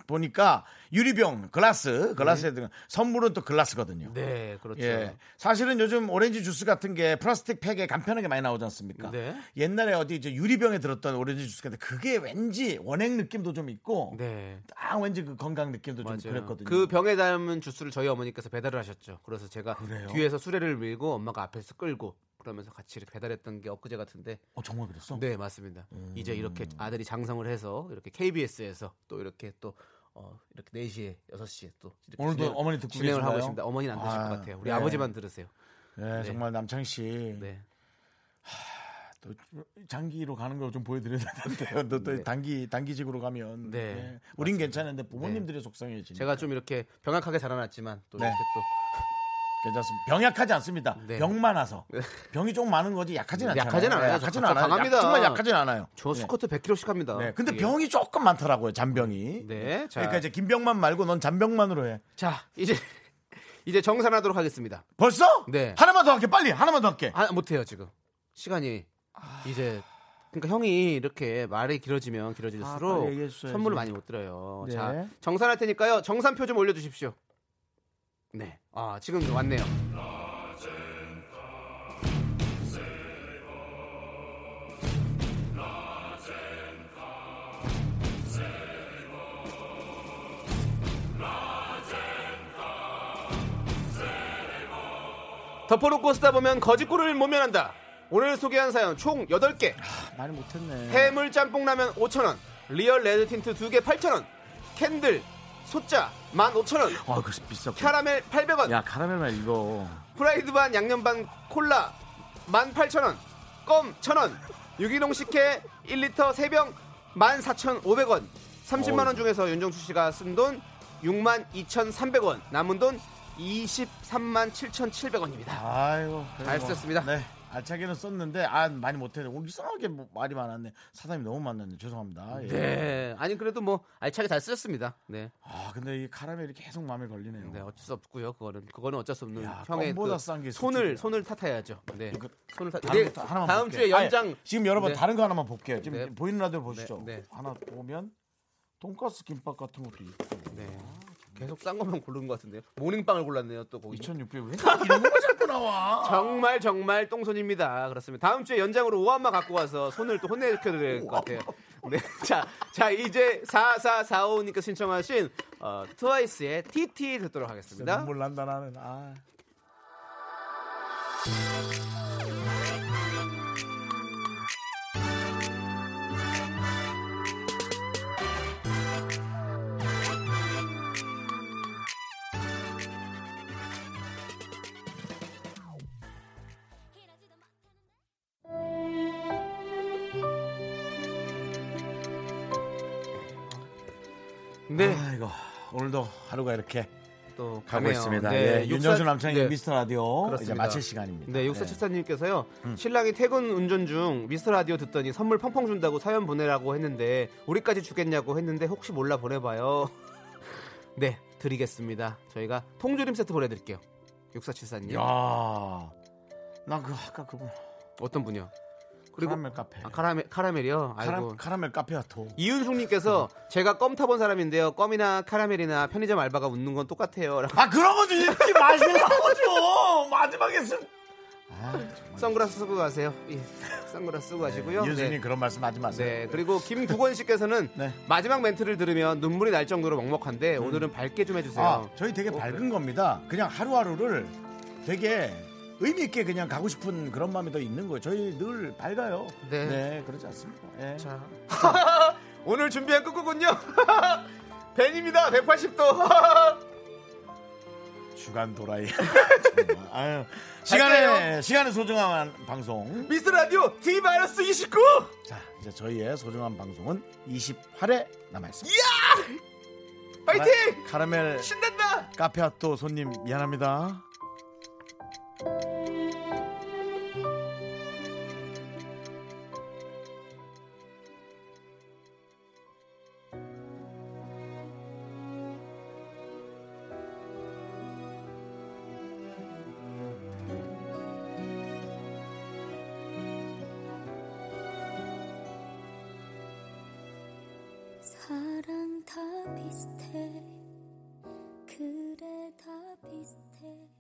S1: 보니까 유리병, 글라스, 글라스에 들어 선물은 또 글라스거든요.
S2: 네, 그렇죠.
S1: 예. 사실은 요즘 오렌지 주스 같은 게 플라스틱 팩에 간편하게 많이 나오지 않습니까?
S2: 네.
S1: 옛날에 어디 이제 유리병에 들었던 오렌지 주스 같은 그게 왠지 원액 느낌도 좀 있고
S2: 네.
S1: 딱 왠지 그 건강 느낌도 좀
S2: 맞아요.
S1: 그랬거든요.
S2: 그 병에 담은 주스를 저희 어머니께서 배달을 하셨죠. 그래서 제가
S1: 그래요?
S2: 뒤에서 수레를 밀고 엄마가 앞에서 끌고 그러면서 같이 이렇게 배달했던 게 엊그제 같은데
S1: 어, 정말 그랬어?
S2: 네 맞습니다.
S1: 음.
S2: 이제 이렇게 아들이 장성을 해서 이렇게 KBS에서 또 이렇게 또 어, 이렇게 4시에 6시에 또 이렇게
S1: 오늘도
S2: 진행-
S1: 어머니 듣고
S2: 진행을 하고
S1: 계신가요?
S2: 있습니다. 어머니는 안 드실
S1: 아,
S2: 것 같아요. 우리
S1: 네.
S2: 아버지만 들으세요.
S1: 네, 정말 남창 씨.
S2: 네.
S1: 또 장기로 가는 걸 좀 보여드려야 되는데요. 또, 또 단기 단기직으로 가면
S2: 네.
S1: 네. 우린 괜찮은데 부모님들의 속상해지니
S2: 제가 좀 이렇게 병약하게 자라났지만 또
S1: 네.
S2: 이렇게 또
S1: 괜찮습니다. 병약하지 않습니다.
S2: 네.
S1: 병 많아서 병이 좀 많은 거지 약하진 않잖아요. 예,
S2: 약하진 않아요.
S1: 약하진
S2: 저- 저
S1: 않아요.
S2: 강합니다.
S1: 약- 정말 약하진 않아요. 예.
S2: 저 스쿼트 100kg씩 합니다.
S1: 네. 근데
S2: 예.
S1: 병이 조금 많더라고요. 잔병이.
S2: 네. 자,
S1: 그러니까 이제 김병만 말고 넌 잔병만으로 해.
S2: 자 이제 이제 정산하도록 하겠습니다.
S1: 벌써?
S2: 네.
S1: 하나만 더 할게 빨리 하나만 더 할게.
S2: 아, 못해요 지금 시간이 이제 그러니까 형이 이렇게 말이 길어지면 길어질수록 선물을 많이 못 드려요. 자 정산할 테니까요 정산표 좀 올려주십시오. 네, 아 지금 왔네요. 덮어놓고 쓰다 보면 거짓골을 모면한다. 오늘 소개한 사연 총 8개.
S4: 말을 못했네.
S2: 해물 짬뽕 라면 5,000원. 리얼 레드 틴트 2개 8,000원. 캔들 소자 15,000원.
S1: 아, 그래 비싸.
S2: 캐러멜 800원.
S1: 야 카라멜만 이거.
S2: 프라이드 반 양념 반 콜라 18,000원. 껌 1,000원. 유기농 식혜 1리터 3병 14,500원. 30만 원 중에서 윤정수 씨가 쓴 돈 62,300원. 남은 돈 23만 7,700원입니다.
S1: 아이고. 그래
S2: 잘
S1: 뭐.
S2: 쓰셨습니다.
S1: 네. 알차게는 썼는데 아 많이 못했네. 오늘 이상하게 뭐 말이 많았네. 사담이 너무 많았네. 죄송합니다. 예.
S2: 네. 아니 그래도 뭐 알차게 잘 쓰셨습니다. 네.
S1: 아 근데 이 카라멜이 계속 마음에 걸리네요.
S2: 네, 어쩔 수 없고요. 그거는 그거는 어쩔 수 없는
S1: 야,
S2: 형의
S1: 껌보다
S2: 그
S1: 싼게
S2: 손을
S1: 솔직히.
S2: 손을 탓해야죠. 네, 손을 탓.
S1: 다른
S2: 네,
S1: 거 하나만
S2: 다음
S1: 볼게요.
S2: 주에 연장
S1: 아니, 지금 여러분
S2: 네.
S1: 다른 거 하나만 볼게요. 지금
S2: 네.
S1: 보이는 라디오 보시죠.
S2: 네, 네.
S1: 하나 보면 돈가스 김밥 같은 것도 있고.
S2: 네. 계속 싼 것만 고르는 것 같은데요. 모닝빵을 골랐네요. 또 거기.
S1: 2,600원. 왜 이런 거 자꾸 나와?
S2: 정말 정말 똥손입니다. 그렇습니다. 다음 주에 연장으로 오한마 갖고 와서 손을 또 혼내켜드려야 될 것 같아요. 네, 자, 자 이제 4445님께 신청하신 어, 트와이스의 TT 듣도록 하겠습니다.
S1: 눈물 난다 나는. 아.
S2: 네,
S1: 아이고 오늘도 하루가 이렇게
S2: 또
S1: 가고
S2: 가네요.
S1: 있습니다.
S2: 네,
S1: 예, 윤정수
S2: 육사-
S1: 남창희
S2: 네.
S1: 미스터 라디오 어? 이제
S2: 그렇습니다.
S1: 마칠 시간입니다. 음.
S2: 네, 육사칠사님께서요 신랑이 퇴근 운전 중 미스 라디오 듣더니 선물 펑펑 준다고 사연 보내라고 했는데 우리까지 주겠냐고 했는데 혹시 몰라 보내봐요. 네, 드리겠습니다. 저희가 통조림 세트 보내드릴게요. 육사칠사님
S1: 야, 난그 아까 그분
S2: 어떤 분이요? 그리고
S1: 카라멜 카페.
S2: 아, 카라멜 카라멜이요. 아이고.
S1: 카라, 카라멜 카페 아토.
S2: 이은숙님께서 제가 껌 타본 사람인데요. 껌이나 카라멜이나 편의점 알바가 웃는 건 똑같아요. 라고
S1: 아 그런 거 주지 마시라고 좀 마지막에 쓴.
S2: 네.
S1: 아,
S2: 선글라스 쓰고 가세요. 예, 선글라스 쓰고 가시고요.
S1: 유수님
S2: 네.
S1: 그런 말씀하지 마세요.
S2: 네, 그리고 김두건 씨께서는
S1: 네. 음.
S2: 마지막 멘트를 들으면 눈물이 날 정도로 먹먹한데 오늘은 밝게 좀 해주세요.
S1: 아, 저희 되게
S2: 어,
S1: 밝은 겁니다. 그냥 하루하루를 되게 의미 있게 그냥 가고 싶은 그런 마음이 더 있는 거예요. 저희 늘 밝아요.
S2: 네.
S1: 그렇지 않습니까? 예.
S2: 자. 오늘 준비한 끝곡은요. 벤입니다. 180도.
S1: 주간 도라이. 정말. 아유. 네. 시간에 시간에 소중한 방송.
S2: 미스 라디오 D 마이너스 29.
S1: 자, 이제 저희의 소중한 방송은 28회 남아 있습니다.
S2: 예, 파이팅!
S1: 카라멜
S2: 신난다.
S1: 카페아토 손님 미안합니다.
S7: 사랑 다 비슷해 그래 다 비슷해